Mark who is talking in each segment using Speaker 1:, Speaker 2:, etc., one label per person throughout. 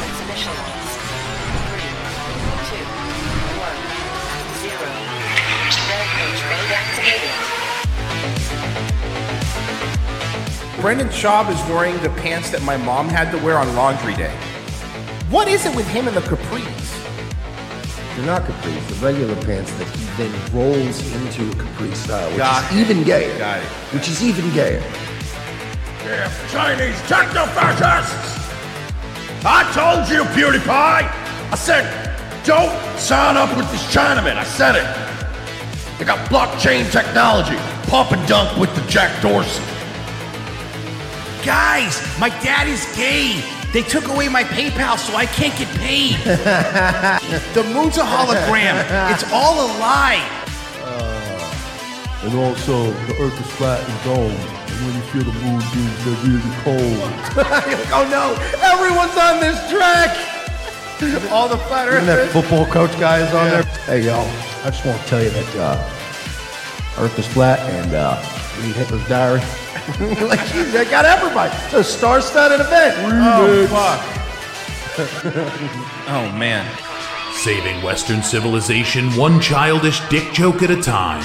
Speaker 1: initialized. Three, two, one, zero. Rampage mode activated.
Speaker 2: Brendan Schaub is wearing the pants that my mom had to wear on laundry day. What is it with him and the capris?
Speaker 3: They're not capris, the regular pants that he then rolls into a capri style, which
Speaker 2: Got
Speaker 3: is
Speaker 2: it.
Speaker 3: even gayer.
Speaker 2: Got it.
Speaker 3: Which is even gayer.
Speaker 2: Yeah. Chinese techno-fascists! I told you, PewDiePie! I said, don't sign up with this Chinaman. I said it. They got blockchain technology. Pump and dump with the Jack Dorsey.
Speaker 4: Guys, my dad is gay. They took away my PayPal, so I can't get paid. the moon's a hologram. It's all a lie.
Speaker 5: Uh, And also, the earth is flat and domed. And when you feel the moon dudes, they're really cold.
Speaker 3: oh no, everyone's on this track!
Speaker 2: All the flat
Speaker 3: Even that football coach guy is on there. Hey y'all, I just want to tell you that uh, Earth is flat and uh, read Hitler's diary. like, geez, I got everybody. It's a star-studded event.
Speaker 2: Oh, fuck.
Speaker 4: Oh man.
Speaker 6: Saving Western civilization one childish dick joke at a time.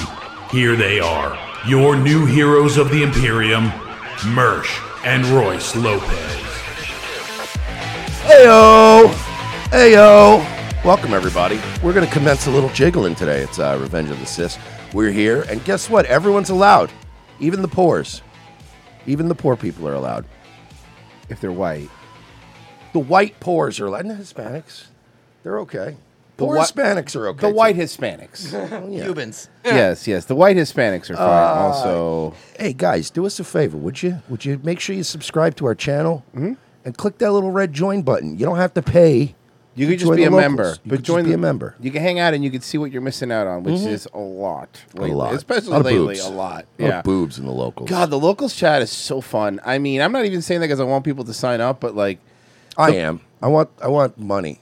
Speaker 6: Here they are, your new heroes of the Imperium, Mersch and Royce Lopez.
Speaker 3: Heyo! Heyo! Welcome, everybody. We're going to commence a little jiggling today. It's uh, Revenge of the Sis. We're here, and guess what? Everyone's allowed. Even the poors. Even the poor people are allowed.
Speaker 2: If they're white.
Speaker 3: The white poors are allowed. And the Hispanics, they're okay. The poor
Speaker 2: whi-
Speaker 3: Hispanics are okay.
Speaker 2: The
Speaker 3: too.
Speaker 2: white Hispanics.
Speaker 4: Cubans.
Speaker 2: yes, yes. The white Hispanics are fine.
Speaker 3: Uh,
Speaker 2: also,
Speaker 3: Hey, guys, do us a favor, would you? Would you make sure you subscribe to our channel and click that little red join button? You don't have to pay.
Speaker 2: you could just
Speaker 3: join
Speaker 2: be
Speaker 3: the
Speaker 2: a
Speaker 3: locals.
Speaker 2: member.
Speaker 3: You could just be a member.
Speaker 2: You can hang out and you can see what you're missing out on, which is a lot. lately,
Speaker 3: Mm-hmm. lot.
Speaker 2: Especially
Speaker 3: Lot of
Speaker 2: lately,
Speaker 3: boobs.
Speaker 2: a lot.
Speaker 3: Lot of
Speaker 2: Yeah.
Speaker 3: boobs in the locals.
Speaker 2: God, the locals chat is so fun. I mean, I'm not even saying that because I want people to sign up, but like,
Speaker 3: I am. I want. I want money.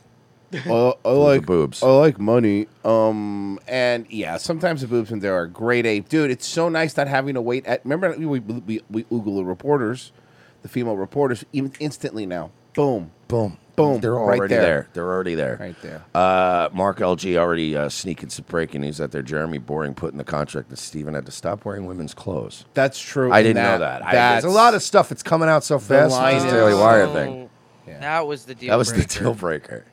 Speaker 2: uh, I like
Speaker 3: boobs.
Speaker 2: I like money. Um, and yeah, sometimes the boobs in there are great ape, dude. It's so nice not having to wait. At remember we we we, we Google the reporters, the female reporters, even instantly now. Boom.
Speaker 3: Boom.
Speaker 2: Boom.
Speaker 3: They're
Speaker 2: Right
Speaker 3: already
Speaker 2: there.
Speaker 3: there. They're already there.
Speaker 2: Right there.
Speaker 3: Uh, Mark LG already uh, sneaking some breaking news out there. Jeremy Boring put in the contract that Steven had to stop wearing women's clothes.
Speaker 2: That's true.
Speaker 3: I
Speaker 2: and
Speaker 3: didn't know that. I, there's
Speaker 2: That's
Speaker 3: a lot of stuff that's coming out so fast.
Speaker 2: line
Speaker 3: with
Speaker 2: is-
Speaker 3: This Daily Wire thing.
Speaker 7: Oh, That was the deal.
Speaker 3: That was the
Speaker 7: breaker.
Speaker 3: deal breaker.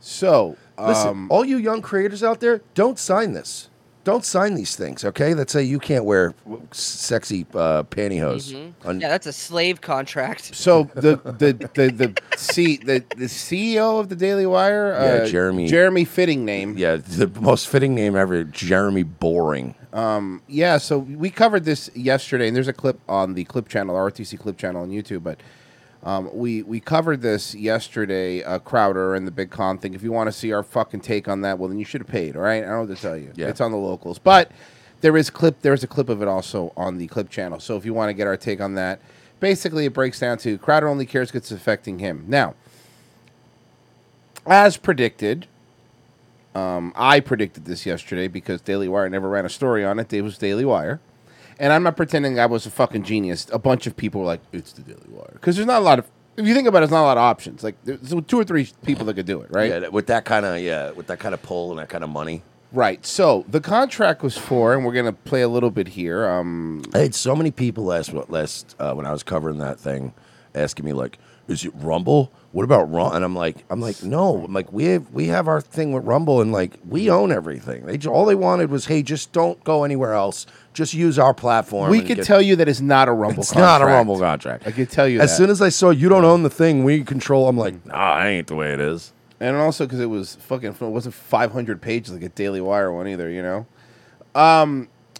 Speaker 2: so.
Speaker 3: Listen,
Speaker 2: um,
Speaker 3: all you young creators out there, don't sign this. Don't sign these things, okay? That say you can't wear sexy uh, pantyhose. on-
Speaker 7: Mm-hmm. Yeah, that's a slave contract.
Speaker 2: So the the the the, C, the the CEO of the Daily Wire, uh,
Speaker 3: Yeah, Jeremy-
Speaker 2: Jeremy fitting name. Yeah.
Speaker 3: yeah, the most fitting name ever, Jeremy Boring.
Speaker 2: Um, so we covered this yesterday, and there's a clip on the clip channel, RTC clip channel on YouTube. But um, we we covered this yesterday, uh, Crowder and the Big Con thing. If you want to see our fucking take on that, well, then you should have paid. All right, I don't know what to tell you.
Speaker 3: Yeah.
Speaker 2: it's on the locals, but there is clip. There's a clip of it also on the clip channel. So if you want to get our take on that, basically it breaks down to Crowder only cares because it's affecting him now. as predicted, um, I predicted this yesterday because Daily Wire never ran a story on it. It was Daily Wire. And I'm not pretending I was a fucking genius. A bunch of people were like, it's the Daily Wire. Because there's not a lot of, if you think about it, there's not a lot of options. Like, there's two or three people that could do it, right?
Speaker 3: Yeah, that- with that kind of yeah, with that kind of pull and that kind of money.
Speaker 2: Right. So the contract was for, and we're going to play a little bit here. Um,
Speaker 3: I had so many people last last uh, when I was covering that thing, asking me like, "Is it Rumble? What about Rumble?" And I'm like, "I'm like, no. I'm like, we have we have our thing with Rumble, and like we own everything. They ju- all they wanted was, hey, just don't go anywhere else. Just use our platform.
Speaker 2: we
Speaker 3: and
Speaker 2: could
Speaker 3: get-
Speaker 2: tell you that it's not a Rumble
Speaker 3: It's
Speaker 2: contract.
Speaker 3: not a Rumble contract.
Speaker 2: I could tell you
Speaker 3: As
Speaker 2: that.
Speaker 3: soon as I saw you don't own the thing, we control. I'm like, nah, I ain't the way it is.
Speaker 2: and also because it was fucking it wasn't 500 pages like a Daily Wire one either, you know. Um,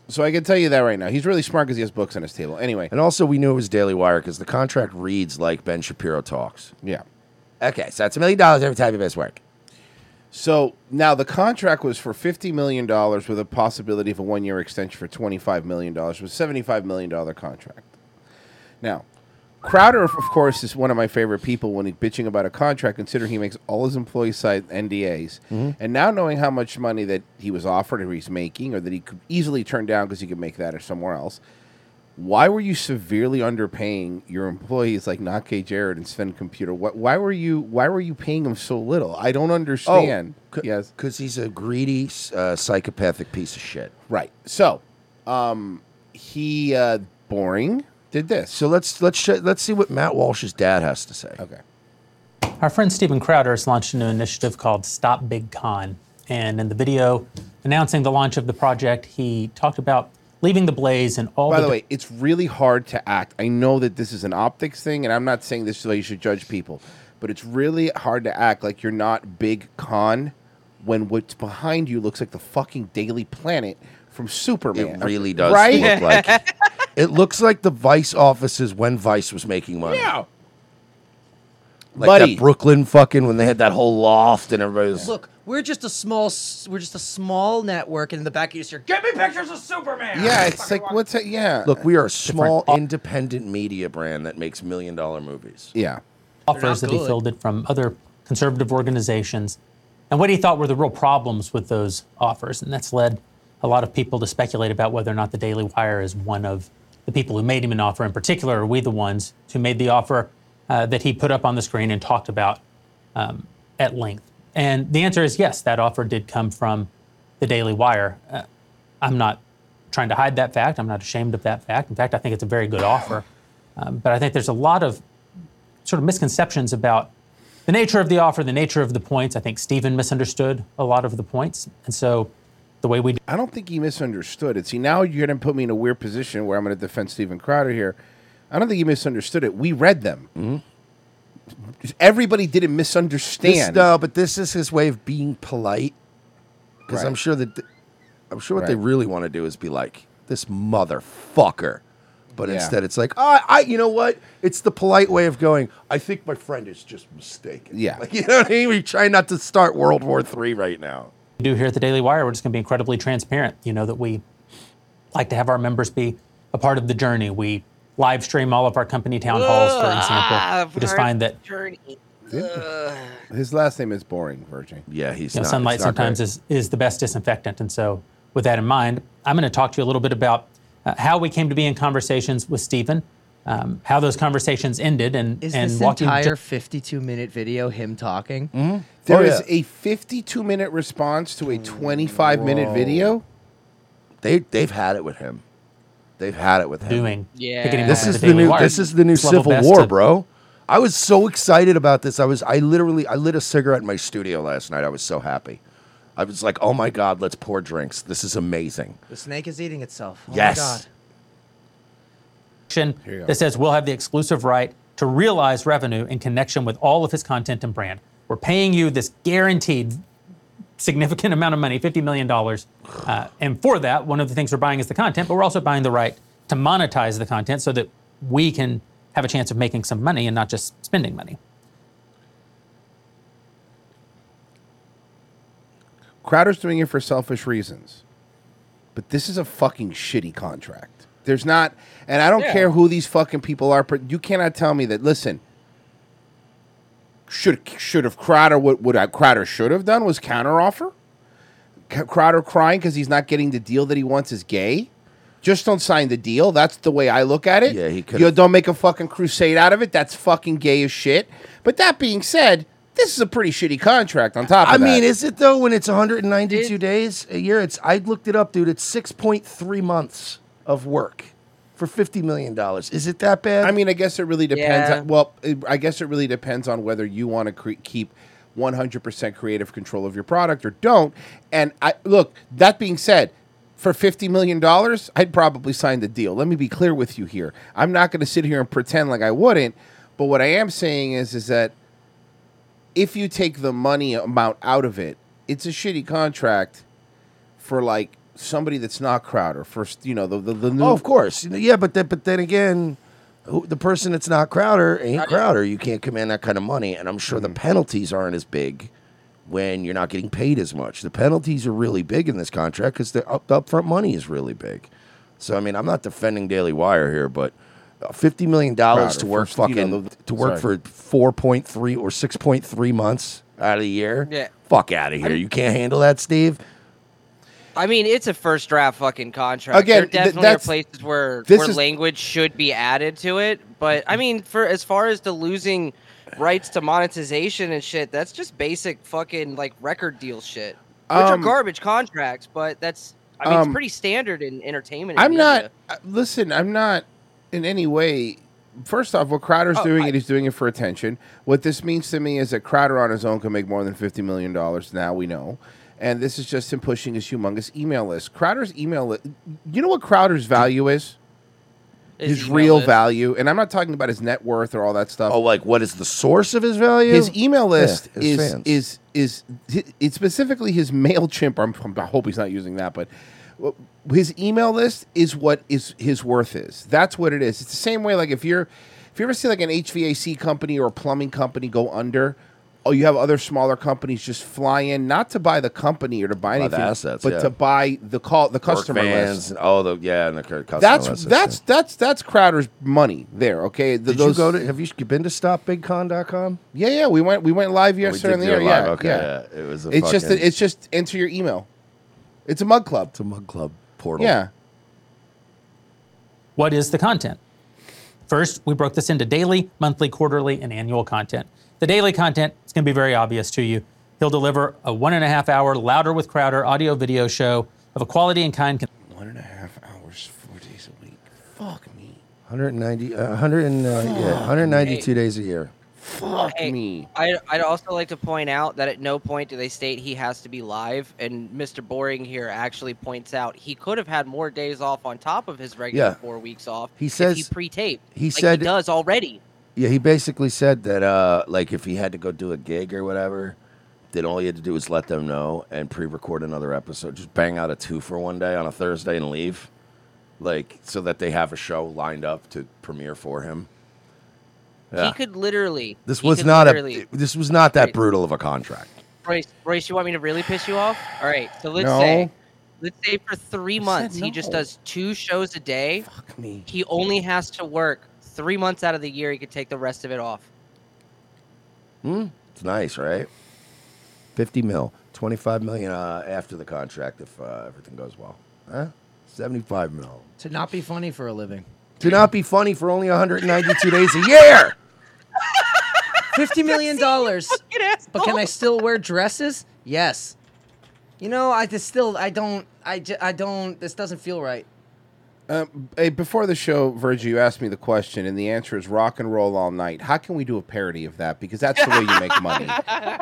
Speaker 2: so I can tell you that right now. He's really smart because he has books on his table. Anyway,
Speaker 3: And also, we knew it was Daily Wire because the contract reads like Ben Shapiro talks.
Speaker 2: yeah.
Speaker 3: Okay, so it's a million dollars every time you miss work.
Speaker 2: So now the contract was for 50 million dollars with a possibility of a one-year extension for 25 million dollars. Was 75 million dollar contract. Now, Crowder, of course, is one of my favorite people when he's bitching about a contract, considering he makes all his employees sign NDAs. And now knowing how much money that he was offered or he's making or that he could easily turn down because he could make that or somewhere else, why were you severely underpaying your employees like Nake Jared and Sven Computer? What, why were you why were you paying them so little? I don't understand. yes,
Speaker 3: because he's a greedy, uh, psychopathic piece of shit.
Speaker 2: Right. So, um, he uh, boring did this.
Speaker 3: So let's let's sh- let's see what Matt Walsh's dad has to say.
Speaker 2: Okay.
Speaker 8: Our friend Steven Crowder has launched a new initiative called Stop Big Con. And in the video announcing the launch of the project, he talked about leaving the blaze and all
Speaker 2: By
Speaker 8: the,
Speaker 2: the way, it's really hard to act. I know that this is an optics thing, and I'm not saying this is how you should judge people, but it's really hard to act like you're not big con when what's behind you looks like the fucking Daily Planet from Superman.
Speaker 3: It really does
Speaker 2: Right?
Speaker 3: look like it looks like the Vice offices when Vice was making money.
Speaker 2: Yeah.
Speaker 3: Like
Speaker 9: Buddy.
Speaker 3: that Brooklyn fucking when they had that whole loft and everybody was
Speaker 9: Look, we're just a small, s- we're just a small network, and in the back you just hear, "Get me pictures of Superman."
Speaker 2: Yeah, it's like what's it? Yeah.
Speaker 3: Look, we are a small independent media brand that makes million dollar movies.
Speaker 2: Yeah.
Speaker 8: offers
Speaker 3: They're not
Speaker 8: that he
Speaker 3: good.
Speaker 8: fielded from other conservative organizations and what he thought were the real problems with those offers. And that's led a lot of people to speculate about whether or not the Daily Wire is one of the people who made him an offer. In particular, are we the ones who made the offer uh, that he put up on the screen and talked about um, at length? And the answer is yes, that offer did come from the Daily Wire. Uh, I'm not trying to hide that fact. I'm not ashamed of that fact. In fact, I think it's a very good offer. Um, but I think there's a lot of sort of misconceptions about the nature of the offer, the nature of the points. I think Stephen misunderstood a lot of the points. And so the way we
Speaker 2: I don't think he misunderstood it. See, now you're going to put me in a weird position where I'm going to defend Steven Crowder here. I don't think he misunderstood it. We read them.
Speaker 3: Mm-hmm.
Speaker 2: Everybody didn't misunderstand.
Speaker 3: This, no, but this is his way of being polite. Because
Speaker 2: Right.
Speaker 3: I'm sure that th- I'm sure what they
Speaker 2: Right.
Speaker 3: really want to do is be like this motherfucker. But
Speaker 10: Yeah.
Speaker 3: instead, it's like I, I, you know what? It's the polite way of going. I think my friend is just mistaken.
Speaker 2: Yeah.
Speaker 3: like you know what I mean. We try not to start World War Three right now.
Speaker 8: do here at the Daily Wire, we're just going to be incredibly transparent. You know that we like to have our members be a part of the journey. We live stream all of our company town halls, for example.
Speaker 2: Ah,
Speaker 8: we just find that
Speaker 2: His last name is boring, Virgin.
Speaker 3: Yeah, he's
Speaker 8: you know, sunlight sometimes is, is the best disinfectant. And so, with that in mind, I'm going to talk to you a little bit about uh, how we came to be in conversations with Stephen, um, how those conversations ended, and
Speaker 9: Is
Speaker 8: and
Speaker 9: this
Speaker 8: walking
Speaker 9: entire 52 minute video him talking?
Speaker 8: Oh,
Speaker 9: Mm-hmm.
Speaker 2: Hmm? There is a 52 minute response to a 25 minute
Speaker 3: Whoa.
Speaker 2: video.
Speaker 3: They they've had it with him. They've had it with him.
Speaker 8: Doing. Yeah. Picking him
Speaker 3: This
Speaker 8: up on
Speaker 3: is
Speaker 8: the
Speaker 3: the
Speaker 8: Daily
Speaker 3: new
Speaker 8: Wire.
Speaker 3: this is the new
Speaker 8: It's level
Speaker 3: Civil
Speaker 8: best
Speaker 3: War,
Speaker 8: to-
Speaker 3: bro. I was so excited about this. I was I literally I lit a cigarette in my studio last night. I was so happy. I was like, "Oh my god, let's pour drinks. This is amazing."
Speaker 9: The snake is eating itself. Oh
Speaker 3: Yes.
Speaker 9: My God.
Speaker 8: action
Speaker 9: you go.
Speaker 8: that says we'll have the exclusive right to realize revenue in connection with all of his content and brand. We're paying you this guaranteed significant amount of money, $50 million. Uh, and for that, one of the things we're buying is the content, but we're also buying the right to monetize the content so that we can have a chance of making some money and not just spending money.
Speaker 2: Crowder's doing it for selfish reasons. But this is a fucking shitty contract. There's not, and I don't
Speaker 11: Yeah.
Speaker 2: care who these fucking people are, but you cannot tell me that, listen, should should have Crowder, what, what I- Crowder should have done was counteroffer. C- Crowder crying because he's not getting the deal that he wants is gay. Just don't sign the deal. That's the way I look at it. Yeah, he could. You don't make a fucking crusade out of it. That's fucking gay as shit. But that being said, this is a pretty shitty contract. On top of
Speaker 3: I
Speaker 2: that,
Speaker 3: mean, is it though when it's 192 days a year? It's I looked it up, dude. It's 6.3 months of work for 50 million dollars. Is it that bad?
Speaker 2: I mean, I guess it really depends.
Speaker 3: Yeah.
Speaker 2: On, well, it, I guess it really depends on whether you want to cre- keep 100% creative control of your product or don't. And I look, that being said, for $50 million, I'd probably sign the deal. Let me be clear with you here. I'm not going to sit here and pretend like I wouldn't, but what I am saying is is that if you take the money amount out of it, it's a shitty contract for like somebody that's not Crowder for you know the the, the new
Speaker 3: Oh, of course. You know, Yeah, but then, but then again, who, the person that's not Crowder ain't Crowder. You can't command that kind of money, and I'm
Speaker 2: Mm.
Speaker 3: sure the penalties aren't as big when you're not getting paid as much. The penalties are really big in this contract because the up, the upfront money is really big. So I mean, I'm not defending Daily Wire here, but uh, fifty million dollars
Speaker 2: Crowder
Speaker 3: to work
Speaker 2: first, you
Speaker 3: fucking
Speaker 2: know, the-
Speaker 3: to work
Speaker 2: sorry.
Speaker 3: for four point three or six point three months out of the year.
Speaker 2: Yeah.
Speaker 3: Fuck out of here. You can't handle that, Steve.
Speaker 7: I mean, it's a first draft fucking contract.
Speaker 2: Again,
Speaker 7: there
Speaker 2: th-
Speaker 7: definitely
Speaker 2: that's-
Speaker 7: are places where
Speaker 2: this
Speaker 7: where
Speaker 2: is-
Speaker 7: language should be added to it. But I mean, for as far as the losing rights to monetization and shit, that's just basic fucking like record deal shit, which are
Speaker 2: Um,
Speaker 7: garbage contracts. But that's I mean,
Speaker 2: um,
Speaker 7: it's pretty standard in entertainment. and
Speaker 2: I'm
Speaker 7: media.
Speaker 2: not. uh, Listen, I'm not in any way. First off, what Crowder's
Speaker 7: Oh,
Speaker 2: doing
Speaker 7: I-
Speaker 2: it, he's doing it for attention. What this means to me is that Crowder on his own can make more than fifty million dollars. Now we know, and this is just him pushing his humongous email list. Crowder's email list. You know what Crowder's value is?
Speaker 7: His
Speaker 2: His
Speaker 7: email
Speaker 2: real
Speaker 7: list.
Speaker 2: value, and I'm not talking about his net worth or all that stuff.
Speaker 3: Oh, like what is the source of his value?
Speaker 2: His email list
Speaker 3: Yeah, his
Speaker 2: is,
Speaker 3: fans.
Speaker 2: is is it's specifically his Mailchimp. I'm, I hope he's not using that, but his email list is what is his worth is. That's what it is. It's the same way like if you're if you ever see like an HVAC company or a plumbing company go under. Oh, you have other smaller companies just fly in, not to buy the company or to buy
Speaker 3: Buy the
Speaker 2: anything,
Speaker 3: assets,
Speaker 2: but
Speaker 3: yeah.
Speaker 2: to buy the call the
Speaker 3: Work
Speaker 2: customer
Speaker 3: vans
Speaker 2: list.
Speaker 3: and all the yeah, and the cu- customer
Speaker 2: That's
Speaker 3: list.
Speaker 2: that's that's that's Crowder's money there. Okay, Th-
Speaker 3: Did you go to? Have you been to stopbigcon.com?
Speaker 2: Yeah, yeah, we went we went live yesterday
Speaker 3: Oh,
Speaker 2: on
Speaker 3: did
Speaker 2: the
Speaker 3: do
Speaker 2: air.
Speaker 3: it live,
Speaker 2: Yeah,
Speaker 3: okay,
Speaker 2: yeah.
Speaker 3: yeah. It was a
Speaker 2: it's just
Speaker 3: fucking-
Speaker 2: it's just enter your email. It's a mug club. It's
Speaker 3: a mug club portal.
Speaker 2: Yeah,
Speaker 12: What is the content? First, we broke this into daily, monthly, quarterly, and annual content. The daily content is going to be very obvious to you. He'll deliver a one and a half hour Louder with Crowder audio video show of a quality and kind.
Speaker 2: One and a half hours, four days a week. Fuck me.
Speaker 3: 190, uh, 100 and,
Speaker 7: Oh,
Speaker 3: uh, yeah, 192 days a year.
Speaker 2: Fuck me.
Speaker 7: I, I'd also like to point out that at no point do they state he has to be live, and Mr. Boring here actually points out he could have had more days off on top of his regular
Speaker 3: Yeah.
Speaker 7: four weeks off.
Speaker 3: He
Speaker 7: if he
Speaker 3: says-
Speaker 7: pre-taped.
Speaker 3: he
Speaker 7: like
Speaker 3: said-
Speaker 7: he does already.
Speaker 3: Yeah, he basically said that uh, like if he had to go do a gig or whatever, then all he had to do was let them know and pre-record another episode. Just bang out a two for one day on a Thursday and leave, like so that they have a show lined up to premiere for him. Yeah.
Speaker 7: He could literally.
Speaker 3: this
Speaker 7: he
Speaker 3: was
Speaker 7: could
Speaker 3: not
Speaker 7: literally-
Speaker 3: a. This was not that
Speaker 7: Right.
Speaker 3: brutal of a contract.
Speaker 7: Royce, Royce, you want me to really piss you off? All right, so let's
Speaker 3: No.
Speaker 7: say, let's say for three
Speaker 3: said
Speaker 7: months he just
Speaker 3: no.
Speaker 7: does two shows a day.
Speaker 3: Fuck me.
Speaker 7: He only has to work three months out of the year. He could take the rest of it off.
Speaker 3: Hmm? It's nice, right? Fifty mil, twenty-five million uh, after the contract if uh, everything goes well. Huh? Seventy-five mil.
Speaker 9: To not be funny for a living.
Speaker 3: To not be funny for only 192 days a year.
Speaker 9: Fifty million dollars. but can I still wear dresses? Yes. You know, I just still, I don't, I, ju- I don't. This doesn't feel right.
Speaker 2: Um, hey, before the show, Virgil, you asked me the question, and the answer is rock and roll all night. How can we do a parody of that? Because that's the way you make money.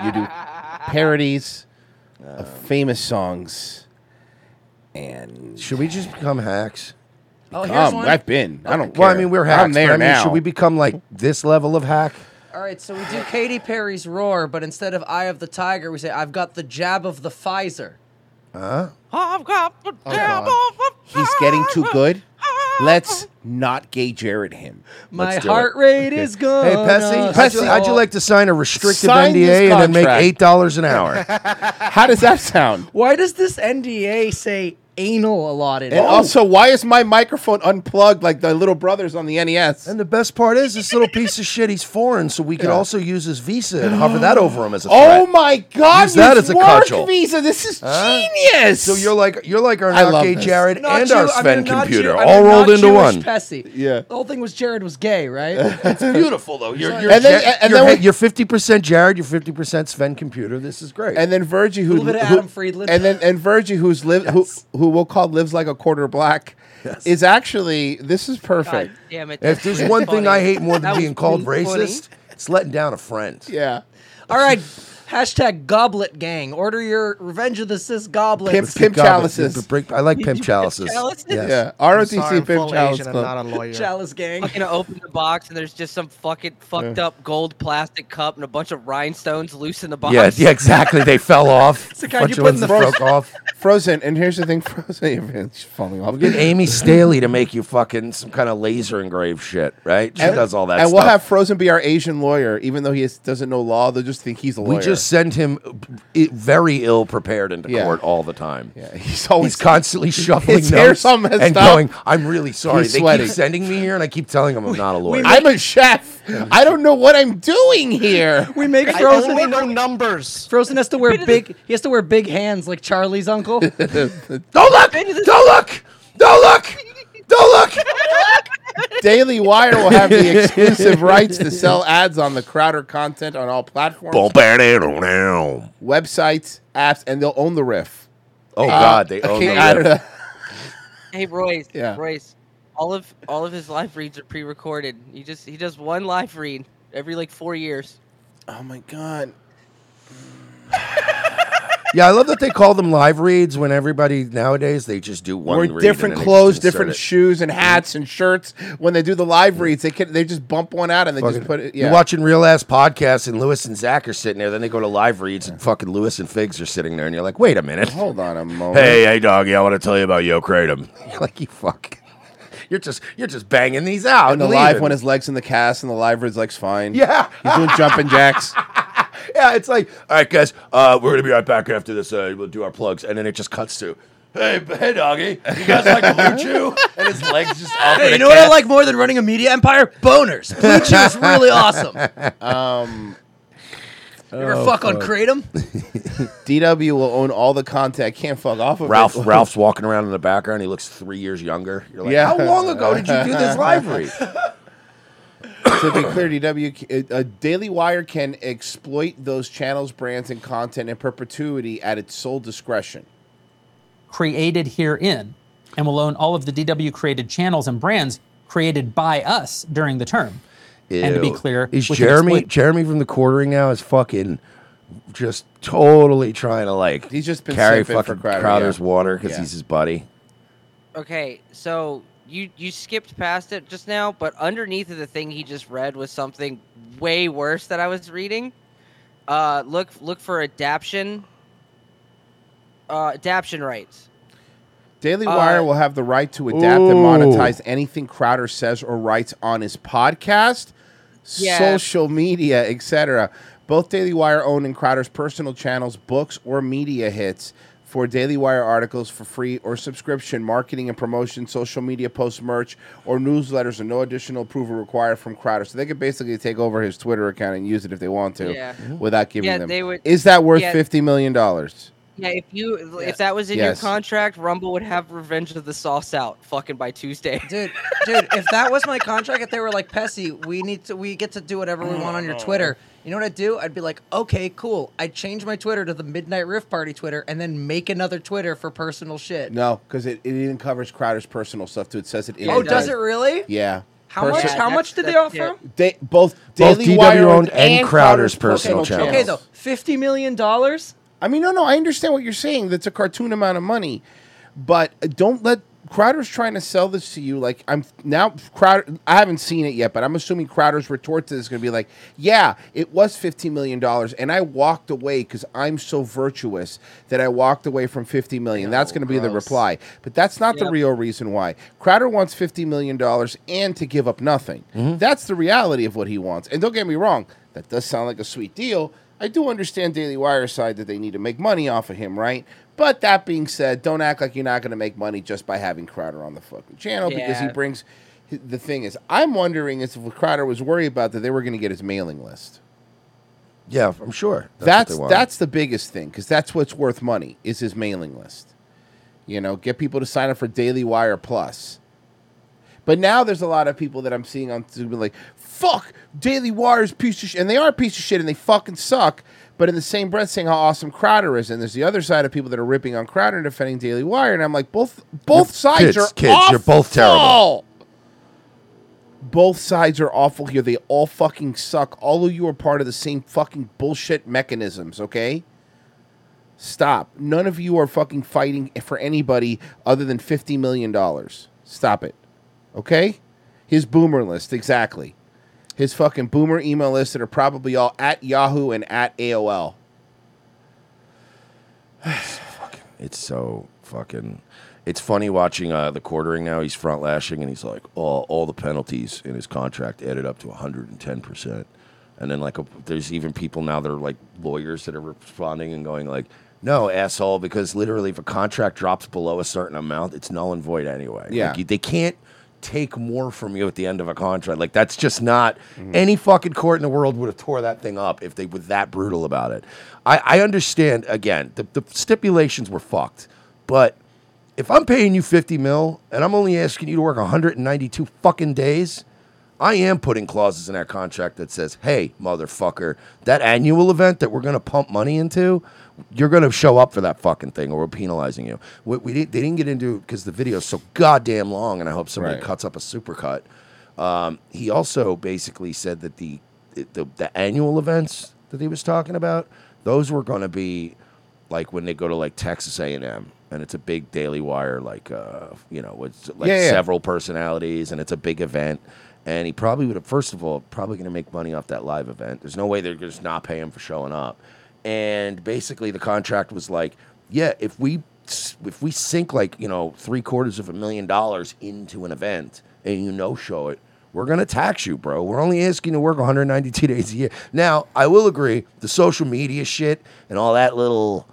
Speaker 2: You do parodies
Speaker 3: Um,
Speaker 2: of famous songs. And
Speaker 3: should we just become hacks?
Speaker 9: Oh,
Speaker 2: here's one. I've been. I don't
Speaker 3: Well, I
Speaker 2: care.
Speaker 3: mean, we're
Speaker 2: I'm
Speaker 3: hacks. but
Speaker 2: there
Speaker 3: I mean,
Speaker 2: now.
Speaker 3: Should we become like this level of hack?
Speaker 9: All right, so we do Katy Perry's "Roar," but instead of "Eye of the Tiger," we say "I've got the jab of the Pfizer."
Speaker 3: Huh?
Speaker 7: I've got the jab of the
Speaker 2: He's getting too good. Let's not gay Jared him.
Speaker 9: My
Speaker 2: Let's do
Speaker 9: heart
Speaker 2: it.
Speaker 9: rate is gone.
Speaker 3: Hey, Pessy, how'd you, how'd you like to sign a restrictive
Speaker 2: Sign this
Speaker 3: NDA and then make
Speaker 2: contract.
Speaker 3: eight dollars an hour?
Speaker 2: How does that sound?
Speaker 9: Why does this NDA say anal allotted?
Speaker 2: And also, why is my microphone unplugged like the little brothers on the E NES?
Speaker 3: And the best part is, this little piece of shit, he's foreign, so we could
Speaker 2: Yeah.
Speaker 3: also use his visa and hover that over him as a threat.
Speaker 2: Oh my God!
Speaker 3: Use that
Speaker 2: his
Speaker 3: as a
Speaker 2: work
Speaker 3: cudgel.
Speaker 2: Visa. This is
Speaker 3: Huh?
Speaker 2: genius.
Speaker 3: So you're like you're like our
Speaker 2: I
Speaker 3: not
Speaker 2: love
Speaker 3: gay
Speaker 2: this.
Speaker 3: Jared
Speaker 9: Not
Speaker 3: and
Speaker 9: Jew-
Speaker 3: our
Speaker 9: I mean,
Speaker 3: Sven
Speaker 9: not Jew-
Speaker 3: computer
Speaker 9: I mean,
Speaker 3: all
Speaker 9: not
Speaker 3: rolled into
Speaker 9: Jewish
Speaker 3: one.
Speaker 9: Pessy.
Speaker 2: Yeah.
Speaker 9: The whole thing was Jared was gay, right?
Speaker 3: It's beautiful though. You're, you're,
Speaker 2: And then-
Speaker 3: Ja-
Speaker 2: and
Speaker 3: you're,
Speaker 2: then we-
Speaker 3: you're 50% Jared, you're 50% Sven computer. This is great.
Speaker 2: and then Virgie, who,
Speaker 9: little bit of
Speaker 2: who-
Speaker 9: Adam Friedland.
Speaker 2: and then and Virgie, who's live, who who we'll call lives like a quarter black, is actually this is perfect.
Speaker 7: God damn it!
Speaker 3: If
Speaker 7: that's
Speaker 3: there's
Speaker 7: really
Speaker 3: one thing
Speaker 7: funny.
Speaker 3: I hate more
Speaker 7: That
Speaker 3: than
Speaker 7: was
Speaker 3: being called
Speaker 7: really funny.
Speaker 3: racist, it's letting down a friend.
Speaker 2: Yeah,
Speaker 9: All right. Hashtag Goblet Gang. Order your Revenge of the Cis
Speaker 2: pimp,
Speaker 9: goblets.
Speaker 2: pimp chalices.
Speaker 3: Break- I like pimp chalices.
Speaker 7: chalices?
Speaker 3: Yes.
Speaker 2: Yeah,
Speaker 13: I'm sorry,
Speaker 2: ROTC
Speaker 13: I'm
Speaker 2: pimp
Speaker 13: full
Speaker 2: chalice
Speaker 13: Asian, I'm
Speaker 2: club.
Speaker 13: not a lawyer.
Speaker 9: Chalice Gang.
Speaker 7: fucking open the box and there's just some fucking fucked up gold plastic cup and a bunch of rhinestones loose in the box.
Speaker 3: Yeah, yeah, exactly. They fell off.
Speaker 9: the kind
Speaker 3: Bunch of
Speaker 9: you put
Speaker 3: ones
Speaker 9: in the
Speaker 3: that broke off.
Speaker 2: Frozen, and here's the thing, Frozen, she's falling off.
Speaker 3: Get Amy Staley to make you fucking some kind of laser engraved shit, right? She does all that
Speaker 2: and
Speaker 3: stuff.
Speaker 2: we'll have Frozen be our Asian lawyer, even though he is, doesn't know law. They'll just think he's a lawyer.
Speaker 3: we just just send him i- very ill prepared into
Speaker 2: Yeah.
Speaker 3: court all the time. Yeah,
Speaker 2: he's always
Speaker 3: constantly shuffling
Speaker 2: His hair's
Speaker 3: notes
Speaker 2: all messed
Speaker 3: and
Speaker 2: up.
Speaker 3: going, "I'm really sorry."
Speaker 2: He's
Speaker 3: they
Speaker 2: sweating.
Speaker 3: keep sending me here, and I keep telling them I'm not a lawyer.
Speaker 2: I'm a chef. I don't know what I'm doing here.
Speaker 9: We make Frozen.
Speaker 7: only know numbers.
Speaker 9: Frozen has to wear big. He has to wear big hands like Charlie's uncle.
Speaker 3: don't look!
Speaker 7: Been to this-
Speaker 3: Don't look! Don't look! Don't look!
Speaker 2: Daily Wire will have the exclusive rights to sell ads on the Crowder content on all platforms,
Speaker 3: Boom, bam, dam, dam.
Speaker 2: websites, apps, and they'll own the riff.
Speaker 3: Oh
Speaker 2: Uh,
Speaker 3: God, they own
Speaker 2: okay,
Speaker 3: the
Speaker 2: I
Speaker 3: riff.
Speaker 2: don't know.
Speaker 7: Hey Royce,
Speaker 2: Yeah.
Speaker 7: Royce, all of all of his live reads are pre-recorded. He just he does one live read every like four years.
Speaker 2: Oh my God.
Speaker 3: Yeah, I love that they call them live reads when everybody nowadays they just do one.
Speaker 2: We're
Speaker 3: read and
Speaker 2: different
Speaker 3: then they
Speaker 2: clothes,
Speaker 3: just insert
Speaker 2: different
Speaker 3: it. Mm-hmm.
Speaker 2: shoes and hats and shirts. When they do the live reads, they can, they just bump one out and they just
Speaker 3: Fucking-
Speaker 2: put it.
Speaker 3: You're
Speaker 2: Yeah.
Speaker 3: watching real ass podcasts, and Lewis and Zach are sitting there. Then they go to live reads, and fucking Lewis and Figs are sitting there, and you're like, "Wait a minute,
Speaker 2: Hold on a moment.
Speaker 3: hey, hey, doggy, I want to tell you about Yo Kratom." You're like, "You fuck, you're just you're just banging these out."
Speaker 2: And the
Speaker 3: leaving.
Speaker 2: live one, his legs in the cast, and the live read's legs fine.
Speaker 3: Yeah.
Speaker 2: He's doing jumping jacks.
Speaker 3: yeah, it's like, all right, guys, uh, we're gonna be right back after this. Uh, we'll do our plugs, and then it just cuts to. Hey, hey, doggy! You guys like blue chew? And his legs just up.
Speaker 9: Hey,
Speaker 3: in
Speaker 9: you
Speaker 3: a
Speaker 9: know what I
Speaker 3: cast.
Speaker 9: like more than running a media empire? Boners. Blue Chew is really awesome. Um, you ever fuck, on kratom?
Speaker 2: DW will own all the content. I can't fuck off of
Speaker 3: Ralph
Speaker 2: it.
Speaker 3: Ralph's walking around in the background. He looks three years younger. You're like,
Speaker 2: Yeah.
Speaker 3: how long ago did you do this live read?
Speaker 2: to be clear, DW, uh, Daily Wire can exploit those channels, brands, and content in perpetuity at its sole discretion.
Speaker 12: created herein and will own all of the DW created channels and brands created by us during the term. And to be
Speaker 3: Ew.
Speaker 12: clear,
Speaker 3: is
Speaker 12: we can
Speaker 3: Jeremy
Speaker 12: exploit-
Speaker 3: Jeremy from the quartering now is fucking just totally trying to like
Speaker 2: He's just been
Speaker 3: carry
Speaker 2: simping for
Speaker 3: fucking
Speaker 2: Crowder,
Speaker 3: Crowder's
Speaker 2: yeah.
Speaker 3: water because
Speaker 2: Yeah.
Speaker 3: he's his buddy.
Speaker 7: Okay, so you you skipped past it just now, but underneath of the thing he just read was something way worse that I was reading. Uh, look look for adaption. Uh, adaption rights.
Speaker 2: Daily
Speaker 7: Uh,
Speaker 2: Wire will have the right to adapt and monetize anything Crowder says or writes on his podcast,
Speaker 7: Yeah.
Speaker 2: social media, etc. Both Daily Wire own and Crowder's personal channels, books, or media hits for Daily Wire articles for free or subscription, marketing and promotion, social media posts, merch, or newsletters, and no additional approval required from Crowder. So they could basically take over his Twitter account and use it if they want to
Speaker 7: Yeah.
Speaker 2: without giving
Speaker 7: Yeah,
Speaker 2: them.
Speaker 7: they would-
Speaker 2: Is that worth
Speaker 7: yeah.
Speaker 2: $50 million?
Speaker 7: Yeah, if you if that was in
Speaker 2: Yes.
Speaker 7: your contract, Rumble would have Revenge of the Sauce out fucking by Tuesday.
Speaker 9: Dude, dude, if that was my contract, if they were like Pessy, we need to, we get to do whatever we want on your Twitter. You know what I'd do? I'd be like, okay, cool. I'd change my Twitter to the Midnight Riff Party Twitter, and then make another Twitter for personal shit.
Speaker 2: No, because it, it even covers Crowder's personal stuff too. It says it. in
Speaker 9: oh,
Speaker 2: the
Speaker 9: does
Speaker 2: di-
Speaker 9: it really?
Speaker 2: Yeah.
Speaker 9: How
Speaker 2: Perso-
Speaker 9: much?
Speaker 7: Yeah,
Speaker 9: how
Speaker 7: that's-
Speaker 9: much did they
Speaker 7: that's
Speaker 9: offer?
Speaker 7: it.
Speaker 9: him?
Speaker 2: They, both
Speaker 3: Both
Speaker 2: Daily
Speaker 3: DW
Speaker 2: Wire
Speaker 3: owned and Crowder's personal channels.
Speaker 9: Okay, though, fifty million dollars.
Speaker 2: I mean, no, no, I understand what you're saying. That's a cartoon amount of money, but uh, don't let Crowder's trying to sell this to you. Like I'm now Crowder. I haven't seen it yet, but I'm assuming Crowder's retort to this is going to be like, "Yeah, it was 15 million dollars, and I walked away because I'm so virtuous that I walked away from 50 million. That's going to be the reply, but that's not the
Speaker 7: Yep.
Speaker 2: real reason why Crowder wants 50 million dollars and to give up nothing. That's the reality of what he wants. And don't get me wrong, that does sound like a sweet deal. I do understand Daily Wire's side that they need to make money off of him, right? But that being said, don't act like you're not going to make money just by having Crowder on the fucking channel because he
Speaker 7: Yeah.
Speaker 2: brings. The thing is, I'm wondering is if Crowder was worried about that they were going to get his mailing list.
Speaker 3: Yeah, I'm sure.
Speaker 2: That's
Speaker 3: what they
Speaker 2: that's,
Speaker 3: want.
Speaker 2: the biggest thing because that's what's worth money is his mailing list. You know, get people to sign up for Daily Wire Plus. But now there's a lot of people that I'm seeing on Zoom like, "Fuck Daily Wire's piece of shit," and they are a piece of shit, and they fucking suck. But in the same breath, saying how awesome Crowder is, and there's the other side of people that are ripping on Crowder and defending Daily Wire, and I'm like, both both sides
Speaker 3: kids,
Speaker 2: are
Speaker 3: kids, you're both terrible.
Speaker 2: awful. Both sides are awful here. They all fucking suck. All of you are part of the same fucking bullshit mechanisms. Okay. Stop. None of you are fucking fighting for anybody other than $50 million. Stop it. Okay? His boomer list, exactly. His fucking boomer email list that are probably all at Yahoo and at AOL.
Speaker 3: It's so fucking. It's funny watching uh, the quartering now. He's front lashing and he's like, all all the penalties in his contract added up to 110 percent And then like a, there's even people now that are like lawyers that are responding and going like, no asshole, because literally if a contract drops below a certain amount, it's null and void anyway.
Speaker 2: Yeah.
Speaker 3: Like, you, they can't take more from you at the end of a contract. Like that's just not any fucking court in the world would have tore that thing up if they were that brutal about it. I, I understand again, the, the stipulations were fucked, but if I'm paying you 50 mil and I'm only asking you to work 192 fucking days, I am putting clauses in that contract that says, hey, motherfucker, that annual event that we're going to pump money into, you're going to show up for that fucking thing or we're penalizing you. We, we didn't, they didn't get into because the video's so goddamn long and I hope somebody
Speaker 2: Right.
Speaker 3: cuts up a supercut. Um, he also basically said that the, the, the annual events that he was talking about, those were going to be like when they go to like Texas A&M and it's a big Daily Wire like uh you know it's like
Speaker 2: Yeah, yeah.
Speaker 3: several personalities and it's a big event and he probably would have first of all probably going to make money off that live event. There's no way they're just not paying him for showing up. And basically the contract was like yeah if we s- if we sink like you know three quarters of a million dollars into an event and you no show it we're going to tax you, bro. We're only asking you to work 192 days a year. Now, I will agree, the social media shit and all that little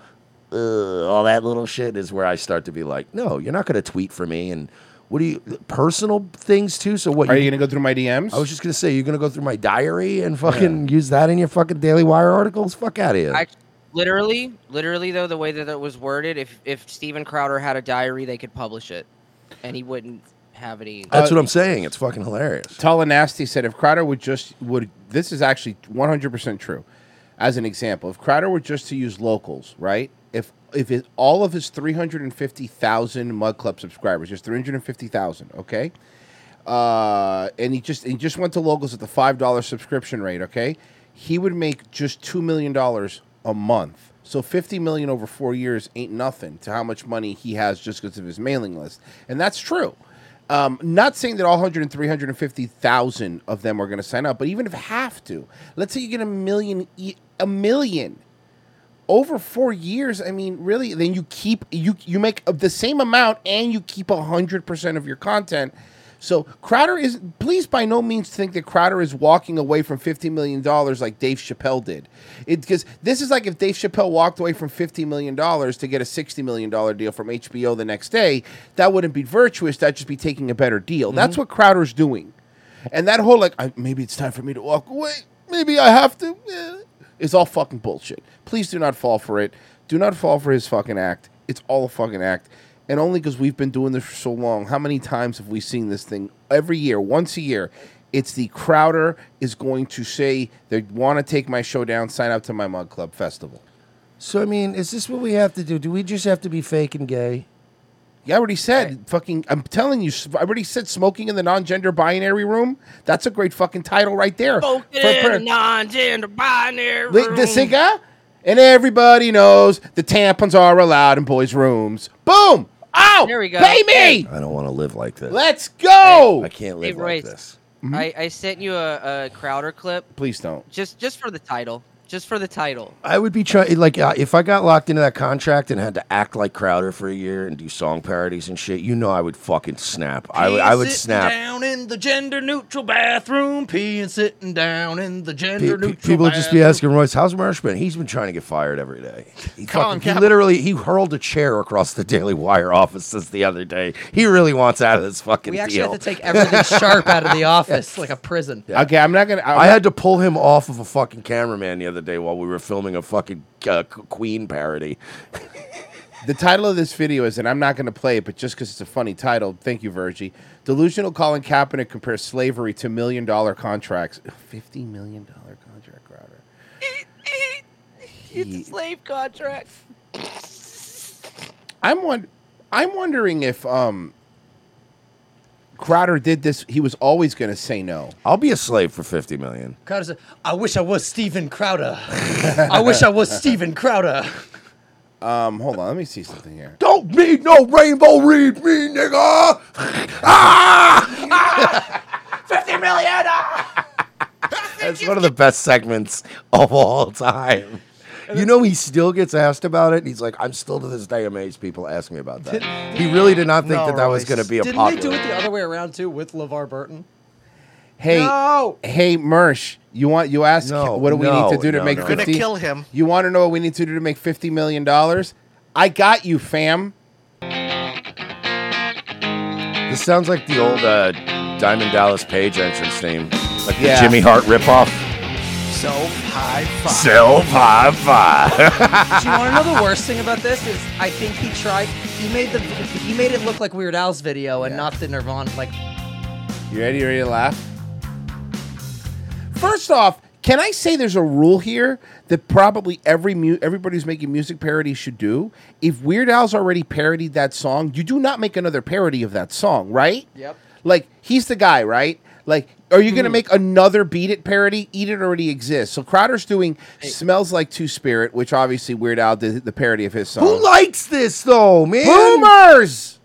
Speaker 3: uh, all that little shit is where I start to be like, no, you're not going to tweet for me and what do you personal things too? So what
Speaker 2: Are you going to go through my DMs?
Speaker 3: I was just going to say you're going to go through my diary and fucking use that in your fucking Daily Wire articles? Fuck out of here.
Speaker 7: I, literally, literally though, the way that it was worded, if if Steven Crowder had a diary, they could publish it, and he wouldn't have any.
Speaker 3: That's what I'm saying. It's fucking hilarious.
Speaker 2: Tala uh, Nasty said if Crowder would just would this is actually 100% true. As an example, if Crowder were just to use locals, right? If if it, all of his 350,000 Mud Club subscribers, just 350,000, okay? Uh, and he just he just went to locals at the $5 subscription rate, okay? He would make just 2 million dollars a month. So 50 million over 4 years ain't nothing to how much money he has just because of his mailing list. And that's true. Um, not saying that all 100 and 350,000 of them are going to sign up, but even if half do, let's say you get a million, e- a million over four years. I mean, really, then you keep you you make of the same amount and you keep 100 percent of your content. So Crowder is please by no means think that Crowder is walking away from 50 million dollars like Dave Chappelle did. It because this is like if Dave Chappelle walked away from 50 million dollars to get a 60 million dollar deal from HBO the next day, that wouldn't be virtuous, that'd just be taking a better deal. That's what Crowder's doing. And that whole like I, maybe it's time for me to walk away. Maybe I have to. eh, Is all fucking bullshit. Please do not fall for it. Do not fall for his fucking act. It's all a fucking act. And only because we've been doing this for so long, how many times have we seen this thing every year, once a year? It's the Crowder is going to say they want to take my show down, sign up to my Mug Club Festival.
Speaker 3: So I mean, is this what we have to do? Do we just have to be fake and gay?
Speaker 2: Yeah, I already said fucking. I'm telling you, I already said smoking in the non-gender binary room. That's a great fucking title right there. For- for-
Speaker 7: non-gender binary.
Speaker 2: Wait, the cigar? And everybody knows the tampons are allowed in boys' rooms. Boom! Oh,
Speaker 7: There we go.
Speaker 2: Pay me.
Speaker 3: I don't want to live like this.
Speaker 2: Let's go.
Speaker 3: I can't
Speaker 7: Hey,
Speaker 3: live
Speaker 7: Royce.
Speaker 3: like this.
Speaker 7: I, I sent you a, a Crowder clip
Speaker 2: Please don't.
Speaker 7: just just for the title, just for the title.
Speaker 3: I would be trying like uh, if I got locked into that contract and had to act like Crowder for a year and do song parodies and shit. You know, I would fucking snap. I would- I would
Speaker 9: Sitting
Speaker 3: snap.
Speaker 9: down in the gender neutral bathroom, peeing sitting down in the
Speaker 3: Pe-
Speaker 9: gender
Speaker 3: pe-
Speaker 9: neutral.
Speaker 3: people would just be
Speaker 9: bathroom.
Speaker 3: asking Royce, "How's Marsh been?" He's been trying to get fired every day. He,
Speaker 9: Colin
Speaker 3: fucking, he
Speaker 9: Kaepernick.
Speaker 3: literally he hurled a chair across the Daily Wire offices the other day. He really wants out of this fucking
Speaker 9: We actually
Speaker 3: deal.
Speaker 9: have to take everything sharp out of the office, like a prison.
Speaker 2: Okay, I'm not gonna. I'm
Speaker 3: I had to pull him off of a fucking cameraman the other day while we were filming a fucking uh, Q- Queen parody.
Speaker 2: The title of this video is, and I'm not going to play it, but just because it's a funny title, thank you, Virgie. Delusional Colin Kaepernick compares slavery to million dollar contracts. $50 million contract, Crowder.
Speaker 7: It's a slave contract.
Speaker 2: I'm one. I'm wondering if um, Crowder did this. He was always going to say no.
Speaker 3: I'll be a slave for fifty million.
Speaker 9: Crowder said, I wish I was Steven Crowder. I wish I was Steven Crowder.
Speaker 2: Um, hold on, let me see something here.
Speaker 3: Don't need no rainbow read me, nigga. ah! Ah! Fifty million. ah! That's one of the best segments of all time. You know he still gets asked about it, and he's like, "I'm still to this day amazed people ask me about that." He really did not think
Speaker 9: No,
Speaker 3: that that was
Speaker 9: Royce.
Speaker 3: going to be a
Speaker 9: Didn't they do
Speaker 3: popular.
Speaker 9: it the other way around too with LeVar Burton?
Speaker 2: hey,
Speaker 9: No.
Speaker 2: hey, Mersh, you want you ask
Speaker 3: No,
Speaker 2: what do we need
Speaker 3: no,
Speaker 2: to do to
Speaker 3: no,
Speaker 2: make
Speaker 3: no, no.
Speaker 2: 50
Speaker 3: Gonna
Speaker 13: kill him.
Speaker 2: You want to know what we need to do to make 50 million dollars? I got you, fam.
Speaker 3: This sounds like the old uh, Diamond Dallas Page entrance theme, like
Speaker 2: Yeah.
Speaker 3: the Jimmy Hart ripoff.
Speaker 13: Self high five.
Speaker 3: Self high five.
Speaker 9: Do you want to know the worst thing about this? Is I think he tried. He made the he made it look like Weird Al's video and not the Nirvana. Like
Speaker 2: You ready? You ready to laugh? First off, can I say there's a rule here that probably every mu- everybody who's making music parodies should do? If Weird Al's already parodied that song, you do not make another parody of that song, right?
Speaker 9: Yep.
Speaker 2: Like he's the guy, right? Like, are you gonna make another Beat It parody? Eat It already exists. So Crowder's doing "Smells Like Two Spirit," which obviously Weird Al did the parody of his song.
Speaker 3: Who likes this though, man?
Speaker 2: Boomers!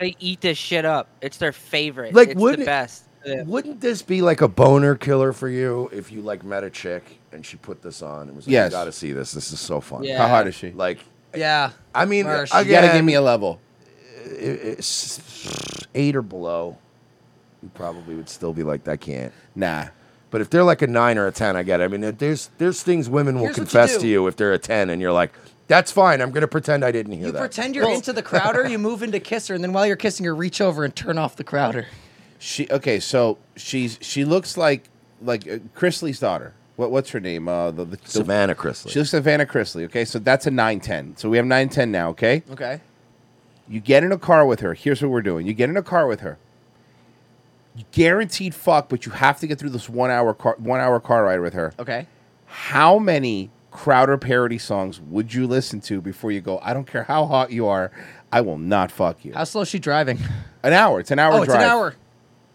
Speaker 7: They eat this shit up. It's their favorite.
Speaker 3: Like,
Speaker 7: it's
Speaker 3: wouldn't
Speaker 7: the
Speaker 3: it-
Speaker 7: best. Yeah.
Speaker 3: Wouldn't this be like a boner killer for you if you like met a chick and she put this on and was like,
Speaker 2: Yes.
Speaker 3: "You got to see this. This is so fun."
Speaker 7: Yeah.
Speaker 2: How hot is she?
Speaker 3: Like,
Speaker 9: yeah,
Speaker 3: I mean,
Speaker 9: Mersh.
Speaker 3: again,
Speaker 2: You gotta give me a level.
Speaker 3: it's eight or below. You probably would still be like, "I can't."
Speaker 2: Nah.
Speaker 3: But if they're like a nine or a ten, I get it. I mean, there's there's things women will
Speaker 9: Here's what you
Speaker 3: confess
Speaker 9: do.
Speaker 3: to you if they're a ten, and you're like, "That's fine. I'm gonna pretend I didn't hear
Speaker 9: you
Speaker 3: that."
Speaker 9: pretend you're into the Crowder, you move into Kisser, and then while you're kissing her, reach over and turn off the Crowder.
Speaker 2: She okay, so she's she looks like like uh, Chrisley's daughter. What what's her name? Uh, the, the, the-
Speaker 3: Savannah Chrisley.
Speaker 2: She looks like Savannah Chrisley. Okay, so that's a nine ten. So we have nine ten now. Okay,
Speaker 9: Okay.
Speaker 2: you get in a car with her. Here's what we're doing. You get in a car with her. Guaranteed fuck, but you have to get through this one hour car one hour car ride with her.
Speaker 9: Okay.
Speaker 2: How many Crowder parody songs would you listen to before you go? I don't care how hot you are, I will not fuck you.
Speaker 9: How slow is she driving?
Speaker 2: An hour. It's an hour.
Speaker 9: Oh, it's an
Speaker 2: drive.
Speaker 9: hour.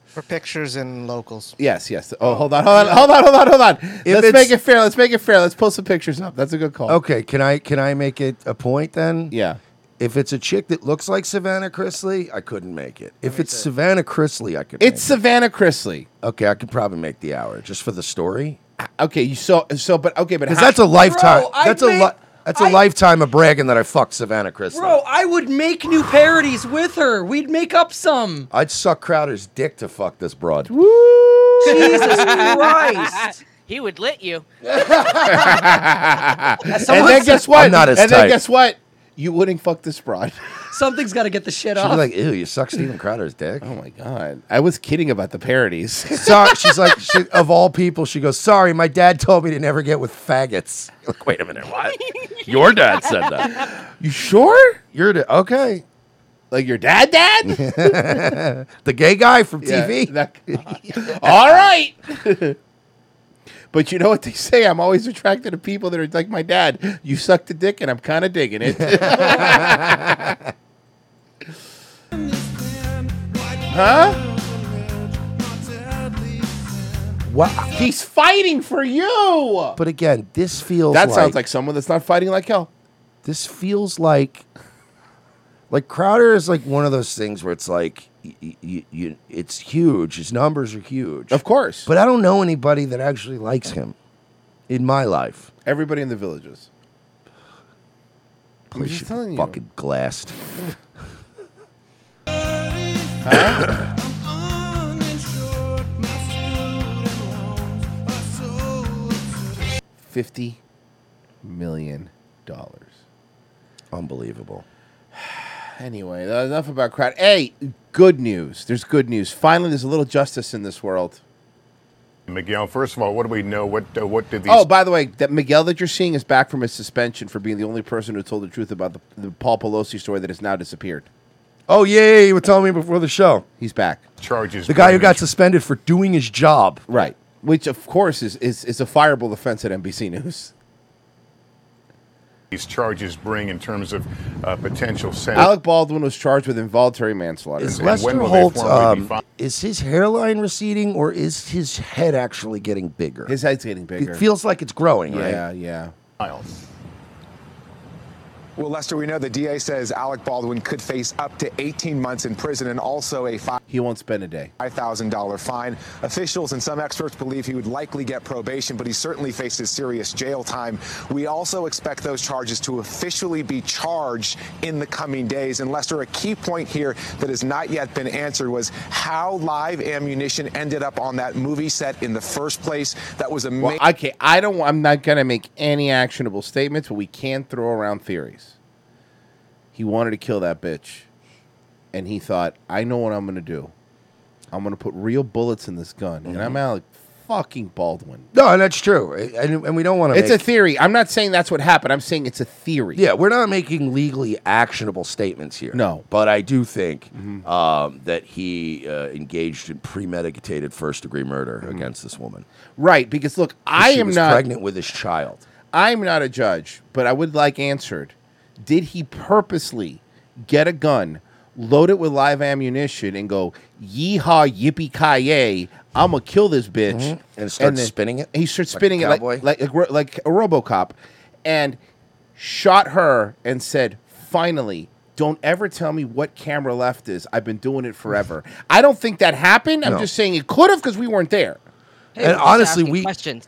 Speaker 13: For pictures and locals.
Speaker 2: Yes, yes. Oh, hold on, hold on, hold on, hold on, hold on. Let's
Speaker 3: it's-
Speaker 2: make it fair. Let's make it fair. Let's pull some pictures up. That's a good call.
Speaker 3: okay, can I can I make it a point then?
Speaker 2: Yeah.
Speaker 3: If it's a chick that looks like Savannah Chrisley, I couldn't make it. If it's Savannah Chrisley, I could.
Speaker 2: It's
Speaker 3: make
Speaker 2: Savannah Chrisley. Uh,
Speaker 3: it. okay. I could probably make the hour just for the story,
Speaker 2: Okay, you so so, but okay, but
Speaker 3: because
Speaker 2: how-
Speaker 3: that's a lifetime.
Speaker 9: I
Speaker 3: that's
Speaker 9: made-
Speaker 3: a li- that's a
Speaker 9: I-
Speaker 3: lifetime of bragging that I fucked Savannah Chrisley.
Speaker 9: Bro, I would make new parodies with her. We'd make up some.
Speaker 3: I'd suck Crowder's dick to fuck this broad.
Speaker 9: Jesus Christ.
Speaker 7: He would lit you.
Speaker 2: and then guess what?
Speaker 3: I'm not as
Speaker 2: and then
Speaker 3: tight.
Speaker 2: guess what? You wouldn't fuck this broad.
Speaker 9: Something's got to get the shit
Speaker 3: She'd be
Speaker 9: off.
Speaker 3: like, "Ew, you suck Steven Crowder's dick."
Speaker 2: oh my god, I was kidding about the parodies.
Speaker 3: Sorry, she's like, she, of all people, she goes, "Sorry, my dad told me to never get with faggots." Like, wait a minute, what? Your dad said that.
Speaker 2: you sure?
Speaker 3: Your da- okay,
Speaker 2: Like your dad, dad?
Speaker 3: the gay guy from
Speaker 2: Yeah,
Speaker 3: TV.
Speaker 2: that- all right. But you know what they say? I'm always attracted to people that are like my dad. You suck the dick, and I'm kind of digging it. huh?
Speaker 3: wow.
Speaker 2: He's fighting for you.
Speaker 3: But again, this feels
Speaker 2: That
Speaker 3: like,
Speaker 2: sounds like someone that's not fighting like hell.
Speaker 3: this feels like like Crowder is like one of those things where it's like y- y- y- you, it's huge. His numbers are huge,
Speaker 2: Of course.
Speaker 3: but I don't know anybody that actually likes him in my life.
Speaker 2: Everybody in the villages. I'm
Speaker 3: Place
Speaker 2: just
Speaker 3: should
Speaker 2: telling
Speaker 3: be
Speaker 2: you.
Speaker 3: fucking glassed.
Speaker 2: Fifty million dollars.
Speaker 3: Unbelievable.
Speaker 2: Anyway, tha- enough about crowd. Hey, good news. There's good news. Finally, there's a little justice in this world.
Speaker 14: Miguel, first of all, what do we know? What uh, what did these?
Speaker 2: Oh, by the way, that Miguel that you're seeing is back from his suspension for being the only person who told the truth about the, the Paul Pelosi story that has now disappeared.
Speaker 3: Oh yeah, yeah, you were telling me before the show.
Speaker 2: He's back.
Speaker 14: charges?
Speaker 3: The guy who
Speaker 14: were-
Speaker 3: got suspended for doing his job.
Speaker 2: Right. Which, of course, is, is, is a fireable offense at NBC News.
Speaker 14: these charges bring in terms of uh, potential sentence.
Speaker 2: Alec Baldwin was charged with involuntary manslaughter.
Speaker 3: Is
Speaker 14: And when
Speaker 3: Lester
Speaker 14: will they
Speaker 3: Holt
Speaker 14: formally be
Speaker 3: um,
Speaker 14: fi-
Speaker 3: is his hairline receding or is his head actually getting bigger?
Speaker 2: His head's getting bigger.
Speaker 3: it feels like it's growing,
Speaker 2: yeah,
Speaker 3: right?
Speaker 2: yeah.
Speaker 15: Well, Lester, we know the DA says Alec Baldwin could face up to 18 months in prison and also a five.
Speaker 2: He won't spend a day.
Speaker 15: $5,000 fine. Officials and some experts believe he would likely get probation, but he certainly faces serious jail time. We also expect those charges to officially be charged in the coming days. And Lester, a key point here that has not yet been answered was how live ammunition ended up on that movie set in the first place. That was a
Speaker 2: Well, I can't. I don't. I'm not gonna make any actionable statements, but we can throw around theories. He wanted to kill that bitch, and he thought, "I know what I'm gonna do. I'm gonna put real bullets in this gun." And I'm Alec fucking Baldwin.
Speaker 3: No, and that's true. And, and we don't want to.
Speaker 2: It's a theory. I'm not saying that's what happened. I'm saying it's a theory.
Speaker 3: Yeah, we're not making legally actionable statements here.
Speaker 2: No. Mm-hmm.
Speaker 3: but I do think um, that he uh, engaged in premeditated first degree murder against this woman.
Speaker 2: Mm-hmm. Right, because look, I
Speaker 3: she
Speaker 2: am
Speaker 3: was
Speaker 2: not
Speaker 3: pregnant with his child.
Speaker 2: I'm not a judge, but I would like answered. Did he purposely get a gun, load it with live ammunition, and go yeehaw yippee ki I'm gonna kill this bitch
Speaker 3: Mhm. And start
Speaker 2: then
Speaker 3: spinning it?
Speaker 2: He starts
Speaker 3: Like a
Speaker 2: spinning it
Speaker 3: cowboy?
Speaker 2: like like a, gro- like a RoboCop, and shot her and said, "Finally." Don't ever tell me what camera left is. I've been doing it forever. I don't think that happened. I'm
Speaker 3: No.
Speaker 2: just saying it could have because we weren't there.
Speaker 3: and honestly, we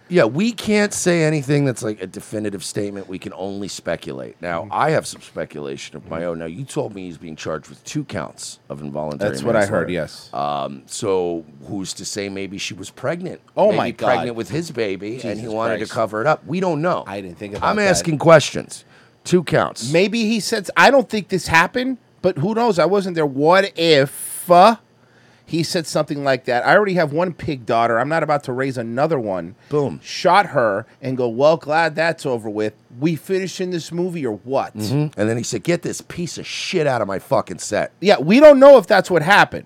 Speaker 3: yeah, we can't say anything that's like a definitive statement. We can only speculate. Now,
Speaker 2: Mm-hmm.
Speaker 3: I have some speculation of my own. Now, you told me he's being charged with two counts of involuntary.
Speaker 2: That's what I heard,
Speaker 3: manslaughter.
Speaker 2: yes.
Speaker 3: Um, so who's to say maybe she was pregnant?
Speaker 2: Oh
Speaker 3: Maybe
Speaker 2: my God.
Speaker 3: pregnant with his baby, and he
Speaker 2: Jesus
Speaker 3: wanted
Speaker 2: Christ.
Speaker 3: to cover it up. We don't know.
Speaker 2: I didn't think about
Speaker 3: I'm
Speaker 2: that.
Speaker 3: asking questions. Two counts.
Speaker 2: Maybe he said, I don't think this happened, but who knows? I wasn't there. What if uh, he said something like that? I already have one pig daughter. I'm not about to raise another one. Boom. Shot her and go, well, glad that's over with. We finishing this movie or what?
Speaker 3: Mhm. And then he said, "Get this piece of shit out of my fucking set."
Speaker 2: Yeah, we don't know if that's what happened.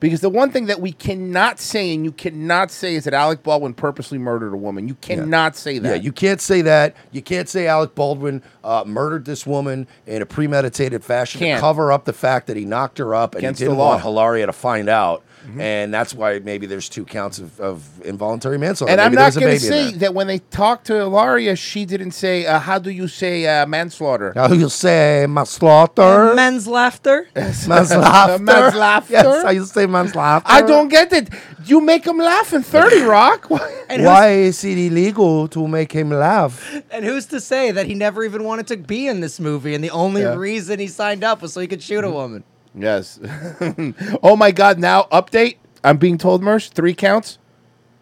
Speaker 2: Because the one thing that we cannot say and you cannot say is that Alec Baldwin purposely murdered a woman. You cannot say that.
Speaker 3: Yeah, you can't say that. You can't say Alec Baldwin uh, murdered this woman in a premeditated fashion
Speaker 2: Can't.
Speaker 3: to cover up the fact that he knocked her up and
Speaker 2: Against the
Speaker 3: he didn't
Speaker 2: law. Mm-hmm.
Speaker 3: want Hilaria to find out. And that's why maybe there's two counts of, of involuntary manslaughter.
Speaker 2: and I'm
Speaker 3: Maybe
Speaker 2: not
Speaker 3: there's a
Speaker 2: going to
Speaker 3: baby in
Speaker 2: say
Speaker 3: there.
Speaker 2: that when they talked to Ilaria, she didn't say, uh, how do you say uh, manslaughter?
Speaker 3: Now you'll say manslaughter.
Speaker 9: Men's laughter.
Speaker 3: Manslaughter.
Speaker 2: Man's laughter?
Speaker 3: Yes, I used to say manslaughter.
Speaker 2: I don't get it. You make him laugh in 30 Rock?
Speaker 3: Why is it illegal to make him laugh?
Speaker 9: And who's to say that he never even wanted to be in this movie, and the only
Speaker 2: Yeah.
Speaker 9: reason he signed up was so he could shoot a
Speaker 3: Mm-hmm.
Speaker 9: woman?
Speaker 2: Yes. oh my God, now update. I'm being told, Mersh, three counts.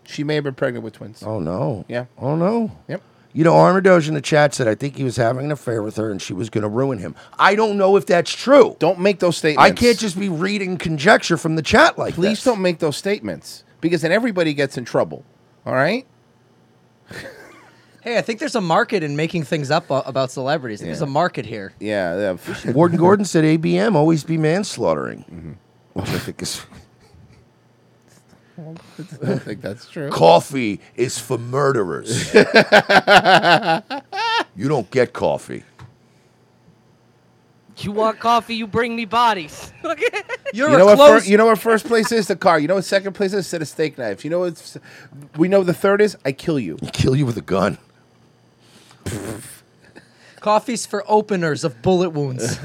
Speaker 2: She may have been pregnant with twins.
Speaker 3: Oh no.
Speaker 2: Yeah.
Speaker 3: Oh no.
Speaker 2: Yep.
Speaker 3: You know, Armadoge in the chat said I think he was having an affair with her and she was going to ruin him. I don't know if that's true.
Speaker 2: Don't make those statements.
Speaker 3: I can't just be reading conjecture from the chat like
Speaker 2: Please
Speaker 3: this.
Speaker 2: don't make those statements because then everybody gets in trouble. All right?
Speaker 9: Hey, I think there's a market in making things up a- about celebrities. I think There's
Speaker 2: Yeah.
Speaker 9: a market here.
Speaker 2: Yeah. yeah. Mm-hmm.
Speaker 3: Warden Gordon said ABM always be manslaughtering, which I think is
Speaker 2: I don't think that's true.
Speaker 3: coffee is for murderers. you don't get coffee.
Speaker 7: You want coffee? You bring me bodies.
Speaker 9: You're
Speaker 2: you know what? fir- you know what first place is the car. You know what second place is a set of steak knives. You know what? We know the third is I kill you.
Speaker 3: Kill you with a gun.
Speaker 9: Coffee's for openers of bullet wounds.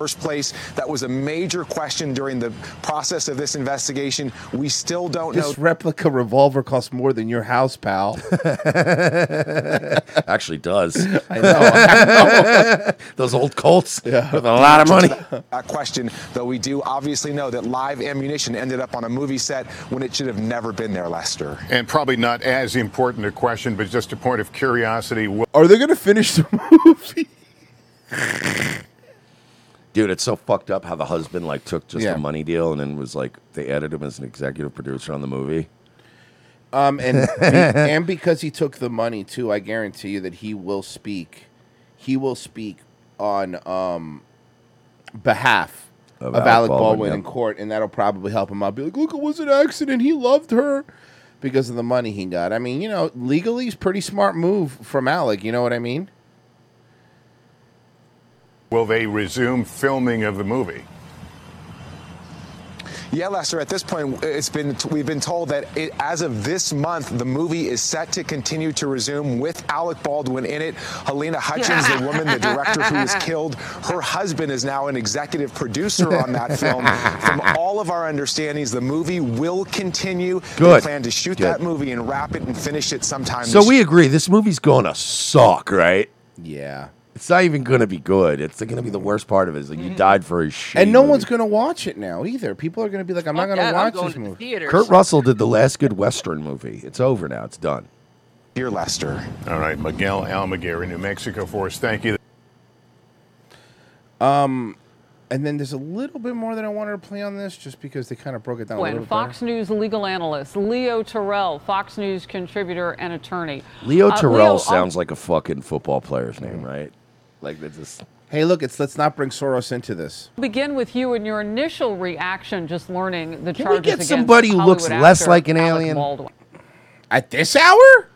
Speaker 15: first place. That was a major question during the process of this investigation. We still don't know.
Speaker 2: This replica revolver costs more than your house, pal.
Speaker 3: Actually, does
Speaker 2: I know, I know.
Speaker 3: those old Colts with a lot of money?
Speaker 15: That question, though we do obviously know that live ammunition ended up on a movie set when it should have never been there, Lester.
Speaker 14: And probably not as important a question, but just a point of curiosity. Will-
Speaker 2: Are they going to finish the
Speaker 3: Dude, it's so fucked up how the husband like took just
Speaker 2: Yeah.
Speaker 3: a money deal and then was like they added him as an executive producer on the movie.
Speaker 2: Um, and be- and because he took the money too, I guarantee you that he will speak. He will speak on um, behalf of, Alec Baldwin, in
Speaker 3: yep.
Speaker 2: court, and that'll probably help him out. Be like, look, it was an accident. He loved her because of the money he got. I mean, you know, legally, it's a pretty smart move from Alec. You know what I mean?
Speaker 14: Will they resume filming of the movie?
Speaker 15: Yeah, Lester. At this point, it's been we've been told that it, as of this month, the movie is set to continue to resume with Alec Baldwin in it. Helena Hutchins, the woman, the director who was killed, her husband is now an executive producer on that film. From all of our understandings, the movie will continue. They
Speaker 3: Good.
Speaker 15: plan to shoot
Speaker 3: Good.
Speaker 15: that movie and wrap it and finish it sometime.
Speaker 3: So
Speaker 15: this
Speaker 3: we agree this movie's gonna suck, right?
Speaker 2: Yeah. Mm-hmm.
Speaker 3: It's not even gonna be good. It's gonna be the worst part of it. Is like you died for his shit.
Speaker 2: And no one's going to watch it now either. People are going to be like, I'm not going
Speaker 16: that,
Speaker 2: to
Speaker 16: I'm
Speaker 2: watch
Speaker 16: going
Speaker 2: this
Speaker 16: to the
Speaker 2: movie.
Speaker 16: theaters.
Speaker 3: Kurt Russell did the last good Western movie. It's over now. It's done.
Speaker 15: Dear Lester.
Speaker 17: All right, Miguel Almaguer in New Mexico for us. Thank you.
Speaker 2: Um, and then there's a little bit more that I wanted to play on this just because they kind of broke it down a little
Speaker 18: When
Speaker 2: bit.
Speaker 18: Fox News legal analyst Leo Terrell, Fox News contributor and attorney.
Speaker 3: Leo
Speaker 18: Uh,
Speaker 3: Terrell
Speaker 18: Leo,
Speaker 3: sounds like a fucking football player's name,
Speaker 2: Mm-hmm.
Speaker 3: right? Like that's just
Speaker 2: Hey, look, it's let's not bring Soros into this.
Speaker 18: I'll begin with you and your initial reaction, just learning the
Speaker 3: Can we
Speaker 18: charges
Speaker 3: get
Speaker 18: against
Speaker 3: somebody who looks
Speaker 18: Hollywood
Speaker 3: less
Speaker 18: actor
Speaker 3: like an
Speaker 18: Alec
Speaker 3: alien?
Speaker 18: Baldwin.
Speaker 2: At this hour?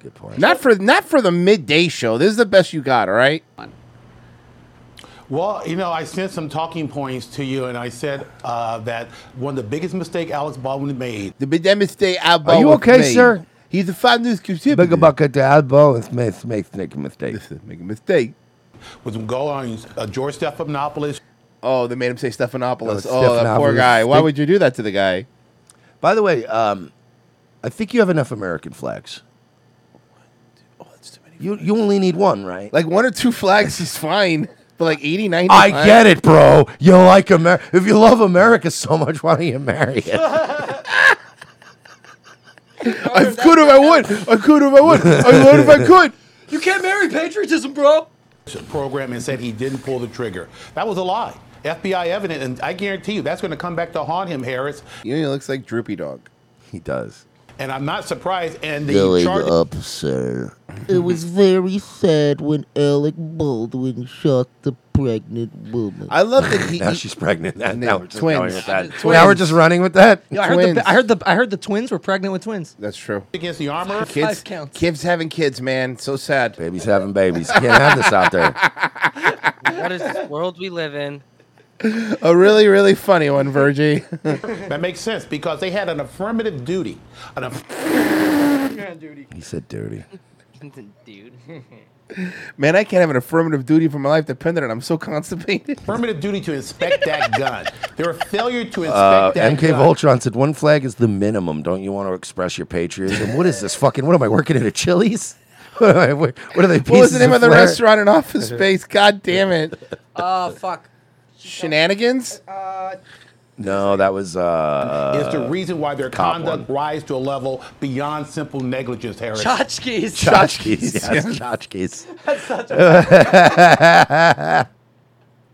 Speaker 3: Good point.
Speaker 2: Not for not for the midday show. This is the best you got, all right?
Speaker 11: Well, you know, I sent some talking points to you, and I said uh, that one of the biggest mistake Alex Baldwin made.
Speaker 2: The biggest mistake I
Speaker 3: Are you okay, sir?
Speaker 2: He's a five news contributor.
Speaker 3: Big bucket to elbow and make make make a mistake.
Speaker 2: Make a mistake.
Speaker 11: Was go on uh, George Stephanopoulos.
Speaker 2: Oh, they made him say Stephanopoulos. Oh, that poor guy. Why would you do that to the guy?
Speaker 3: By the way, um, I think you have enough American flags.
Speaker 2: Oh,
Speaker 3: You you only need one, right?
Speaker 2: Like one or two flags is fine, but like 80, 90.
Speaker 3: I get it, bro. You like America. If you love America so much, why don't you marry it?
Speaker 2: I could if I would. I could if I would. I would if I could.
Speaker 11: You can't marry patriotism, bro. Program and said he didn't pull the trigger. That was a lie. FBI evidence, and I guarantee you that's going to come back to haunt him, Harris.
Speaker 2: You know, he looks like Droopy Dog.
Speaker 3: He does.
Speaker 11: And I'm not surprised. And the
Speaker 9: Going
Speaker 11: charges.
Speaker 9: up, sir. It was very sad when Alec Baldwin shot the pregnant woman.
Speaker 2: I love that he.
Speaker 3: now she's pregnant. Now, now we're just
Speaker 9: Twins.
Speaker 3: going with that.
Speaker 9: Twins.
Speaker 3: Now we're just running with that.
Speaker 19: Yeah, I heard, the, I heard the I heard the twins were pregnant with twins.
Speaker 2: That's true.
Speaker 11: Against the armor.
Speaker 2: Kids, kids having kids, man. So sad.
Speaker 3: Babies having babies. Can't have this out there.
Speaker 16: what is this world we live in?
Speaker 2: A really, really funny one, Virgie.
Speaker 11: that makes sense because they had an affirmative duty. An aff-
Speaker 3: he said dirty.
Speaker 16: Dude.
Speaker 2: Man, I can't have an affirmative duty for my life dependent on I'm so constipated.
Speaker 11: affirmative duty to inspect that gun. There were failure to inspect
Speaker 3: Uh,
Speaker 11: that
Speaker 3: MK
Speaker 11: gun.
Speaker 3: Voltron said one flag is the minimum. Don't you want to express your patriotism? What is this fucking? What am I working at a Chili's? What, am I, what
Speaker 2: What
Speaker 3: are they?
Speaker 2: was the
Speaker 3: pieces
Speaker 2: name of the
Speaker 3: flair?
Speaker 2: restaurant in Office Space? God damn it.
Speaker 19: Oh fuck.
Speaker 2: Shenanigans?
Speaker 3: No, that was. Uh,
Speaker 11: is the reason why their
Speaker 3: Cop
Speaker 11: conduct rise to a level beyond simple negligence, Harris.
Speaker 19: Tchotchkes.
Speaker 3: Tchotchkes, yes, tchotchkes.
Speaker 19: That's such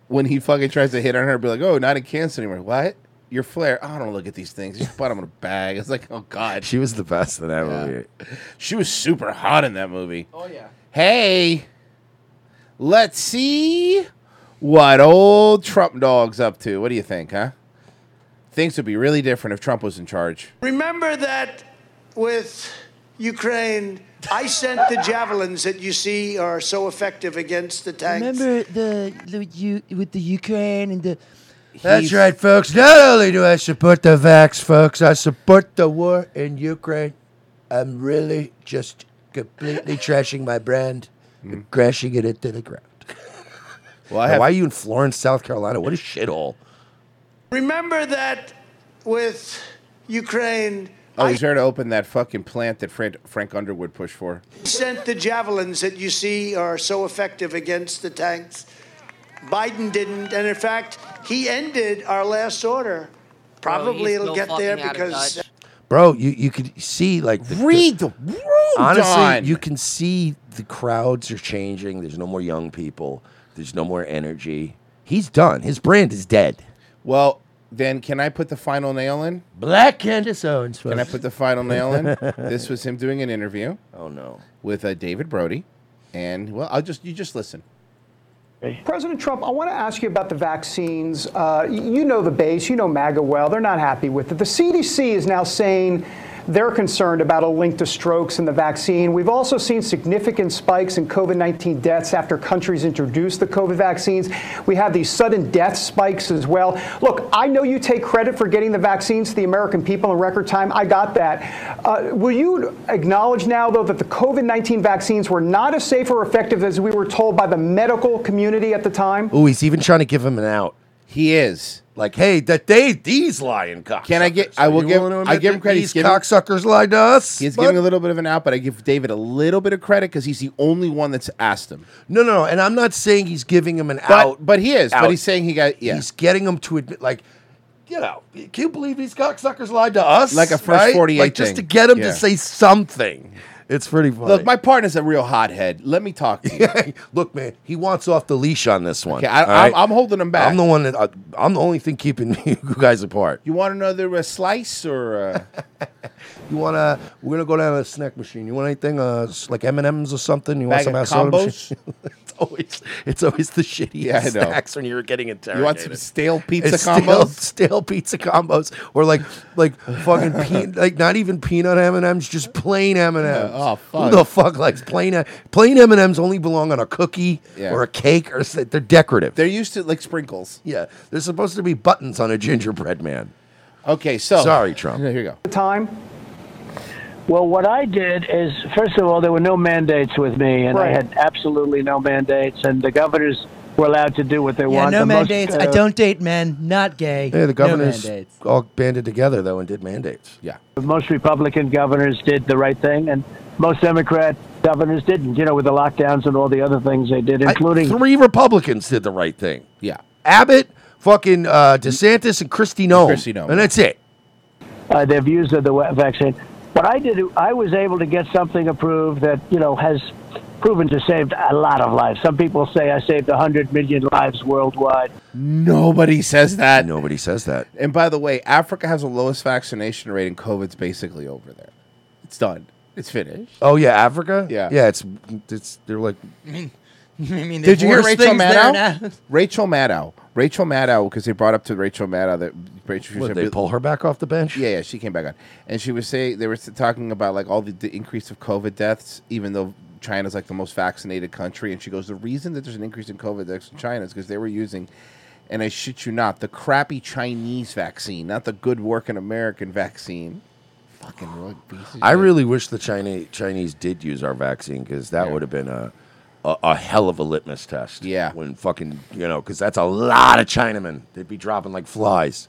Speaker 2: when he fucking tries to hit on her, be like, oh, not in Kansas anymore. What? Your flair? I don't look at these things. You just put them in a bag. It's like, oh, God.
Speaker 3: She was the best in that movie.
Speaker 2: She was super hot in that movie.
Speaker 19: Oh, yeah.
Speaker 2: Hey, let's see what old Trump dog's up to. What do you think, huh? Things would be really different if Trump was in charge.
Speaker 13: Remember that with Ukraine, I sent the javelins that you see are so effective against the tanks.
Speaker 9: Remember the, the you, with the Ukraine and the.
Speaker 3: That's right, folks. Not only do I support the vax, folks, I support the war in Ukraine. I'm really just completely trashing my brand,
Speaker 11: Mm.
Speaker 3: and crashing it into the ground.
Speaker 2: Well,
Speaker 3: Now, why are you in Florence, South Carolina? What a shithole.
Speaker 13: Remember that with Ukraine,
Speaker 2: Oh, he's there to open that fucking plant that Frank, Frank Underwood pushed for.
Speaker 13: I sent the javelins that you see are so effective against the tanks. Biden didn't, and in fact, he ended our last order. Probably it'll
Speaker 16: still
Speaker 13: get there
Speaker 16: fucking out of
Speaker 13: because
Speaker 3: Bro, you, you could see like the,
Speaker 2: read the room.
Speaker 3: Honestly,
Speaker 2: Don.
Speaker 3: you can see the crowds are changing. There's no more young people. There's no more energy. He's done. His brand is dead.
Speaker 2: Well, then can I put the final nail in?
Speaker 3: Black Candace Owens.
Speaker 2: Can I put the final nail in? this was him doing an interview.
Speaker 3: Oh no.
Speaker 2: With uh, David Brody, and well, I'll just you just listen.
Speaker 20: President Trump, I want to ask you about the vaccines. Uh, y- you know the base, you know MAGA well. They're not happy with it. The CDC is now saying They're concerned about a link to strokes and the vaccine. We've also seen significant spikes in COVID 19 deaths after countries introduced the COVID vaccines. We have these sudden death spikes as well. Look, I know you take credit for getting the vaccines to the American people in record time. I got that. Uh, will you acknowledge now, though, that the COVID 19 vaccines were not as safe or effective as we were told by the medical community at the time?
Speaker 3: Ooh, he's even trying to give him an out.
Speaker 2: He is.
Speaker 3: Like, hey, that they these lying cocksuckers.
Speaker 2: Can I get? I will
Speaker 3: You
Speaker 2: give.
Speaker 3: wanna
Speaker 2: I
Speaker 3: admit
Speaker 2: give him
Speaker 3: that
Speaker 2: credit.
Speaker 3: These cocksuckers lied to us.
Speaker 2: He's
Speaker 3: bud?
Speaker 2: giving a little bit of an out, but I give David a little bit of credit because he's the only one that's asked him.
Speaker 3: No, no, no. And I'm not saying he's giving him an
Speaker 2: But-
Speaker 3: out.
Speaker 2: but he is, but
Speaker 3: out.
Speaker 2: he's saying he got- yeah.
Speaker 3: He's getting him to admit, like, get out. Can you believe these cocksuckers lied to us?
Speaker 2: Like a first
Speaker 3: Right?
Speaker 2: 48
Speaker 3: Like, just
Speaker 2: thing.
Speaker 3: to get him
Speaker 2: Yeah.
Speaker 3: to say something. It's pretty funny.
Speaker 2: Look, my partner's a real hothead. Let me talk to you.
Speaker 3: Look, man, he wants off the leash on this one.
Speaker 2: Okay, I,
Speaker 3: all
Speaker 2: I'm,
Speaker 3: right?
Speaker 2: I'm holding him back.
Speaker 3: I'm the one that I, I'm the only thing keeping you guys apart.
Speaker 2: You want another uh, slice or? Uh...
Speaker 3: You want to? We're gonna go down to the snack machine. You want anything? Uh, s- like M and M's or something? You want
Speaker 2: Bag
Speaker 3: some
Speaker 2: of
Speaker 3: soda
Speaker 2: combos?
Speaker 3: machine? it's always it's always the shittiest
Speaker 2: Yeah, I know.
Speaker 3: snacks when you're getting interrogated.
Speaker 2: You want some stale pizza
Speaker 3: It's Stale,
Speaker 2: combos?
Speaker 3: stale pizza combos, or like like fucking pe- like not even peanut M and M's, just plain M and M's.
Speaker 2: Yeah, oh,
Speaker 3: Who
Speaker 2: fuck.
Speaker 3: the fuck likes plain M- plain M and M's? Only belong on a cookie
Speaker 2: Yeah.
Speaker 3: or a cake, or s- they're decorative.
Speaker 2: They're used to like sprinkles.
Speaker 3: Yeah, they're supposed to be buttons on a gingerbread man.
Speaker 2: Okay, so
Speaker 3: sorry, Trump.
Speaker 2: here you go.
Speaker 20: The time?
Speaker 21: Well, what I did is, first of all, there were no mandates with me, and I
Speaker 9: Right.
Speaker 21: had absolutely no mandates, and the governors were allowed to do what they
Speaker 9: Yeah,
Speaker 21: want.
Speaker 9: no
Speaker 21: The most,
Speaker 9: mandates.
Speaker 21: uh,
Speaker 9: I don't date men. Not gay.
Speaker 3: Yeah, the governors
Speaker 9: No mandates.
Speaker 3: all banded together though and did mandates.
Speaker 2: Yeah.
Speaker 21: Most Republican governors did the right thing, and most Democrat governors didn't. You know, with the lockdowns and all the other things they did, including
Speaker 3: three Republicans did the right thing.
Speaker 2: Yeah.
Speaker 3: Abbott, fucking uh, DeSantis, and Christy Noem.
Speaker 21: Kristi Noem.
Speaker 3: And that's it.
Speaker 21: uh, their views of the wa- vaccine. What I did, I was able to get something approved that you know has proven to save a lot of lives. Some people say I saved 100 million lives worldwide.
Speaker 2: Nobody says that.
Speaker 3: Nobody says that.
Speaker 2: And by the way, Africa has the lowest vaccination rate, and COVID's basically over there. It's done. It's finished.
Speaker 3: Oh yeah, Africa.
Speaker 2: Yeah.
Speaker 3: yeah. It's it's they're like
Speaker 9: I mean, I mean,
Speaker 2: Did
Speaker 9: there's
Speaker 2: you hear
Speaker 9: worse
Speaker 2: Rachel
Speaker 9: things there
Speaker 2: Maddow?
Speaker 9: now.
Speaker 2: Rachel Maddow. Rachel Maddow, because they brought up to Rachel Maddow that Rachel.
Speaker 3: What, they pull her back off the bench.
Speaker 2: Yeah, yeah, she came back on, and she was saying they were talking about like all the, the increase of COVID deaths, even though China's like the most vaccinated country. And she goes, the reason that there's an increase in COVID deaths in China is because they were using, and I shit you not, the crappy Chinese vaccine, not the good working American vaccine. Fucking really piece of
Speaker 3: I
Speaker 2: shit.
Speaker 3: really wish the Chinese Chinese did use our vaccine because that would have been a, a a hell of a litmus test. Yeah, when fucking you know because that's a lot of Chinamen. They'd be dropping like flies.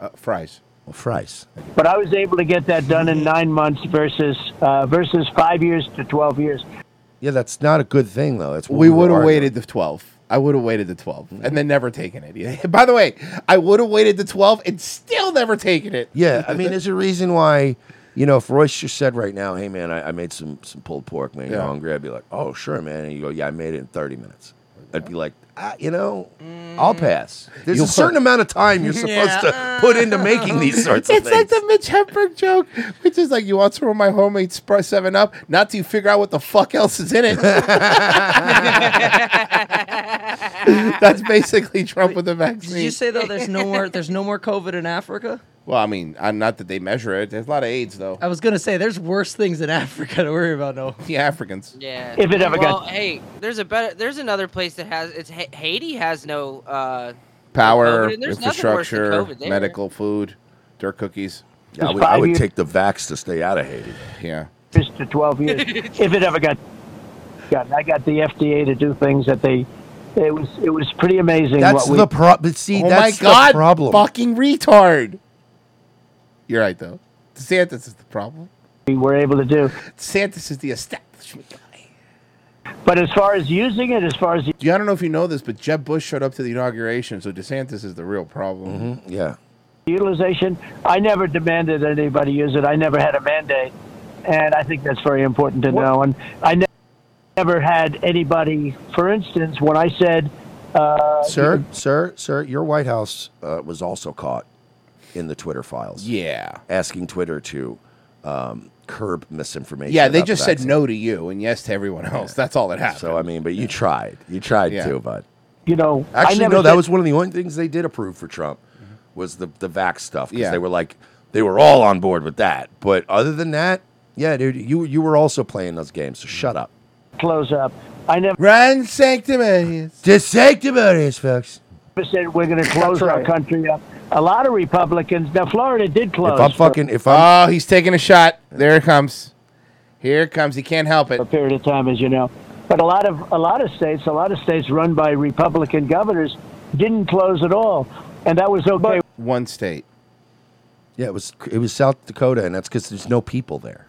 Speaker 2: Uh, fries.
Speaker 3: Well, fries.
Speaker 21: But I was able to get that done in nine months versus uh, versus five years to 12 years.
Speaker 3: Yeah, that's not a good thing though. That's what
Speaker 2: we
Speaker 3: were
Speaker 2: would have
Speaker 3: arguing.
Speaker 2: waited the 12. I would have waited the 12 and then never taken it. By the way, I would have waited the 12 and still never taken it.
Speaker 3: Yeah, I mean, there's a reason why, you know, if Royce just said right now, "Hey, man, I, I made some some pulled pork, man. You're
Speaker 2: Yeah.
Speaker 3: hungry?" I'd be like, "Oh, sure, man." And you go, "Yeah, I made it in 30 minutes." I'd be like, ah, "You know, I'll pass." There's
Speaker 2: Mm. You
Speaker 3: a certain
Speaker 2: would.
Speaker 3: amount of time you're supposed to put into making these sorts of
Speaker 2: it's
Speaker 3: things.
Speaker 2: like the Mitch Hedberg joke, which is like, you want some of my homemade Sprite 7 Up? Not till you figure out what the fuck else is in it. That's basically Trump with the vaccine.
Speaker 9: Did you say though? There's no more. There's no more COVID in Africa.
Speaker 2: well, I mean, uh, not that they measure it. There's a lot of AIDS, though.
Speaker 9: I was gonna say there's worse things in Africa to worry about. No.
Speaker 2: The Africans.
Speaker 7: Yeah.
Speaker 9: If it ever
Speaker 7: well,
Speaker 9: got-
Speaker 7: hey, there's a better. There's another place that has. It's Ha- Haiti has no uh,
Speaker 2: Power,
Speaker 7: COVID, and there's nothing worse than
Speaker 2: infrastructure,
Speaker 7: COVID there.
Speaker 2: medical food, dirt cookies.
Speaker 3: Yeah, I would, I would take the vax to stay out of Haiti.
Speaker 2: Yeah.
Speaker 21: Just to 12 years, if it ever got gotten. I got the FDA to do things that they. It was it was pretty amazing.
Speaker 3: That's
Speaker 21: what we,
Speaker 3: the problem. See,
Speaker 2: oh
Speaker 3: that's
Speaker 2: my God,
Speaker 3: the problem.
Speaker 2: fucking retard. You're right, though. DeSantis is the problem.
Speaker 21: we were able to do.
Speaker 2: DeSantis is the establishment guy.
Speaker 21: But as far as using it, as far as
Speaker 2: I don't know if you know this, but Jeb Bush showed up to the inauguration, so DeSantis is the real problem.
Speaker 3: Mm-hmm. Yeah.
Speaker 21: utilization. I never demanded anybody use it. I never had a mandate, and I think that's very important to know. And I ne- never had anybody. For instance, when I said, uh,
Speaker 3: sir, sir, sir, your White House uh, was also caught in the Twitter files.
Speaker 2: Yeah,
Speaker 3: asking Twitter to um, curb misinformation.
Speaker 2: Yeah, they
Speaker 3: about the
Speaker 2: just said
Speaker 3: vaccine.
Speaker 2: no to you and yes to everyone else. That's all that happened.
Speaker 3: So I mean, but you tried, you tried
Speaker 2: Yeah.
Speaker 3: too, bud.
Speaker 21: you know, I
Speaker 3: Actually,
Speaker 21: never Mm-hmm.
Speaker 3: no, that
Speaker 21: said-
Speaker 3: was one of the only things they did approve for Trump was the the vax stuff because
Speaker 2: Yeah.
Speaker 3: they were like, they were all on board with that. But other than that, yeah, dude, you you were also playing those games, so shut up.
Speaker 21: Close up. I never.
Speaker 2: Run sanctimonious.
Speaker 3: Just sanctimonious, folks.
Speaker 21: Never said we're going to close our country up. A lot of Republicans. Now, Florida did close.
Speaker 3: If I'm fucking, if
Speaker 2: oh, he's taking a shot. There it comes. Here it comes. He can't help it.
Speaker 21: A period of time, as you know. But a lot of a lot of states, a lot of states run by Republican governors, didn't close at all, and that was okay.
Speaker 2: One state.
Speaker 3: Yeah, it was it was South Dakota, and that's because there's no people there.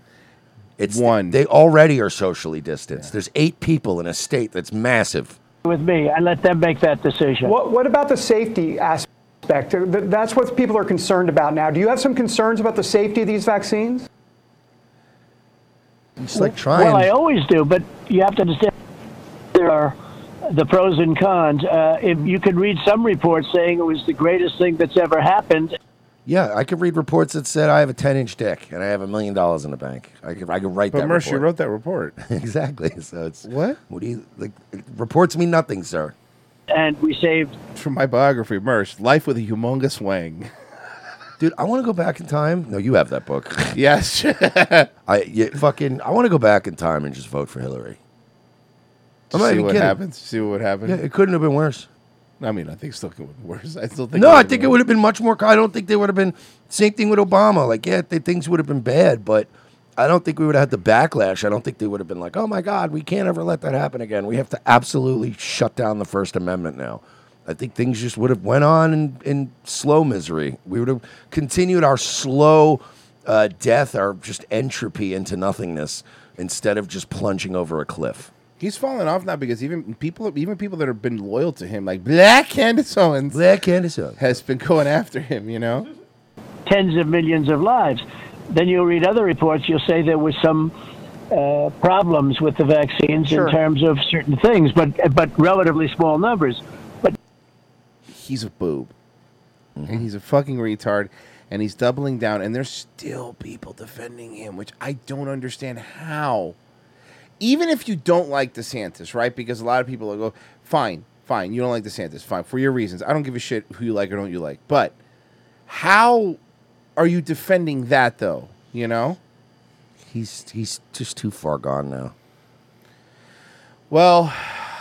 Speaker 3: It's
Speaker 2: One.
Speaker 3: They already are socially distanced. There's eight people in a state that's massive.
Speaker 21: with me. I let them make that decision.
Speaker 20: What, what about the safety aspect? Th- th- That's what people are concerned about now. Do you have some concerns about the safety of these vaccines?
Speaker 3: It's like trying.
Speaker 21: Well, I always do, but you have to understand there are the pros and cons. Uh, if you could read some reports saying it was the greatest thing that's ever happened.
Speaker 3: Yeah, I could read reports that said I have a 10 inch dick and I have a million dollars in the bank. I could I could write
Speaker 2: But
Speaker 3: that.
Speaker 2: Mercer
Speaker 3: report.
Speaker 2: wrote that report.
Speaker 3: exactly. So it's what? What do you like? Reports mean nothing, sir.
Speaker 21: And we saved
Speaker 2: from my biography, Mersh, Life with a Humongous Wang.
Speaker 3: Dude, I want to go back in time. No, you have that book.
Speaker 2: yes.
Speaker 3: I yeah, fucking. I want to go back in time and just vote for Hillary. I'm not
Speaker 2: see
Speaker 3: even
Speaker 2: what
Speaker 3: kidding.
Speaker 2: happens. See what would happen.
Speaker 3: Yeah, it couldn't have been worse.
Speaker 2: I mean, I think still could have been worse. I still think.
Speaker 3: No,
Speaker 2: it
Speaker 3: I
Speaker 2: would've
Speaker 3: think
Speaker 2: been
Speaker 3: it would have been much more. I don't think they would have been. Same thing with Obama. Like, yeah, th- things would have been bad, but I don't think we would have had the backlash. I don't think they would have been like, oh my God, we can't ever let that happen again. We have to absolutely shut down the First Amendment now. I think things just would have went on in, in slow misery. We would have continued our slow uh, death, our just entropy into nothingness, instead of just plunging over a cliff.
Speaker 2: He's fallen off now because even people, even people that have been loyal to him, like Black Candace Owens,
Speaker 3: Black Candace Owens
Speaker 2: has been going after him. You know,
Speaker 21: tens of millions of lives. Then you'll read other reports. You'll say there was some uh, problems with the vaccines
Speaker 2: Sure.
Speaker 21: in terms of certain things, but but relatively small numbers. But
Speaker 2: he's a boob, and he's a fucking retard, and he's doubling down. And there's still people defending him, which I don't understand how. Even if you don't like DeSantis, right? Because a lot of people will go, fine, fine, you don't like DeSantis, fine, for your reasons. I don't give a shit who you like or don't you like. But how are you defending that though? You know.
Speaker 3: He's he's just too far gone now.
Speaker 2: Well,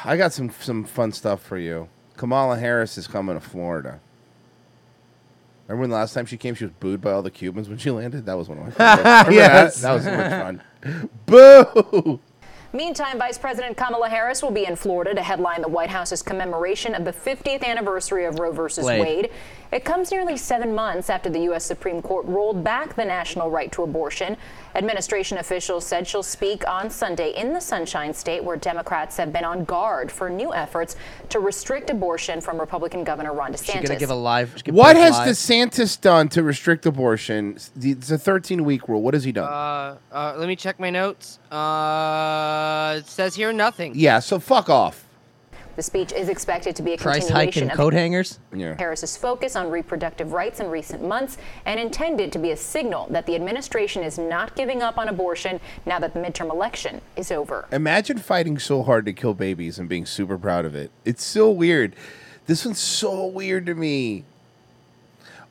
Speaker 2: I got some some fun stuff for you. Kamala Harris is coming to Florida. Remember when the last time she came, she was booed by all the Cubans when she landed. That was one of my favorites. Remember
Speaker 1: Yes.
Speaker 2: that? that was so much fun. Boo!
Speaker 22: Meantime, Vice President Kamala Harris will be in Florida to headline the White House's commemoration of the 50th anniversary of Roe versus
Speaker 1: Blade.
Speaker 22: Wade. It comes nearly seven months after the U.S. Supreme Court rolled back the national right to abortion. Administration officials said she'll speak on Sunday in the Sunshine State, where Democrats have been on guard for new efforts to restrict abortion from Republican Governor Ron DeSantis.
Speaker 9: She's gonna give a live. she's gonna
Speaker 2: What
Speaker 9: put
Speaker 2: has
Speaker 9: live-
Speaker 2: DeSantis done to restrict abortion? It's a 13 week rule. What has he done?
Speaker 7: Uh, uh, let me check my notes. Uh, it says here nothing.
Speaker 2: yeah, so fuck off.
Speaker 22: The speech is expected to be a
Speaker 9: Price hike
Speaker 22: continuation
Speaker 9: and
Speaker 22: of
Speaker 9: coat hangers.
Speaker 22: Harris's focus on reproductive rights in recent months and intended to be a signal that the administration is not giving up on abortion now that the midterm election is over.
Speaker 2: Imagine fighting so hard to kill babies and being super proud of it. It's so weird. This one's so weird to me.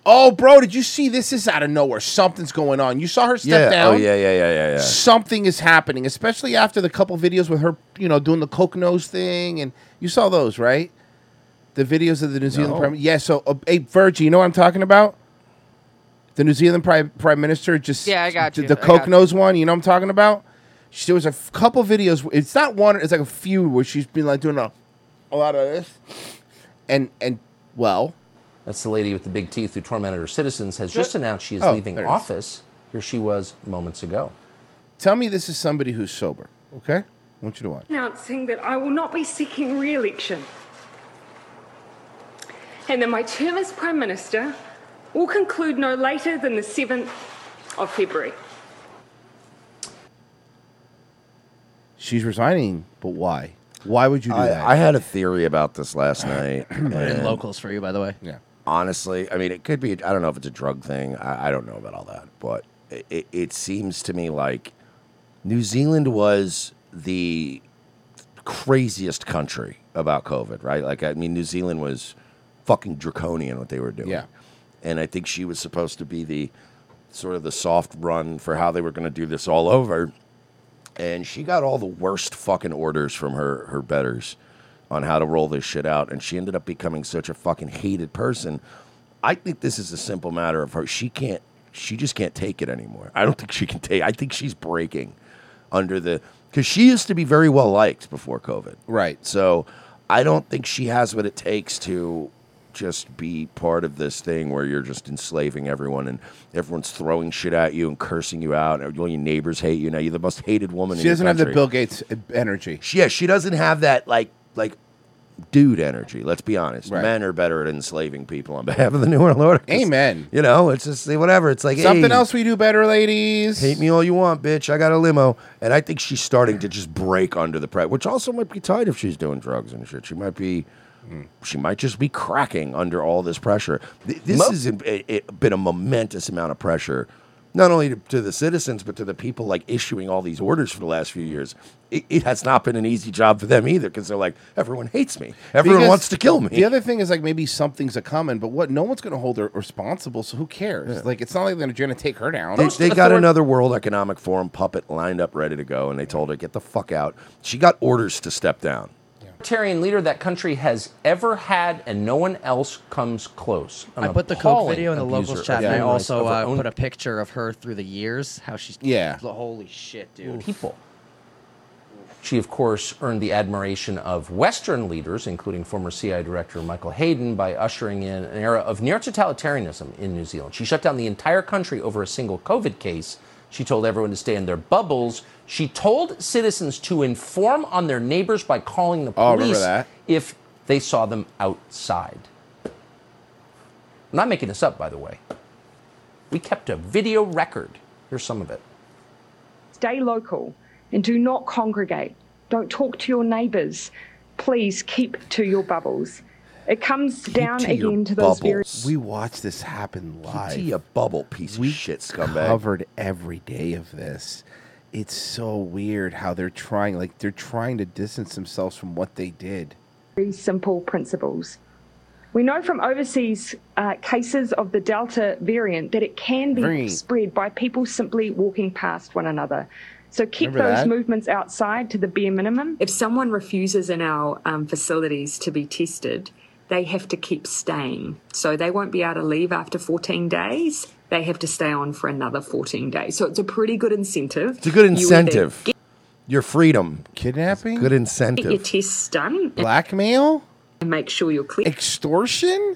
Speaker 2: Oh, bro, did you see this? This is out of nowhere. Something's going on. You saw her step
Speaker 3: yeah.
Speaker 2: down.
Speaker 3: Oh yeah, yeah, yeah, yeah, yeah.
Speaker 2: Something is happening, especially after the couple videos with her, you know, doing the coke nose thing, and you saw those, right? The videos of the New Zealand
Speaker 3: No.
Speaker 2: prime. Yeah, so uh, hey, Virgie, you know what I'm talking about? The New Zealand prime prime minister just
Speaker 7: Yeah, I got
Speaker 2: the,
Speaker 7: you.
Speaker 2: the
Speaker 7: I got
Speaker 2: coke
Speaker 7: you.
Speaker 2: nose one. You know what I'm talking about? She, there was a f- couple videos. It's not one. It's like a few where she's been like doing a, a lot of this, and and well,
Speaker 23: That's the lady with the big teeth who tormented her citizens has
Speaker 2: Sure.
Speaker 23: just announced she is
Speaker 2: Oh,
Speaker 23: leaving
Speaker 2: there it is.
Speaker 23: office. Here she was moments ago.
Speaker 2: tell me this is somebody who's sober. Okay, I want you to watch.
Speaker 24: announcing that I will not be seeking re election. And that my term as Prime Minister will conclude no later than the 7th of February.
Speaker 2: She's resigning, but why? Why would you do that?
Speaker 3: I, I had a theory about this last night.
Speaker 9: in
Speaker 3: and
Speaker 9: locals for you, by the way.
Speaker 2: Yeah.
Speaker 3: Honestly, I mean, it could be. I don't know if it's a drug thing. I, I don't know about all that, but it, it, it seems to me like New Zealand was the craziest country about COVID, right? Like, I mean, New Zealand was fucking draconian what they were doing. Yeah. And I think she was supposed to be the sort of the soft run for how they were going to do this all over. And she got all the worst fucking orders from her her betters on how to roll this shit out, and she ended up becoming such a fucking hated person. I think this is a simple matter of her. She can't. She just can't take it anymore. I don't think she can take. I think she's breaking under the because she used to be very well liked before COVID. Right. So I don't think she has what it takes to just be part of this thing where you're just enslaving everyone and everyone's throwing shit at you and cursing you out and all your neighbors hate you now. You're the most hated woman.
Speaker 2: She
Speaker 3: in
Speaker 2: doesn't have the
Speaker 3: country.
Speaker 2: Bill Gates uh, energy.
Speaker 3: She- Yeah, she doesn't have that like like dude energy. Let's be honest.
Speaker 2: Right.
Speaker 3: Men are better at enslaving people on behalf of the New World Order.
Speaker 2: Amen.
Speaker 3: You know, it's just whatever. It's like
Speaker 2: Something
Speaker 3: hey,
Speaker 2: else we do better, ladies.
Speaker 3: Hate me all you want, bitch. I got a limo, and I think she's starting to just break under the pressure, which also might be tied if she's doing drugs and shit. She might be, she might just be cracking under all this pressure. Th- This
Speaker 5: Mo-
Speaker 3: has been- it- been a momentous amount of pressure, not only to, to the citizens but to the people like issuing all these orders for the last few years. It, it has not been an easy job for them either because they're like, everyone hates me, everyone
Speaker 2: Because
Speaker 3: wants to kill me.
Speaker 2: The other thing is like maybe something's a common, but what? No one's going to hold her responsible, so who cares?
Speaker 3: Yeah.
Speaker 2: Like it's not like they're going to take her down.
Speaker 3: They, they got another World Economic Forum puppet lined up, ready to go, and they told her, "Get the fuck out." She got orders to step down.
Speaker 23: Authoritarian leader that country has ever had, and no one else comes close. An
Speaker 9: I put the Coke
Speaker 23: appalling
Speaker 9: video in the
Speaker 23: abuser
Speaker 9: locals
Speaker 23: of
Speaker 9: chat, and I
Speaker 23: human rights
Speaker 9: also
Speaker 23: of her
Speaker 9: uh,
Speaker 23: own
Speaker 9: put a picture of her through the years, how she's
Speaker 23: Yeah.
Speaker 9: Holy shit, dude!
Speaker 23: people. She, of course, earned the admiration of Western leaders, including former CIA Director Michael Hayden, by ushering in an era of near totalitarianism in New Zealand. She shut down the entire country over a single COVID case. She told everyone to stay in their bubbles. She told citizens to inform on their neighbors by calling the
Speaker 2: Oh, remember
Speaker 23: police
Speaker 2: that.
Speaker 23: if they saw them outside. I'm not making this up, by the way. We kept a video record. Here's some of it.
Speaker 24: Stay local and do not congregate. Don't talk to your neighbours. Please keep to your bubbles. It comes down
Speaker 3: to your
Speaker 24: again to those very
Speaker 3: bubbles.
Speaker 2: We watched this happen live.
Speaker 3: Keep to your bubble, piece of shit scumbag.
Speaker 2: Covered every day of this. It's so weird how they're trying. Like they're trying to distance themselves from what they did.
Speaker 24: very simple principles. We know from overseas uh, cases of the Delta variant that it can be
Speaker 2: Variant.
Speaker 24: spread by people simply walking past one another. So keep
Speaker 25: Remember
Speaker 24: those
Speaker 25: that?
Speaker 24: movements outside to the bare minimum. If someone refuses in our um, facilities to be tested, they have to keep staying. So they won't be able to leave after 14 days. They have to stay on for another 14 days. So it's a pretty good incentive.
Speaker 3: It's a good
Speaker 24: You either
Speaker 3: incentive.
Speaker 24: get-
Speaker 3: Your freedom.
Speaker 2: Kidnapping?
Speaker 3: Good
Speaker 24: Get your
Speaker 3: incentive.
Speaker 24: tests done.
Speaker 2: Blackmail?
Speaker 24: And make sure you're clear.
Speaker 2: Extortion?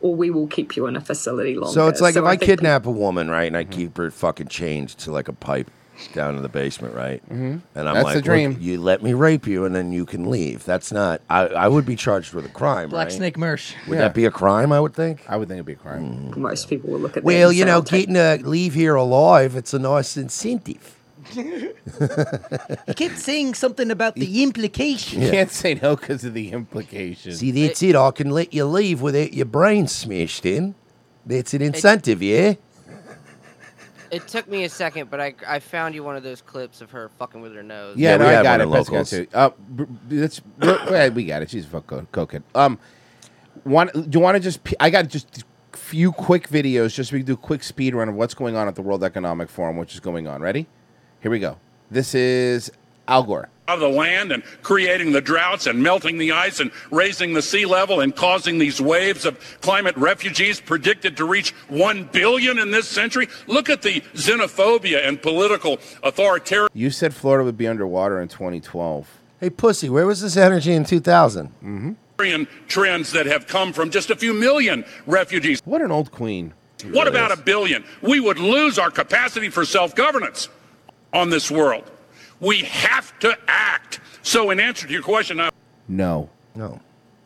Speaker 24: Or we will keep you in a facility longer.
Speaker 3: So it's like if I,
Speaker 24: think
Speaker 3: kidnap a woman, right, and I
Speaker 2: Mm-hmm.
Speaker 3: keep her fucking chained to like a pipe down in the basement, right? Mm-hmm. And I'm
Speaker 2: That's
Speaker 3: like,
Speaker 2: the
Speaker 3: "Look,
Speaker 2: dream."
Speaker 3: you let me rape you, and then you can leave. That's not. I, I would be charged with a crime.
Speaker 9: Black
Speaker 3: right?
Speaker 9: Snake Mersh.
Speaker 3: Would that be a crime? I would think. Mm.
Speaker 2: I would think it'd be a crime.
Speaker 24: Most people will look at that
Speaker 3: Well,
Speaker 24: and
Speaker 3: you
Speaker 24: say,
Speaker 3: know,
Speaker 24: "I'll take
Speaker 3: getting to leave here alive, it's a nice incentive.
Speaker 9: I kept saying something about the implication.
Speaker 2: You can't say no because of the implications.
Speaker 3: See, that's it. I can let you leave without your brain smashed in. That's an incentive, yeah.
Speaker 7: It took me a second, but I, I found you one of those clips of her fucking with her nose.
Speaker 2: Yeah, no,
Speaker 3: we
Speaker 2: I
Speaker 3: have
Speaker 2: got it.
Speaker 3: one
Speaker 2: That's
Speaker 3: of
Speaker 2: good
Speaker 3: locals.
Speaker 2: too. Uh, b- b- that's, yeah, we got it. She's fucking cokehead. Um, want, do you want to just? p- I got just a few quick videos. Just so we can do a quick speed run of what's going on at the World Economic Forum, which is going on. Ready? Here we go. This is Al Gore.
Speaker 26: of the land and creating the droughts and melting the ice and raising the sea level and causing these waves of climate refugees predicted to reach 1 billion in this century. Look at the xenophobia and political authoritarianism.
Speaker 2: You said Florida would be underwater in 2012.
Speaker 3: Hey, pussy, where was this energy in 2000?
Speaker 2: Mm-hmm.
Speaker 26: Trends that have come from just a few million refugees.
Speaker 2: What an old queen.
Speaker 26: What about a billion? We would lose our capacity for self governance on this world. We have to act. So, in answer to your question, I
Speaker 2: No.
Speaker 3: No.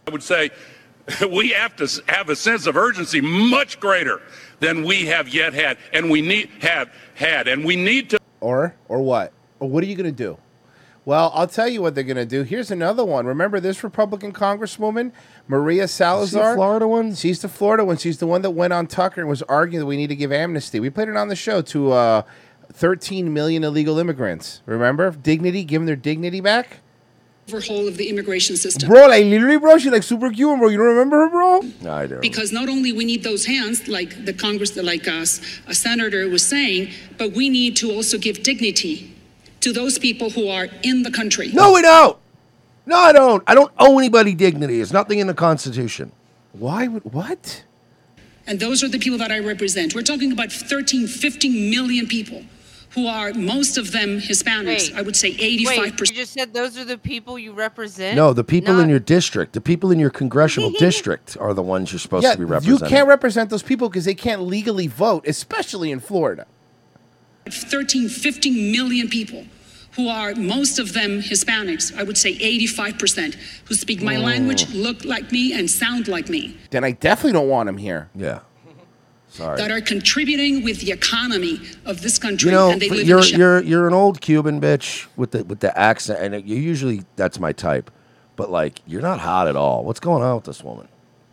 Speaker 26: I would say we have to s- have a sense of urgency much greater than we have yet had, and we need have had, and we need to.
Speaker 2: Or or what? Or what are you going to do? Well, I'll tell you what they're going to do. Here's another one. Remember this Republican Congresswoman, Maria Salazar?
Speaker 3: Florida one?
Speaker 2: She's the Florida one. She's the one that went on Tucker and was arguing that we need to give amnesty. We played it on the show to uh, 13 million illegal immigrants. Remember? Dignity, give them their dignity back.
Speaker 5: overhaul of the immigration system.
Speaker 2: Bro, like literally, bro, she like super cute, bro. You don't remember her, bro?
Speaker 3: I do.
Speaker 5: Because not only we need those hands, like the Congress, like us, a senator was saying, but we need to also give dignity to those people who are in the country.
Speaker 3: No, we don't. No, I don't. I don't owe anybody dignity. It's nothing in the Constitution.
Speaker 2: Why would what?
Speaker 5: And those are the people that I represent. We're talking about 13, 15 million people who are most of them Hispanics.
Speaker 7: Wait.
Speaker 5: I would say
Speaker 7: Wait,
Speaker 5: 85%.
Speaker 7: you just said those are the people you represent.
Speaker 3: Eh? No, the people in your district, the people in your congressional district are the ones you're supposed to be
Speaker 2: you
Speaker 3: representing.
Speaker 2: can't represent those people because they can't legally vote, especially in Florida.
Speaker 5: 13, 15 million people who are most of them Hispanics, I would say 85%, who speak my
Speaker 2: Mm.
Speaker 5: language, look like me, and sound like me,
Speaker 2: Then I definitely don't want them here.
Speaker 3: Yeah. Sorry.
Speaker 5: that are contributing with the economy of this country.
Speaker 3: You know,
Speaker 5: and they live
Speaker 3: you're
Speaker 5: in the
Speaker 3: you're you're an old Cuban bitch with the with the accent, and you usually that's my type. But like, you're not hot at all. What's going on with this woman?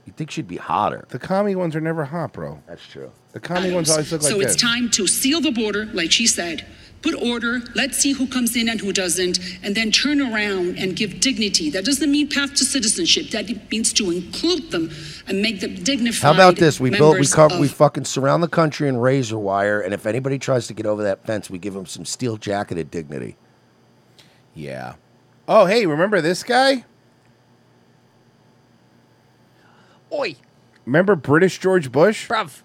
Speaker 3: You think she'd be hotter?
Speaker 2: The commie ones are never hot, bro.
Speaker 3: That's true.
Speaker 2: The commie ones always look
Speaker 5: so
Speaker 2: like
Speaker 5: it's
Speaker 2: this.
Speaker 5: time to seal the border, like she said. Put order, let's see who comes in and who doesn't, and then turn around and give dignity. That doesn't mean path to citizenship. That means to include them and make them dignified.
Speaker 3: How about this? We build, we
Speaker 5: members
Speaker 3: cover,
Speaker 5: of
Speaker 3: we fucking surround the country in razor wire, and if anybody tries to get over that fence, we give them some steel jacketed dignity.
Speaker 2: Yeah. Oh, hey, remember this guy?
Speaker 6: Oi,
Speaker 2: Remember British George Bush?
Speaker 6: Bruv.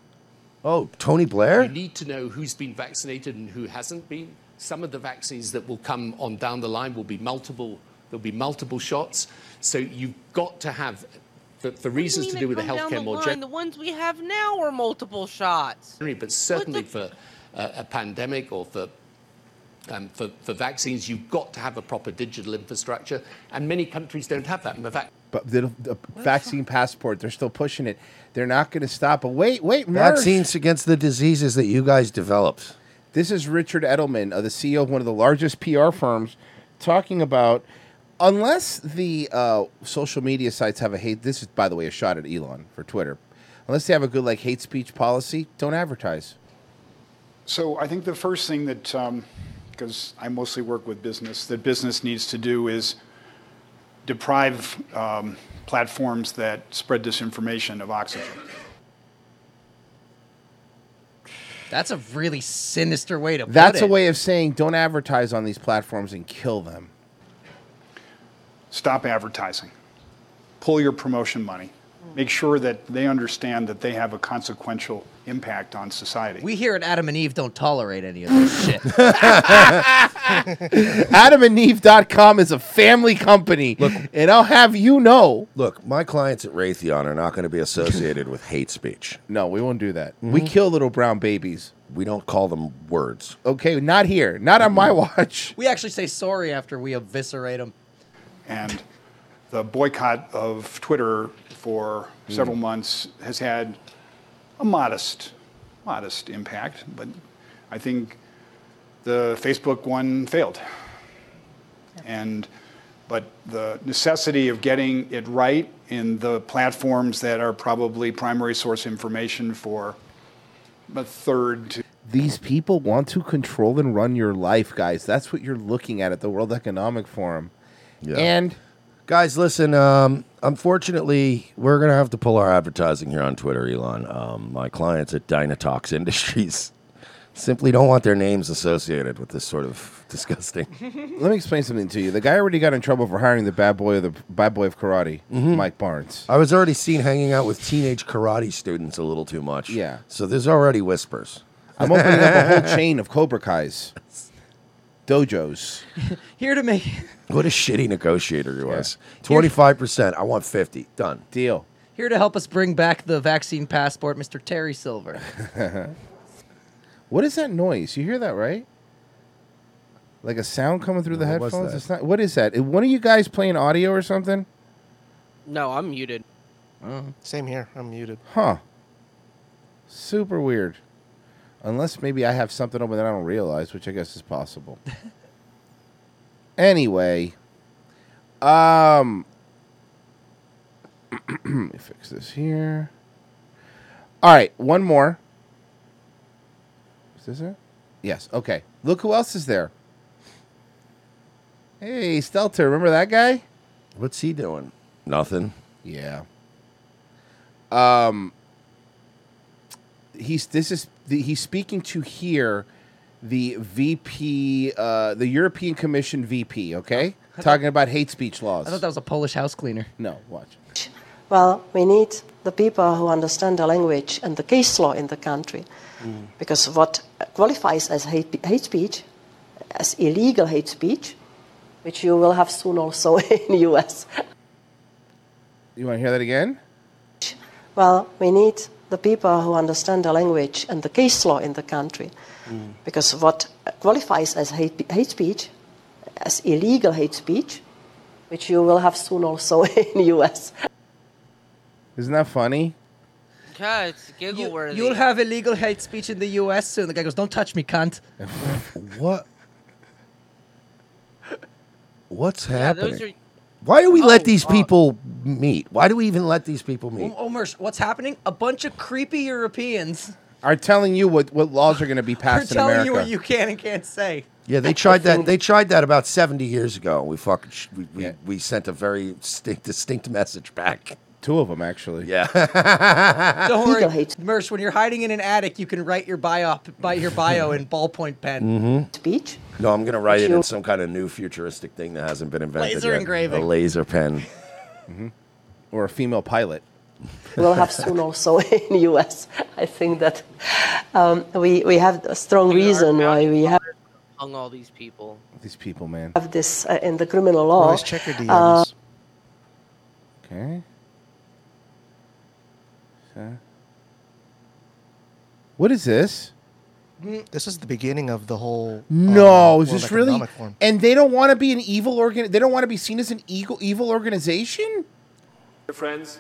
Speaker 3: Oh, Tony Blair?
Speaker 6: You need to know who's been vaccinated and who hasn't been. Some of the vaccines that will come on down the line will be multiple. There'll be multiple shots. So you've got to have, for, for reasons to do with the
Speaker 7: Come down
Speaker 6: healthcare
Speaker 7: the
Speaker 6: more
Speaker 7: line, the ones we have now are multiple shots.
Speaker 6: generally, but certainly for uh, a pandemic or for um, for, for vaccines, you've got to have a proper digital infrastructure, and many countries don't have that. And the vac-
Speaker 2: But the, the vaccine passport, they're still pushing it. They're not going to stop. But wait, wait, Mersh.
Speaker 3: Vaccines against the diseases that you guys developed.
Speaker 2: This is Richard Edelman, uh, the CEO of one of the largest PR firms, talking about unless the uh, social media sites have a hate. This is, by the way, a shot at Elon for Twitter. Unless they have a good like hate speech policy, don't advertise.
Speaker 25: So I think the first thing that, because I mostly work with business, that business needs to do is deprive um, platforms that spread disinformation of oxygen.
Speaker 9: That's a really sinister way to put
Speaker 2: That's
Speaker 9: it.
Speaker 2: a way of saying don't advertise on these platforms and kill them.
Speaker 25: Stop advertising. Pull your promotion money. Make sure that they understand that they have a consequential impact on society.
Speaker 9: We here at Adam and Eve don't tolerate any of this shit.
Speaker 2: AdamandEve.com is a family company. Look, and I'll have you know.
Speaker 3: Look, my clients at Raytheon are not going to be associated with hate speech.
Speaker 2: No, we won't do that. We kill little brown babies.
Speaker 3: Mm-hmm. We don't call them words. Mm-hmm.
Speaker 2: Okay, not here. Not on my watch.
Speaker 9: we actually say sorry after we eviscerate them.
Speaker 25: And the boycott of Twitter for several
Speaker 9: Mm.
Speaker 25: months has had a modest, modest impact, but I think the Facebook one failed. And, but the necessity of getting it right in the platforms that are probably primary source information for a third to
Speaker 2: These people want to control and run your life, guys. That's what you're looking at at the World Economic Forum. And
Speaker 3: guys, listen. Um, unfortunately, we're gonna have to pull our advertising here on Twitter, Elon. Um, my clients at Dynatox Industries simply don't want their names associated with this sort of disgusting.
Speaker 2: Let me explain something to you. The guy already got in trouble for hiring the bad boy of the bad boy of karate,
Speaker 3: Mm-hmm.
Speaker 2: Mike Barnes.
Speaker 3: I was already seen hanging out with teenage karate students a little too much.
Speaker 2: Yeah.
Speaker 3: So there's already whispers.
Speaker 2: I'm opening up a whole chain of Cobra Kai's dojos.
Speaker 9: Here to make
Speaker 3: What a shitty negotiator he was. Twenty five percent. I want fifty. Done.
Speaker 2: Deal.
Speaker 9: here to help us bring back the vaccine passport, Mr. Terry Silver.
Speaker 2: what is that noise? You hear that, right? Like a sound coming through the
Speaker 7: What was
Speaker 2: headphones.
Speaker 7: that?
Speaker 2: It's not. What is that? Is One of you guys playing audio or something?
Speaker 7: No, I'm muted.
Speaker 13: Same here. I'm muted.
Speaker 2: Huh. Super weird. Unless maybe I have something open that I don't realize, which I guess is possible. anyway, um, let me fix this here. All right, one more. Is this it? Yes. Okay. Look who else is there. Hey, Stelter, remember that guy?
Speaker 3: What's he doing? Nothing.
Speaker 2: Yeah. Um, he's this is the, he's speaking to here the VP, uh, the European Commission VP. Okay,
Speaker 9: I
Speaker 2: talking about hate speech
Speaker 9: I
Speaker 2: laws.
Speaker 9: thought that was a Polish house cleaner.
Speaker 2: No, watch.
Speaker 4: Well, we need the people who understand the language and the case law in the country. Because what qualifies as hate, hate speech, as illegal hate speech, which you will have soon also in the US.
Speaker 2: You want to hear that again?
Speaker 4: Well, we need the people who understand the language and the case law in the country.
Speaker 9: Mm.
Speaker 4: Because what qualifies as hate, hate speech, as illegal hate speech, which you will have soon also in the US.
Speaker 2: Isn't that funny?
Speaker 7: God, it's giggle worthy.
Speaker 9: You'll have illegal hate speech in the U.S. soon. The guy goes, "Don't touch me, cunt."
Speaker 3: what? What's
Speaker 9: Yeah, those
Speaker 3: happening?
Speaker 9: are-
Speaker 3: Why do we let
Speaker 9: Oh,
Speaker 3: these
Speaker 9: uh,
Speaker 3: people meet? Why do we even let these people meet?
Speaker 9: Omer, what's happening? A bunch of creepy Europeans
Speaker 2: Are telling you what, what laws are going to be
Speaker 9: are
Speaker 2: passed in
Speaker 9: telling
Speaker 2: America?
Speaker 9: you what you can and can't say.
Speaker 3: Yeah, they tried that. They tried that about seventy years ago. We fucking sh- we, we, we sent a very distinct, distinct message back.
Speaker 2: Two of them actually.
Speaker 3: Yeah.
Speaker 9: Don't worry, Mersh. When you're hiding in an attic, you can write your bio, by your bio in ballpoint pen.
Speaker 3: mm-hmm.
Speaker 4: Speech.
Speaker 3: No, I'm gonna write it in
Speaker 9: You-
Speaker 3: some kind of new futuristic thing that hasn't been invented
Speaker 9: Laser
Speaker 3: yet.
Speaker 9: engraving.
Speaker 3: A laser pen.
Speaker 2: Mhm. Or a female pilot.
Speaker 4: we'll have soon also in the US. I think that um, we, we have a strong reason why we have,
Speaker 7: hung all these people.
Speaker 2: These people, man.
Speaker 4: have this uh, in the criminal law.
Speaker 2: Always check your
Speaker 4: Uh,
Speaker 2: DMs. Okay. So- What is this?
Speaker 9: Mm,
Speaker 13: This is the beginning of the whole.
Speaker 2: No,
Speaker 13: uh,
Speaker 2: is
Speaker 13: World
Speaker 2: this really?
Speaker 13: Economic Forum.
Speaker 2: And they don't want to be an evil organ. They don't want to be seen as an evil evil organization.
Speaker 12: Dear friends,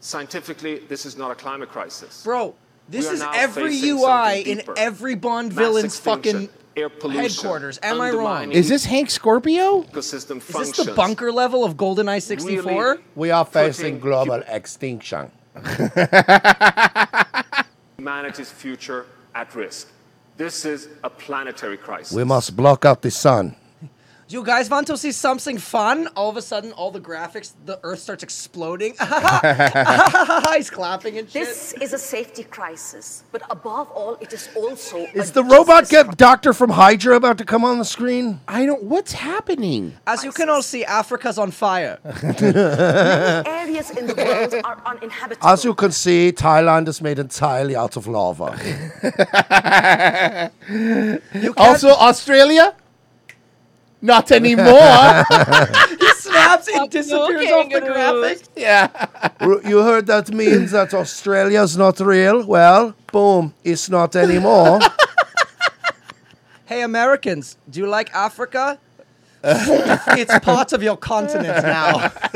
Speaker 12: scientifically, this is not a climate crisis.
Speaker 9: Bro, this
Speaker 12: We are
Speaker 9: is
Speaker 12: now
Speaker 9: every
Speaker 12: facing
Speaker 9: UI
Speaker 12: something
Speaker 9: in
Speaker 12: deeper.
Speaker 9: every Bond
Speaker 12: Mass
Speaker 9: villain's
Speaker 12: extinction,
Speaker 9: fucking
Speaker 12: air pollution,
Speaker 9: headquarters. Am I wrong?
Speaker 12: undermining
Speaker 2: Is this Hank Scorpio?
Speaker 12: ecosystem
Speaker 9: Is this
Speaker 12: functions.
Speaker 9: the bunker level of GoldenEye 64?
Speaker 12: Really? We are facing
Speaker 3: global extinction.
Speaker 12: Humanity's future at risk. This is a planetary crisis.
Speaker 3: We must block out the sun.
Speaker 9: Do you guys want to see something fun? All of a sudden, all the graphics, the Earth starts exploding. He's clapping and shit.
Speaker 15: This is a safety crisis, but above all, it is also
Speaker 3: Is
Speaker 15: a
Speaker 3: the robot get doctor from Hydra about to come on the screen?
Speaker 2: I don't. What's happening?
Speaker 9: As you can all see, Africa's on fire.
Speaker 3: As
Speaker 15: areas in the world are uninhabitable.
Speaker 3: you can see, Thailand is made entirely out of lava.
Speaker 2: also, Australia. Not anymore.
Speaker 9: he snaps and disappears off the graphics.
Speaker 2: Yeah.
Speaker 3: you heard that means that Australia's not real? Well, boom, it's not anymore.
Speaker 9: Hey, Americans, do you like Africa? it's part of your continent now.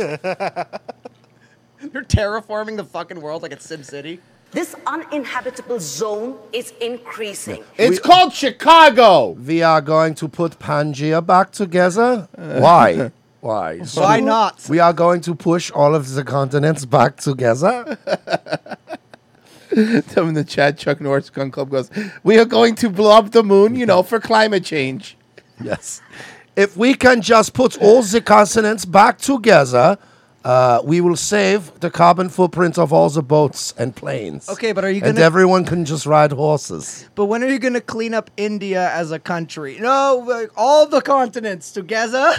Speaker 9: You're terraforming the fucking world like it's Sim City.
Speaker 15: This uninhabitable zone is increasing.
Speaker 2: called Chicago.
Speaker 3: We are going to put Pangea back together. Why? Why?
Speaker 15: Why not?
Speaker 3: We are going to push all of the continents back together.
Speaker 2: Tell me in the chat. Chuck Norris Gun Club goes. We are going to blow up the moon, you know, for climate change.
Speaker 3: Yes. If we can just put all the continents back together, uh, we will save the carbon footprint of all the boats and planes.
Speaker 9: Okay, but are you
Speaker 3: And
Speaker 9: gonna-
Speaker 3: everyone can just ride horses.
Speaker 9: But when are you going to clean up India as a country? No, like, all the continents together.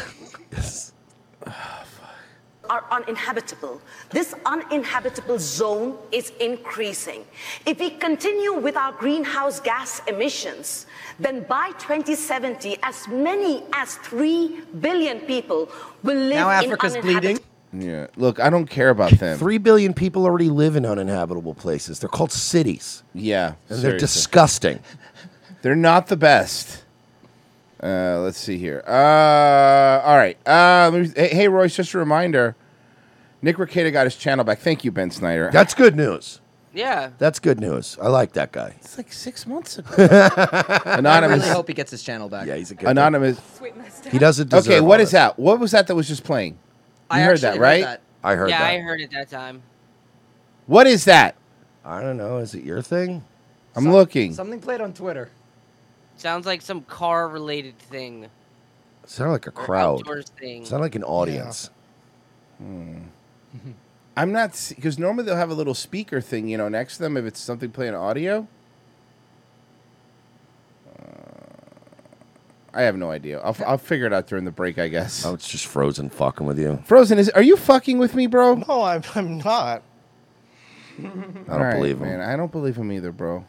Speaker 15: Are uninhabitable. This uninhabitable zone is increasing. If we continue with our greenhouse gas emissions, then by 2070, as many as 3 billion people will live
Speaker 9: Now
Speaker 15: in
Speaker 9: Africa's
Speaker 15: uninhabitable.
Speaker 2: Yeah. Look, I don't care about them.
Speaker 3: Three billion people already live in uninhabitable places. They're called cities.
Speaker 2: Yeah,
Speaker 3: And they're disgusting.
Speaker 2: They're not the best. Uh, let's see here. Uh, all right. Uh, let me- hey, hey, Royce, just a reminder. Nick Ricada got his channel back. Thank you, Ben Snyder.
Speaker 3: That's good news.
Speaker 7: Yeah.
Speaker 3: That's good news. I like that guy.
Speaker 2: It's like six months ago.
Speaker 9: I
Speaker 2: Anonymous.
Speaker 9: really hope he gets his channel back.
Speaker 3: Yeah, he's a good
Speaker 2: Anonymous.
Speaker 3: He doesn't deserve
Speaker 2: Okay,
Speaker 3: all
Speaker 2: what is that? What was that that was just playing? You
Speaker 9: I
Speaker 2: heard
Speaker 9: actually
Speaker 2: that,
Speaker 9: heard
Speaker 2: right?
Speaker 9: that.
Speaker 3: I
Speaker 7: yeah, I heard it that time.
Speaker 2: What is that?
Speaker 3: I don't know. Is it your thing?
Speaker 2: I'm looking.
Speaker 9: Something played on Twitter.
Speaker 7: Sounds like some car related thing.
Speaker 3: Sound like a crowd.
Speaker 2: outdoor thing.
Speaker 3: Sound like an audience.
Speaker 2: Hmm.
Speaker 13: Mm-hmm.
Speaker 2: I'm not because normally they'll have a little speaker thing, you know, next to them if it's something playing audio. Uh, I have no idea. I'll, f- I'll figure it out during the break, I guess.
Speaker 3: Oh, it's just Frozen fucking with you.
Speaker 2: Frozen is. Are you fucking with me, bro?
Speaker 13: No, I'm, I'm not.
Speaker 3: I don't believe him.
Speaker 2: man. I don't believe him either, bro.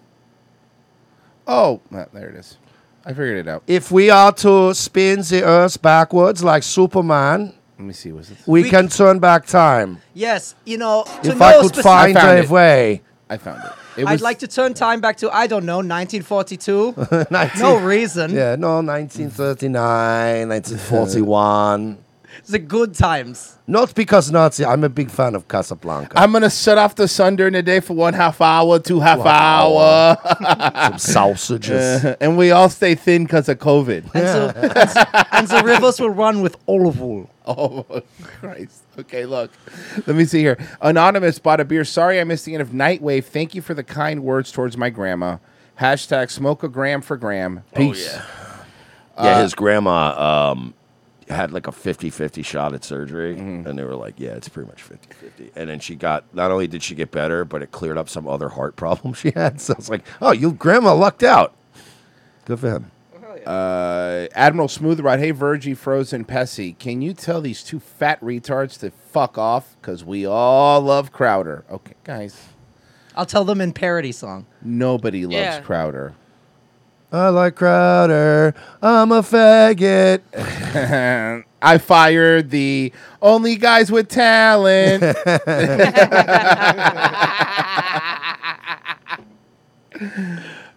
Speaker 2: Oh, ah, there it is. I figured it out.
Speaker 3: If we are to spin the earth backwards like Superman,
Speaker 2: Let me see. Was it?
Speaker 3: we can turn back time.
Speaker 9: Yes, you know, to
Speaker 3: If
Speaker 9: no
Speaker 3: I could
Speaker 9: speci-
Speaker 3: find a way.
Speaker 2: I found it.
Speaker 9: I'd like to turn time back to I don't know 1942. no
Speaker 3: 19
Speaker 9: reason.
Speaker 3: Yeah, no, 1939, 1941.
Speaker 9: The good times.
Speaker 3: Not because Nazi. I'm a big fan of Casablanca.
Speaker 2: I'm gonna shut off the sun during the day for one half hour, two half
Speaker 3: One
Speaker 2: hour,
Speaker 3: hour. Some sausages.
Speaker 2: Uh, and we all stay thin because of COVID.
Speaker 9: And, so, and, so, and so rivers will run with olive oil.
Speaker 2: Oh Christ! Okay, look. Let me see here. Anonymous bought a beer. Sorry, I missed the end of Nightwave. Thank you for the kind words towards my grandma. Hashtag smoke a gram for gram.
Speaker 3: Oh,
Speaker 2: Peace.
Speaker 3: Yeah,
Speaker 2: Uh,
Speaker 3: his grandma um, had like a 50 50 shot at surgery, and they were like, yeah, it's pretty much 50 50. And then she got, not only did she get better, but it cleared up some other heart problem she had. So it's like, oh, you grandma lucked out. Good for him.
Speaker 2: Uh, Admiral Smooth Ride. Hey, Virgie, Frozen, Pessy. Can you tell these two fat retards to fuck off? Because we all love Crowder. Okay, guys.
Speaker 9: I'll tell them in parody song.
Speaker 2: Nobody loves
Speaker 9: Yeah.
Speaker 2: Crowder.
Speaker 3: I like Crowder. I'm a faggot.
Speaker 2: I fired the only guys with talent.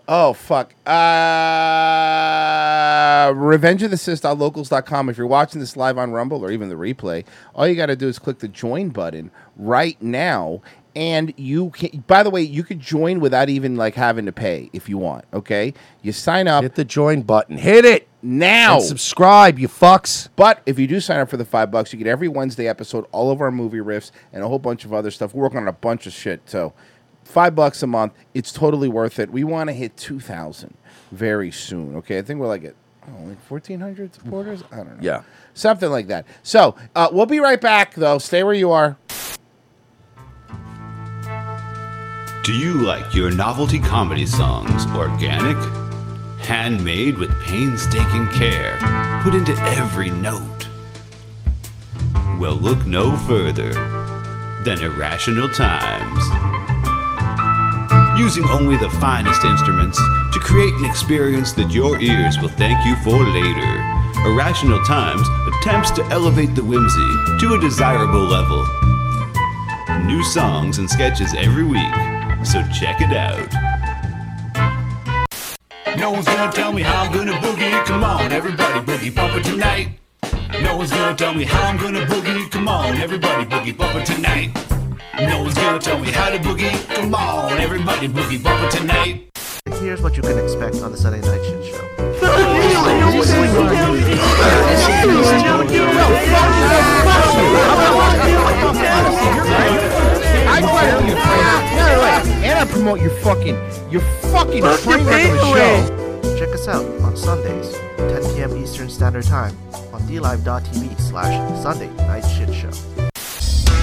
Speaker 2: oh, fuck. Uh, Revenge of the Sith on locals.com. If you're watching this live on Rumble or even the replay, all you got to do is click the join button right now. And you can, by the way, you could join without even like having to pay if you want. Okay. You sign up. Hit
Speaker 3: the join button. Hit it
Speaker 2: now.
Speaker 3: And subscribe, you fucks.
Speaker 2: But if you do sign up for the five bucks, you get every Wednesday episode, all of our movie riffs, and a whole bunch of other stuff. We're working on a bunch of shit. So five bucks a month, it's totally worth it. We want to hit 2,000 very soon. Okay. I think we're like at oh, like 1,400 supporters. I don't know.
Speaker 3: Yeah.
Speaker 2: Something like that. So uh, we'll be right back, though. Stay where you are.
Speaker 14: Do you like your novelty comedy songs organic? Handmade with painstaking care, put into every note. Well, look no further than Irrational Times. Using only the finest instruments to create an experience that your ears will thank you for later, Irrational Times attempts to elevate the whimsy to a desirable level. New songs and sketches every week, so check it out. No one's gonna tell me how I'm gonna boogie. Come on, everybody, boogie bumper tonight. No one's gonna tell me how I'm gonna boogie. Come on, everybody, boogie bumper tonight. No one's gonna tell me how to boogie. Come on, everybody, boogie bumper tonight.
Speaker 13: Here's what you can expect on the Sunday Night Shit Show.
Speaker 2: And I promote your fucking, your fucking train wreck of a
Speaker 13: Check us out on Sundays, 10 p.m. Eastern Standard Time, on DLive.tv slash Sunday Night Shit Show.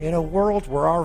Speaker 16: In a world where our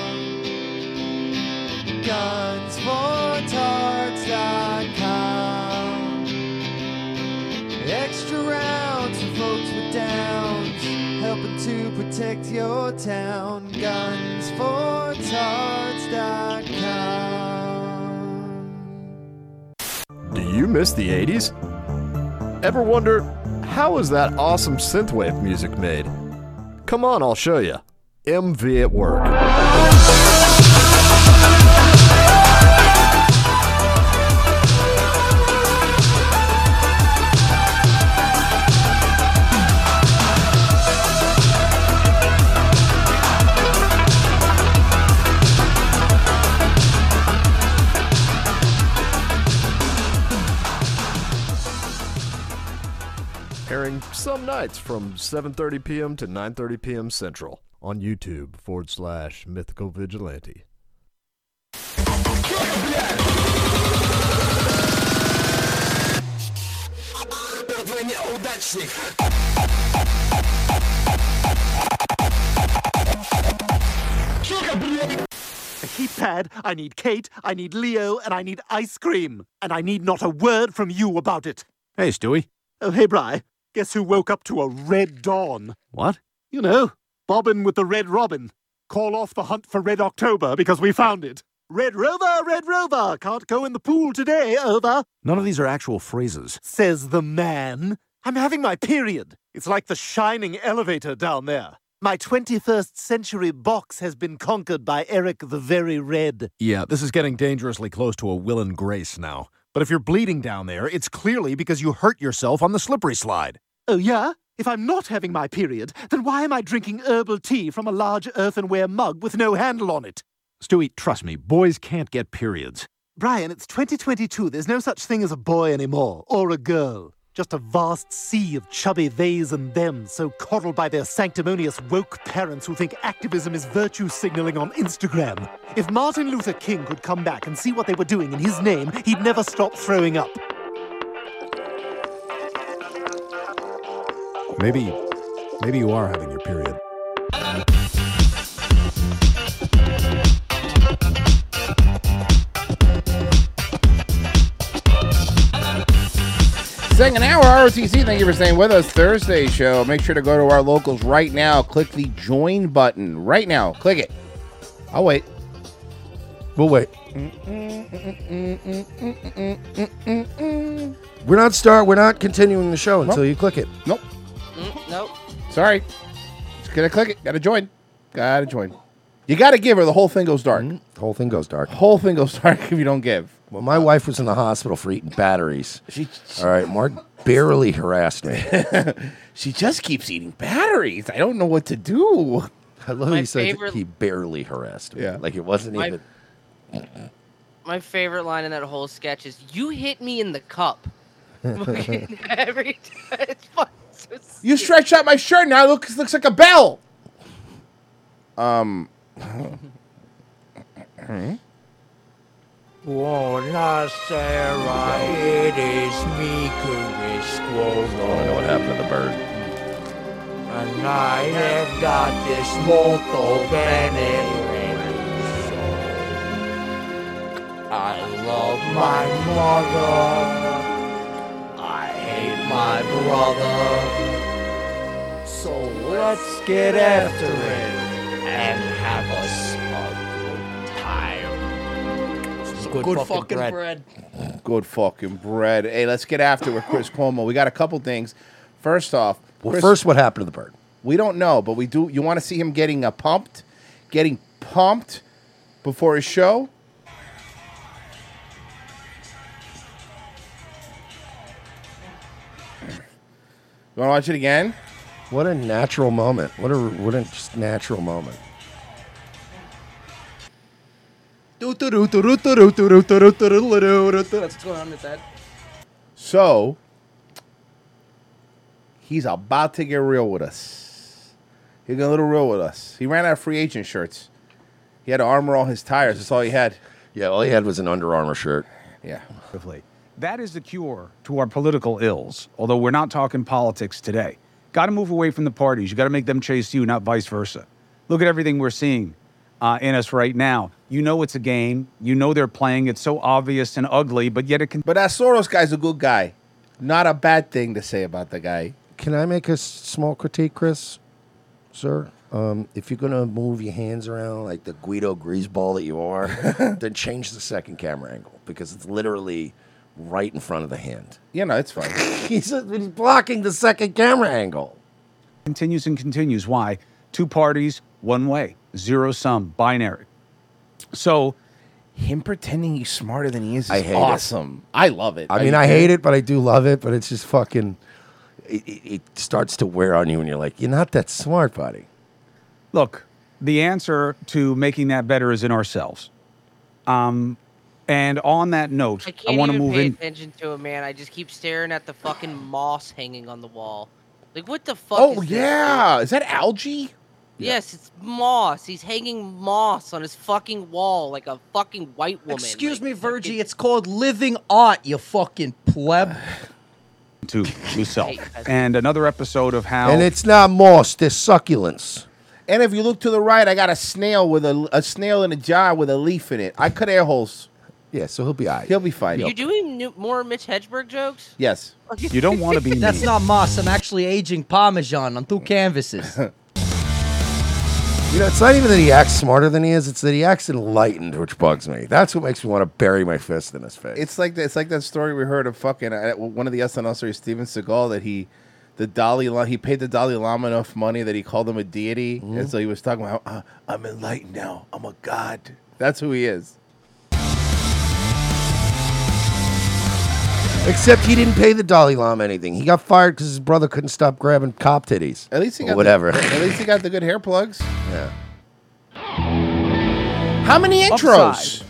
Speaker 9: gunsfortarts.com. Gunsfortarts.com. Extra rounds for folks with downs, helping to protect your town. Gunsfortarts.com.
Speaker 25: Do you miss the 80s? Ever wonder how is that awesome synthwave music made? Come on, I'll show you. MV at work. airing some nights from 7.30 p.m. to 9.30 p.m. Central on YouTube forward slash Mythical Vigilante.
Speaker 27: A heat pad, I need Kate, I need Leo, and I need ice cream. And I need not a word from you about it.
Speaker 6: Hey, Stewie.
Speaker 27: Oh, hey, Bry. Guess who woke up to a red dawn?
Speaker 6: What?
Speaker 27: You know, Bobbin with the Red Robin. Call off the hunt for Red October because we found it. Red Rover, Red Rover, can't go in the pool today, over.
Speaker 6: None of these are actual phrases.
Speaker 27: Says the man. I'm having my period. It's like the shining elevator down there. My 21st century box has been conquered by Eric the Very Red.
Speaker 6: Yeah, this is getting dangerously close to a Will and Grace now. But if you're bleeding down there, it's clearly because you hurt yourself on the slippery slide.
Speaker 27: Oh, yeah? If I'm not having my period, then why am I drinking herbal tea from a large earthenware mug with no handle on it?
Speaker 6: Stewie, trust me, boys can't get periods.
Speaker 27: Brian, it's 2022. There's no such thing as a boy anymore, or a girl. Just a vast sea of chubby theys and thems, so coddled by their sanctimonious woke parents who think activism is virtue signaling on Instagram. If Martin Luther King could come back and see what they were doing in his name, he'd never stop throwing up.
Speaker 6: Maybe, maybe you are having your period.
Speaker 2: Second hour ROTC, thank you for staying with us. Thursday show. Make sure to go to our locals right now. Click the join button right now. Click it. I'll wait.
Speaker 3: We'll wait.
Speaker 2: Mm-mm.
Speaker 3: We're not start. We're not continuing the show until
Speaker 2: Nope.
Speaker 3: you click it.
Speaker 2: Nope.
Speaker 7: Nope.
Speaker 2: Sorry. Just gonna click it. Gotta join. Gotta join. You gotta give or the whole thing goes dark.
Speaker 3: Mm-hmm. The whole thing goes dark.
Speaker 2: Whole thing goes dark if you don't give.
Speaker 3: Well, my wife was in the hospital for eating batteries. All right, Mark barely harassed me.
Speaker 2: she just keeps eating batteries. I don't know what to do.
Speaker 3: I love
Speaker 7: My
Speaker 3: you said
Speaker 7: favorite-
Speaker 3: he barely harassed me. Yeah. Like it wasn't
Speaker 7: My-
Speaker 3: even.
Speaker 7: My favorite line in that whole sketch is "You hit me in the cup." Fucking Every time, it's fucking so
Speaker 2: You stretched out my shirt now. It looks looks like a bell. Um.
Speaker 21: Buona sera, it is me, Kurisquo.
Speaker 3: I know what happened to the bird.
Speaker 21: And I have got this mortal bene. I love my mother. I hate my brother. So let's get after it and have us a good time.
Speaker 28: Good, fucking, bread.
Speaker 2: Good fucking bread. Hey, let's get after with Chris Cuomo. We got a couple things. First off,
Speaker 3: Well,
Speaker 2: Chris-
Speaker 3: first, what happened to the bird?
Speaker 2: we don't know, but we do. You want to see him getting uh, pumped, getting pumped before his show. You want to watch it again?
Speaker 3: What a natural moment. What a what a just natural moment.
Speaker 9: That's what's going on in his head.
Speaker 2: So he's about to get real with us. He got a little real with us. He ran out of free agent shirts. He had to armor all his tires. That's all he had.
Speaker 3: Yeah, all he had was an Under Armour shirt.
Speaker 2: Yeah.
Speaker 1: That is the cure to our political ills, although we're not talking politics today. Got to move away from the parties. You got to make them chase you, not vice versa. Look at everything we're seeing uh, in us right now. You know it's a game. You know they're playing. It's so obvious and ugly, but yet it can.
Speaker 2: But that Soros guy's a good guy. Not a bad thing to say about the guy.
Speaker 3: Can I make a s- small critique, Chris? Sir, um, if you're gonna move your hands around like the Guido greaseball that you are, then change the second camera angle because it's literally right in front of the hand.
Speaker 2: Yeah, no, it's fine.
Speaker 3: he's, he's blocking the second camera angle.
Speaker 1: Continues and continues. Why? Two parties, one way, zero sum, binary. So,
Speaker 2: him pretending he's smarter than he is
Speaker 3: I hate it.
Speaker 2: awesome. I love it.
Speaker 3: I mean, I hate it, but I do love it. But it's just fucking. It, it, it starts to wear on you, and you're like, you're not that smart, buddy.
Speaker 1: Look, the answer to making that better is in ourselves. Um, and on that note,
Speaker 7: I
Speaker 1: I,
Speaker 7: can't
Speaker 1: want to
Speaker 7: even
Speaker 1: move
Speaker 7: pay
Speaker 1: in.
Speaker 7: attention to him, man. I just keep staring at the fucking moss hanging on the wall. Like, what the fuck?
Speaker 2: Oh
Speaker 7: is this?
Speaker 2: yeah, is that algae?
Speaker 7: Yes, it's moss. He's hanging moss on his fucking wall like a fucking white woman.
Speaker 9: Excuse me, Virgie. It's called living art. You fucking pleb.
Speaker 1: to yourself. and another episode of how
Speaker 3: And it's not moss; there's succulents.
Speaker 2: And if you look to the right, I got a snail with a, a snail in a jar with a leaf in it. I cut air holes.
Speaker 3: Yeah, so he'll be all right.
Speaker 2: He'll be fine.
Speaker 7: Are you doing new, more Mitch Hedberg jokes?
Speaker 2: Yes.
Speaker 1: You don't want to be.
Speaker 9: That's not moss. I'm actually aging Parmesan on two canvases.
Speaker 3: You know, it's not even that he acts smarter than he is; it's that he acts enlightened, which bugs me. That's what makes me want to bury my fist in his face.
Speaker 2: It's like that, it's like that story we heard of fucking uh, one of the SNL series, Steven Seagal, that he the Dalai Lama he paid the Dalai Lama enough money that he called him a deity,
Speaker 3: Mm-hmm.
Speaker 2: and so he was talking about uh, I'm enlightened now, I'm a god. That's who he is.
Speaker 3: Except he didn't pay the Dalai Lama anything. He got fired because his brother couldn't stop grabbing cop titties.
Speaker 2: At least he
Speaker 3: Or
Speaker 2: got the-
Speaker 3: whatever.
Speaker 2: at least he got the good hair plugs.
Speaker 3: yeah.
Speaker 2: How many intros?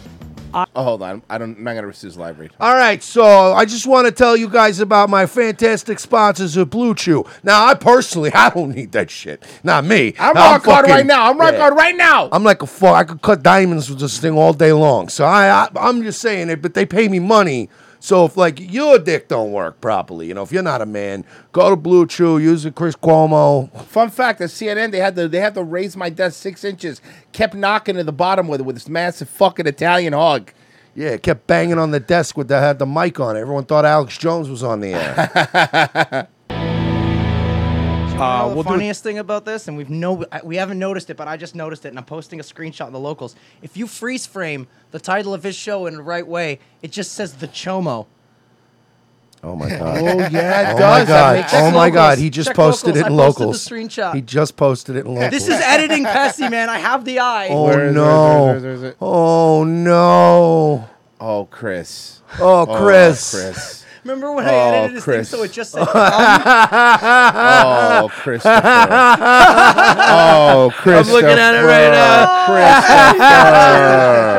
Speaker 3: Upside.
Speaker 2: oh, hold on, I don't. I'm not gonna risk his library.
Speaker 3: All right, so I just want to tell you guys about my fantastic sponsors of Blue Chew. Now, I personally, I don't need that shit. Not me.
Speaker 2: I'm
Speaker 3: Now,
Speaker 2: rock hard
Speaker 3: fucking-
Speaker 2: right now. I'm rock hard right now.
Speaker 3: I'm like a fuck. I could cut diamonds with this thing all day long. So I, I, I'm just saying it, but they pay me money. So if like your dick don't work properly, you know, if you're not a man, go to Blue Chew, use the Chris Cuomo.
Speaker 2: Fun fact: At CNN, they had to they had to raise my desk six inches. Kept knocking to the bottom with it with this massive fucking Italian hog.
Speaker 3: Yeah, it kept banging on the desk with the had the mic on. it. Everyone thought Alex Jones was on the air.
Speaker 1: Uh,
Speaker 9: the
Speaker 1: we'll do it-
Speaker 9: funniest thing about this, and we've no, I- we haven't noticed it, but I just noticed it, and I'm posting a screenshot of the locals. If you freeze frame the title of his show in the right way, it just says the Chomo.
Speaker 3: Oh my god!
Speaker 9: Oh, yeah, it
Speaker 3: oh
Speaker 9: does.
Speaker 3: My
Speaker 9: That
Speaker 3: god.
Speaker 9: makes-
Speaker 3: Oh
Speaker 9: Check
Speaker 3: my
Speaker 9: locals.
Speaker 3: god! He just
Speaker 9: Check
Speaker 3: posted it in
Speaker 9: locals. I
Speaker 3: locals.
Speaker 9: posted the screenshot.
Speaker 3: He just posted it in locals.
Speaker 9: This is editing, Pessy man. I have the eye.
Speaker 3: Oh no! Oh no!
Speaker 2: Oh Chris!
Speaker 3: Oh Chris!
Speaker 2: Chris!
Speaker 9: Remember when I
Speaker 3: Oh,
Speaker 9: edited this
Speaker 3: Chris.
Speaker 9: thing so it just said
Speaker 2: Oh,
Speaker 9: Oh,
Speaker 2: Christopher. oh,
Speaker 3: I'm
Speaker 2: Christopher.
Speaker 3: looking at it right now.
Speaker 9: Oh,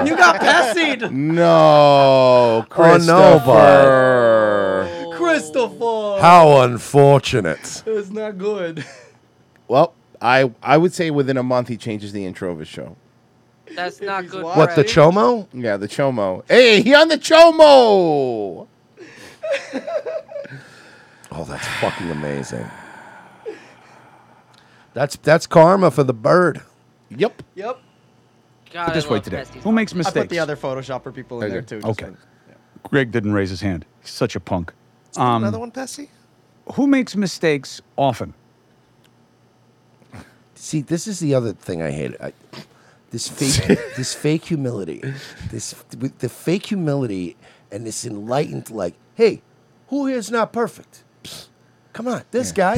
Speaker 2: Christopher.
Speaker 9: You got Pessied.
Speaker 2: No,
Speaker 3: Oh
Speaker 2: Christopher.
Speaker 3: no, bud.
Speaker 9: Christopher.
Speaker 3: How unfortunate.
Speaker 9: It was not good.
Speaker 2: Well, I I would say within a month he changes the intro of his show.
Speaker 7: That's not good.
Speaker 3: What the
Speaker 7: bread.
Speaker 3: chomo?
Speaker 2: Yeah, the chomo. Hey, he on the chomo.
Speaker 3: Oh, that's fucking amazing. That's that's karma for the bird.
Speaker 2: Yep.
Speaker 9: Yep.
Speaker 7: God,
Speaker 1: Put this
Speaker 7: I
Speaker 1: way
Speaker 7: love
Speaker 1: today.
Speaker 7: Pessy's
Speaker 1: Who makes
Speaker 7: mom.
Speaker 9: I put
Speaker 1: mistakes?
Speaker 9: the other Photoshopper
Speaker 2: Oh,
Speaker 9: people in
Speaker 1: Okay.
Speaker 9: there too. just
Speaker 1: Okay.
Speaker 9: so-
Speaker 1: Greg didn't raise his hand. He's such a punk. Um,
Speaker 9: Another one, Pessy.
Speaker 1: Who makes mistakes often?
Speaker 3: See, this is the other thing I hate. I, This fake, this fake humility, this with the fake humility and this enlightened like, hey, who here's not perfect? Psst, come on, this guy,